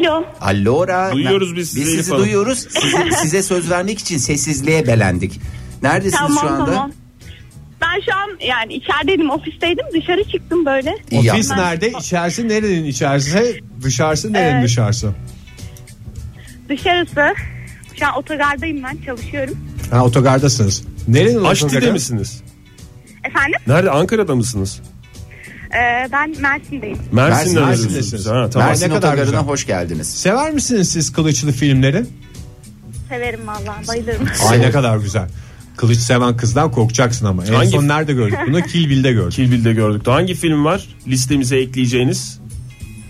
[SPEAKER 8] Alo.
[SPEAKER 5] Allora.
[SPEAKER 4] Duyuyoruz biz
[SPEAKER 5] Biz
[SPEAKER 4] sizi
[SPEAKER 5] sizi
[SPEAKER 4] Elif Hanım.
[SPEAKER 5] duyuyoruz. Sizi- size söz vermek için sessizliğe belendik. Neredesiniz
[SPEAKER 8] Tamam
[SPEAKER 5] şu anda?
[SPEAKER 8] tamam. Ben şu an yani içerideydim ofisteydim dışarı çıktım böyle.
[SPEAKER 5] İyi
[SPEAKER 3] Ofis
[SPEAKER 5] yaptın.
[SPEAKER 3] nerede? İçerisi nerenin içerisi? Dışarısı nerenin
[SPEAKER 8] Evet.
[SPEAKER 3] dışarısı?
[SPEAKER 8] Dışarısı şu an otogardayım ben çalışıyorum.
[SPEAKER 3] Ha otogardasınız. Nerenin
[SPEAKER 4] Aşti'de
[SPEAKER 3] otogarı?
[SPEAKER 4] misiniz?
[SPEAKER 8] Efendim
[SPEAKER 4] Nerede? Ankara'da mısınız?
[SPEAKER 8] ee, ben Mersin'deyim.
[SPEAKER 4] Mersin'de
[SPEAKER 3] Mersin'desiniz.
[SPEAKER 4] arıyorsunuz. Ha, tamam.
[SPEAKER 5] Mersin
[SPEAKER 3] Ne kadar
[SPEAKER 5] Otogarı'na
[SPEAKER 3] güzel.
[SPEAKER 5] hoş geldiniz.
[SPEAKER 3] Sever misiniz siz kılıçlı filmleri?
[SPEAKER 8] Severim vallahi bayılırım.
[SPEAKER 3] Ay ne kadar güzel. Kılıç seven kızdan korkacaksın ama. En
[SPEAKER 4] Hangi-
[SPEAKER 3] son nerede gördük bunu? Kill Bill'de gördük.
[SPEAKER 4] Kill Bill'de gördük. Hangi film var? Listemize ekleyeceğiniz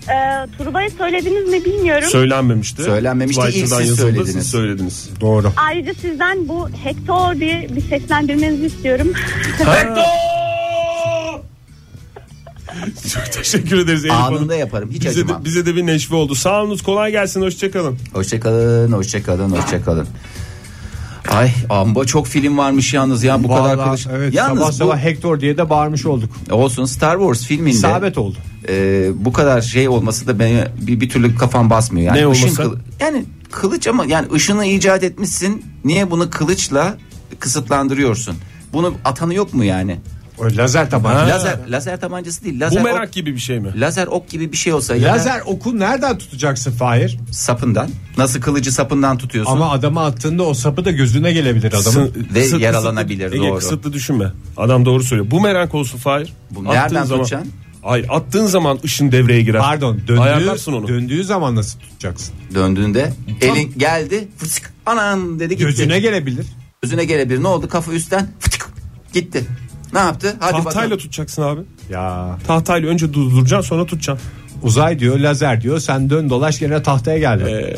[SPEAKER 8] Ee, Turbay'a söylediniz mi bilmiyorum.
[SPEAKER 4] söylenmemişti.
[SPEAKER 5] Söylenmemişti, ilk
[SPEAKER 4] Twitter'dan
[SPEAKER 5] siz
[SPEAKER 4] yazıldı,
[SPEAKER 5] söylediniz.
[SPEAKER 4] Siz söylediniz.
[SPEAKER 3] Doğru.
[SPEAKER 8] Ayrıca sizden bu Hector diye bir seslendirmenizi istiyorum.
[SPEAKER 4] Çok teşekkür ederiz Elif Hanım.
[SPEAKER 5] Anında yaparım hiç
[SPEAKER 4] Bize
[SPEAKER 5] acımam.
[SPEAKER 4] de, bize de bir neşve oldu. Sağ olunuz kolay gelsin hoşçakalın.
[SPEAKER 5] Hoşçakalın, hoşçakalın, hoşçakalın. Ay amba çok film varmış yalnız ya bu kadar
[SPEAKER 3] Vallahi
[SPEAKER 5] kılıç.
[SPEAKER 3] Evet,
[SPEAKER 5] yalnız
[SPEAKER 3] sabah
[SPEAKER 5] bu-
[SPEAKER 3] sabah Hector diye de bağırmış olduk.
[SPEAKER 5] olsun Star Wars filminde
[SPEAKER 3] İsabet oldu.
[SPEAKER 5] e, bu kadar şey olması da beni bir, bir türlü kafam basmıyor. Yani
[SPEAKER 4] Ne
[SPEAKER 5] ışın
[SPEAKER 4] olmasa?
[SPEAKER 5] kılı- yani kılıç ama yani ışını icat etmişsin. Niye bunu kılıçla kısıtlandırıyorsun? Bunun atanı yok mu yani?
[SPEAKER 3] O lazer tabanca.
[SPEAKER 5] Lazer lazer tabancası değil. Lazer
[SPEAKER 4] Bumerang
[SPEAKER 5] ok,
[SPEAKER 4] gibi bir şey mi?
[SPEAKER 5] lazer ok gibi bir şey olsa ya da
[SPEAKER 3] Lazer oku nereden tutacaksın Fahir?
[SPEAKER 5] sapından. Nasıl kılıcı sapından tutuyorsun?
[SPEAKER 3] Ama adama attığında o sapı da gözüne gelebilir adamın.
[SPEAKER 5] Ve yaralanabilir,
[SPEAKER 4] kısıtlı, Ege,
[SPEAKER 5] doğru.
[SPEAKER 4] kısıtlı düşünme. Adam doğru söylüyor. Bumerang olsun Fahir.
[SPEAKER 5] Bu
[SPEAKER 4] Attığın
[SPEAKER 5] nereden
[SPEAKER 4] zaman-
[SPEAKER 5] tutacaksın?
[SPEAKER 4] Hayır attığın zaman ışın devreye girer.
[SPEAKER 3] Pardon döndüğü,
[SPEAKER 4] Ayarlarsın onu.
[SPEAKER 3] döndüğü zaman nasıl tutacaksın?
[SPEAKER 5] Döndüğünde elin geldi. Fıtık anam dedi gitti.
[SPEAKER 3] Gözüne gelebilir.
[SPEAKER 5] Gözüne gelebilir. Ne oldu? Kafa üstten fıtık gitti. Ne yaptı? Hadi
[SPEAKER 4] Tahtayla
[SPEAKER 5] bakalım.
[SPEAKER 4] tutacaksın abi.
[SPEAKER 3] Ya
[SPEAKER 4] Tahtayla önce durduracaksın sonra tutacaksın.
[SPEAKER 3] uzay diyor lazer diyor sen dön dolaş gene tahtaya geldin.
[SPEAKER 5] Ee,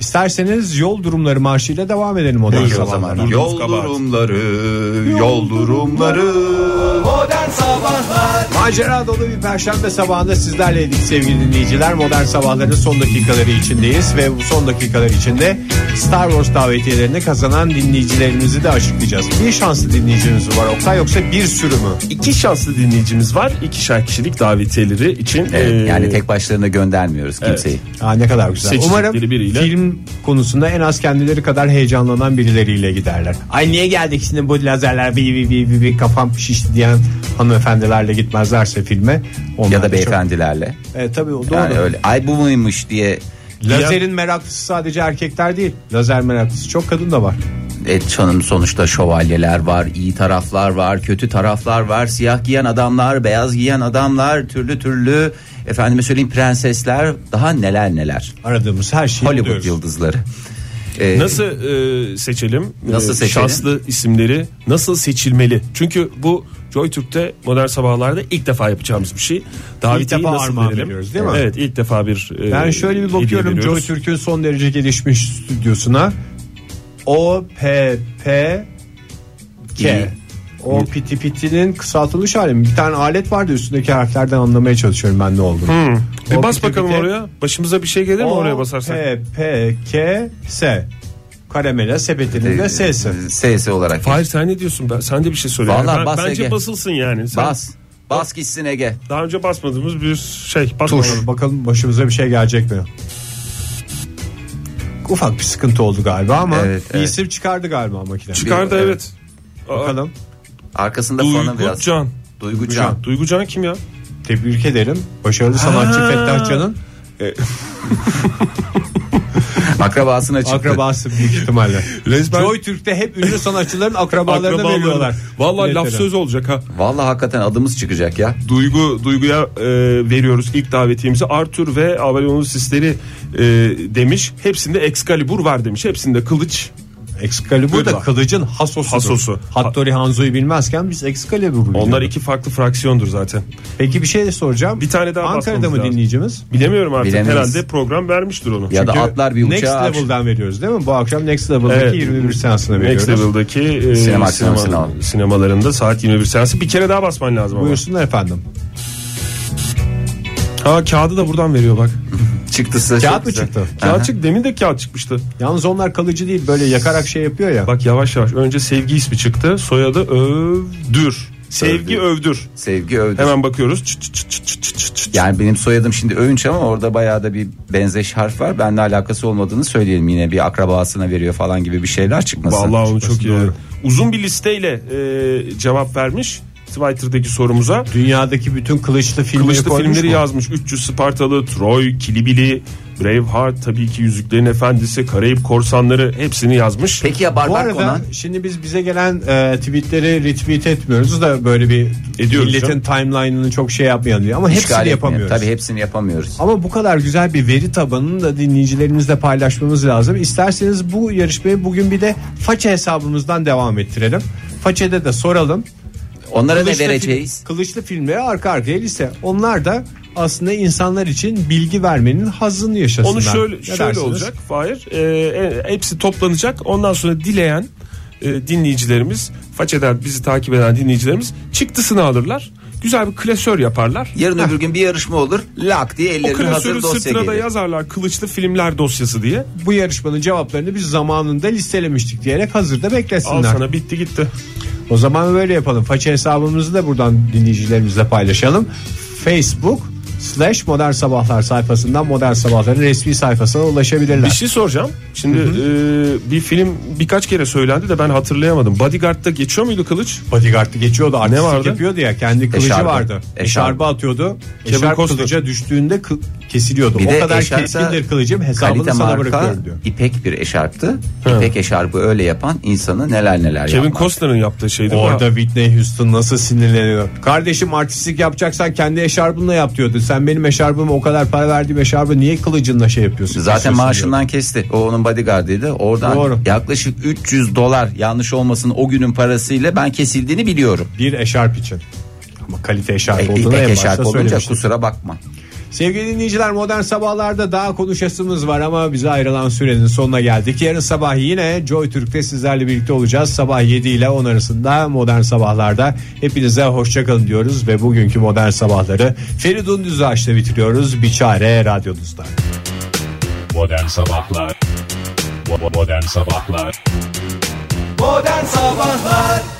[SPEAKER 3] İsterseniz yol durumları marşıyla devam edelim o
[SPEAKER 5] Peki o
[SPEAKER 3] zaman.
[SPEAKER 5] zaman.
[SPEAKER 4] Durdunuz
[SPEAKER 5] Yol
[SPEAKER 4] kabahat.
[SPEAKER 5] durumları, yol durumları.
[SPEAKER 2] Modern Sabahlar
[SPEAKER 3] Macera dolu bir perşembe sabahında sizlerleydik sevgili dinleyiciler. Modern sabahların son dakikaları içindeyiz ve bu son dakikalar içinde Star Wars davetiyelerini kazanan dinleyicilerimizi de açıklayacağız. Bir şanslı dinleyicimiz var Oktay yoksa bir sürü mü?
[SPEAKER 4] İki şanslı dinleyicimiz var. İkişer kişilik davetiyeleri için.
[SPEAKER 5] Evet,
[SPEAKER 4] ee,
[SPEAKER 5] yani tek başlarına göndermiyoruz kimseyi.
[SPEAKER 3] Aa, ne kadar güzel.
[SPEAKER 4] Seçecekleri
[SPEAKER 3] Umarım
[SPEAKER 4] biriyle.
[SPEAKER 3] film konusunda en az kendileri kadar heyecanlanan birileriyle giderler. Ay niye geldik şimdi bu lazerler bi bi bi bi, bi kafam şişti diyen hanımefendilerle gitmezlerse filme. Onlar
[SPEAKER 5] Ya
[SPEAKER 3] da
[SPEAKER 5] da
[SPEAKER 3] çok-
[SPEAKER 5] beyefendilerle.
[SPEAKER 3] E, tabii o doğru.
[SPEAKER 5] Yani öyle. Ay bu muymuş diye
[SPEAKER 3] Lazerin meraklısı sadece erkekler değil. Lazer meraklısı çok kadın da var.
[SPEAKER 5] Evet canım e, sonuçta şövalyeler var, iyi taraflar var, kötü taraflar var, siyah giyen adamlar, beyaz giyen adamlar, türlü türlü efendime söyleyeyim prensesler, daha neler neler.
[SPEAKER 3] Aradığımız her şeyi
[SPEAKER 5] Hollywood
[SPEAKER 3] buluyoruz.
[SPEAKER 5] yıldızları. Ee,
[SPEAKER 4] Nasıl e, seçelim?
[SPEAKER 5] Nasıl
[SPEAKER 4] E,
[SPEAKER 5] seçelim?
[SPEAKER 4] Şanslı isimleri nasıl seçilmeli? Çünkü bu Joy Türk'te modern sabahlarda ilk defa yapacağımız bir şey. Davetiyi
[SPEAKER 3] defa
[SPEAKER 4] nasıl
[SPEAKER 3] armağan
[SPEAKER 4] verelim?
[SPEAKER 3] veriyoruz, değil mi?
[SPEAKER 4] Evet ilk defa bir e,
[SPEAKER 5] Ee,
[SPEAKER 3] Ben şöyle bir bakıyorum
[SPEAKER 4] hediye
[SPEAKER 3] Joy
[SPEAKER 4] veriyoruz.
[SPEAKER 3] Türk'ün son derece gelişmiş stüdyosuna. O P P K.
[SPEAKER 5] İyi.
[SPEAKER 3] O piti pitinin kısaltılmış hali mi? Bir tane alet vardı üstündeki harflerden anlamaya çalışıyorum ben ne olduğunu.
[SPEAKER 5] Hmm.
[SPEAKER 4] Hı. Bir
[SPEAKER 3] O
[SPEAKER 4] bas
[SPEAKER 3] piti
[SPEAKER 4] bakalım
[SPEAKER 3] piti-
[SPEAKER 4] oraya. Başımıza bir şey gelir mi
[SPEAKER 3] O,
[SPEAKER 4] oraya basarsak?
[SPEAKER 3] P P K S. Karamela sepetinin de S'si.
[SPEAKER 5] S'si e, olarak.
[SPEAKER 4] Hayır sen ne diyorsun? Ben, sen de bir şey söyle.
[SPEAKER 5] Vallahi
[SPEAKER 4] Yani ben-
[SPEAKER 5] bas
[SPEAKER 4] bence
[SPEAKER 5] Ege.
[SPEAKER 4] basılsın yani. Sen
[SPEAKER 5] Bas. Bas gitsin Ege.
[SPEAKER 4] Daha önce basmadığımız bir şey. Basmadan-
[SPEAKER 3] Bakalım başımıza bir şey gelecek mi? Ufak bir sıkıntı oldu galiba ama
[SPEAKER 5] Evet, evet.
[SPEAKER 3] isim çıkardı galiba makine.
[SPEAKER 4] Çıkardı
[SPEAKER 5] Evet.
[SPEAKER 4] evet. Aa,
[SPEAKER 3] Bakalım.
[SPEAKER 5] Arkasında fonu biraz.
[SPEAKER 4] Duygucan.
[SPEAKER 5] Duygucan.
[SPEAKER 4] Duygucan kim ya?
[SPEAKER 3] Tebrik ederim. Başarılı sanatçı
[SPEAKER 4] Ha.
[SPEAKER 3] Fettah Can'ın
[SPEAKER 5] Akrabasına çıktı.
[SPEAKER 3] akrabası büyük ihtimalle.
[SPEAKER 4] Resmen-
[SPEAKER 3] Joy Türk'te hep ünlü sanatçıların akrabalarını
[SPEAKER 4] Akrabaları.
[SPEAKER 3] veriyorlar.
[SPEAKER 4] Vallahi laf
[SPEAKER 3] Biletleri.
[SPEAKER 4] söz olacak ha.
[SPEAKER 5] Vallahi hakikaten adımız çıkacak ya.
[SPEAKER 4] Duygu Duygu'ya e, veriyoruz ilk davetiyemizi. Arthur ve Avalon'un sisleri e, demiş. Hepsinde Excalibur var demiş. Hepsinde kılıç.
[SPEAKER 3] Excalibur da
[SPEAKER 4] Buyurun.
[SPEAKER 3] kılıcın hasosudur.
[SPEAKER 4] Hasosu.
[SPEAKER 3] Hattori Hanzo'yu bilmezken biz Excalibur'u biliyoruz.
[SPEAKER 4] Onlar iki farklı fraksiyondur zaten.
[SPEAKER 3] Peki bir şey de soracağım.
[SPEAKER 4] Bir tane daha
[SPEAKER 3] Ankara'da
[SPEAKER 4] basmamız
[SPEAKER 3] mı
[SPEAKER 4] lazım.
[SPEAKER 3] dinleyicimiz?
[SPEAKER 4] Bilemiyorum artık.
[SPEAKER 5] Bilemeyiz.
[SPEAKER 4] Herhalde program vermiştir onu.
[SPEAKER 5] Ya da
[SPEAKER 4] Çünkü
[SPEAKER 5] atlar bir
[SPEAKER 3] Next
[SPEAKER 5] uçağa.
[SPEAKER 3] Level'dan veriyoruz değil mi? Bu akşam Next Level'daki
[SPEAKER 4] Evet.
[SPEAKER 3] 21 seansını veriyoruz.
[SPEAKER 4] Next Level'daki e,
[SPEAKER 5] Sinema,
[SPEAKER 4] sinema-
[SPEAKER 5] sinema, sinema.
[SPEAKER 4] sinemalarında saat 21 seansı. Bir kere daha basman lazım ama.
[SPEAKER 3] Buyursunlar efendim.
[SPEAKER 4] Ha kağıdı da buradan veriyor bak.
[SPEAKER 5] Çıktısı.
[SPEAKER 3] Kağıt mı çıktı?
[SPEAKER 4] Kağıtçık demin de kağıt çıkmıştı.
[SPEAKER 3] Yalnız onlar kalıcı değil böyle yakarak şey yapıyor ya.
[SPEAKER 4] Bak yavaş yavaş önce sevgi ismi çıktı. Soyadı Övdür. Sevgi Övdür.
[SPEAKER 5] Sevgi övdü.
[SPEAKER 4] Hemen bakıyoruz. Çıt çıt çıt çıt çıt çıt çıt.
[SPEAKER 5] Yani benim soyadım şimdi Övünç ama orada bayağı da bir benzeş harf var. Benle alakası olmadığını söyleyelim yine bir akrabasına veriyor falan gibi bir şeyler çıkmasın.
[SPEAKER 4] Vallahi onu çok iyi.
[SPEAKER 3] doğru.
[SPEAKER 4] Uzun bir listeyle e, cevap vermiş Twitter'daki sorumuza.
[SPEAKER 3] Dünyadaki bütün kılıçlı filmleri
[SPEAKER 4] Kılıçlı
[SPEAKER 3] koymuş
[SPEAKER 4] filmleri
[SPEAKER 3] mu?
[SPEAKER 4] yazmış. 300 Spartalı, Troy, Kilibili, Braveheart, tabii ki Yüzüklerin Efendisi, Karayip Korsanları hepsini yazmış.
[SPEAKER 5] Peki ya
[SPEAKER 3] Bu
[SPEAKER 5] barbar
[SPEAKER 3] arada
[SPEAKER 5] konan?
[SPEAKER 3] şimdi biz bize gelen e, tweetleri retweet etmiyoruz da böyle bir
[SPEAKER 4] Ediyoruz
[SPEAKER 3] milletin
[SPEAKER 4] canım.
[SPEAKER 3] timeline'ını çok şey yapmayalım diye. Ama
[SPEAKER 5] İşgal
[SPEAKER 3] hepsini
[SPEAKER 5] etmiyor.
[SPEAKER 3] yapamıyoruz.
[SPEAKER 5] Tabii hepsini yapamıyoruz.
[SPEAKER 3] Ama bu kadar güzel bir veri tabanını da dinleyicilerimizle paylaşmamız lazım. İsterseniz bu yarışmayı bugün bir de faça hesabımızdan devam ettirelim. Façede de soralım.
[SPEAKER 5] Onlara ne
[SPEAKER 3] Kılıçlı film-
[SPEAKER 5] vereceğiz?
[SPEAKER 3] kılıçlı filmleri arka arkaya liste. Onlar da aslında insanlar için bilgi vermenin hazını yaşasınlar.
[SPEAKER 4] Onu şöyle
[SPEAKER 3] Ne
[SPEAKER 4] şöyle
[SPEAKER 3] dersiniz?
[SPEAKER 4] olacak Fahir. E, e, hepsi toplanacak. Ondan sonra dileyen e, dinleyicilerimiz, façeden bizi takip eden dinleyicilerimiz çıktısını alırlar. Güzel bir klasör yaparlar.
[SPEAKER 5] Yarın öbür gün bir yarışma olur. Lak diye
[SPEAKER 4] O
[SPEAKER 5] ellerine hazır
[SPEAKER 4] klasörü
[SPEAKER 5] dosya
[SPEAKER 4] sırtına da
[SPEAKER 5] gelir.
[SPEAKER 4] yazarlar kılıçlı filmler dosyası diye.
[SPEAKER 3] Bu yarışmanın cevaplarını biz zamanında listelemiştik diyerek hazırda
[SPEAKER 4] Al
[SPEAKER 3] beklesinler.
[SPEAKER 4] sana bitti gitti.
[SPEAKER 3] O zaman böyle yapalım. Faça hesabımızı da buradan dinleyicilerimizle paylaşalım. Facebook slash modern sabahlar sayfasından modern sabahların resmi sayfasına ulaşabilirler.
[SPEAKER 4] Bir şey soracağım. Şimdi e, bir film birkaç kere söylendi de ben hatırlayamadım. Bodyguard'da geçiyor muydu kılıç?
[SPEAKER 3] Bodyguard'ı geçiyordu artistik
[SPEAKER 4] Ne vardı?
[SPEAKER 3] yapıyordu ya kendi kılıcı
[SPEAKER 5] Eşarbı.
[SPEAKER 3] vardı.
[SPEAKER 5] Eşarbı.
[SPEAKER 3] Eşarbı atıyordu.
[SPEAKER 4] Kevin
[SPEAKER 3] Eşarp
[SPEAKER 4] Costner.
[SPEAKER 3] kılıca düştüğünde kı- kesiliyordu.
[SPEAKER 5] Bir
[SPEAKER 3] o
[SPEAKER 5] de
[SPEAKER 3] kadar
[SPEAKER 5] eşarpta
[SPEAKER 3] keskindir kılıcım hesabını
[SPEAKER 5] Kalite
[SPEAKER 3] sana
[SPEAKER 5] marka
[SPEAKER 3] bırakıyorum diyor.
[SPEAKER 5] ipek bir eşarptı. İpek eşarpı öyle yapan insanı neler neler
[SPEAKER 4] Kevin
[SPEAKER 5] yapmaz.
[SPEAKER 4] Costner'ın yaptığı şeydi. bu.
[SPEAKER 3] Orada Whitney Houston nasıl sinirleniyor. Kardeşim artistlik yapacaksan kendi eşarbınla yap diyordu. Sen benim eşarbımı o kadar para verdiğim eşarbı niye kılıcınla şey yapıyorsun?
[SPEAKER 5] Zaten
[SPEAKER 3] kesiyorsun diyordu.
[SPEAKER 5] maaşından kesti. O onun bodyguardıydı. Oradan
[SPEAKER 3] Doğru.
[SPEAKER 5] yaklaşık 300 dolar yanlış olmasın o günün parasıyla ben kesildiğini biliyorum.
[SPEAKER 3] Bir eşarp için. Ama kalite eşarp
[SPEAKER 5] E,
[SPEAKER 3] olduğunu en
[SPEAKER 5] İpek
[SPEAKER 3] başta
[SPEAKER 5] eşarpı olunca
[SPEAKER 3] söylemiştim.
[SPEAKER 5] kusura bakma.
[SPEAKER 3] Sevgili dinleyiciler modern sabahlarda daha konuşasımız var ama bize ayrılan sürenin sonuna geldik. Yarın sabah yine Joy Türk'te sizlerle birlikte olacağız. Sabah 7 ile 10 arasında modern sabahlarda hepinize hoşçakalın diyoruz ve bugünkü modern sabahları Feridun Düzağaç'la bitiriyoruz. Bir çare radyonuzda.
[SPEAKER 1] Modern Sabahlar Bo- bo- Modern Sabahlar
[SPEAKER 2] Modern Sabahlar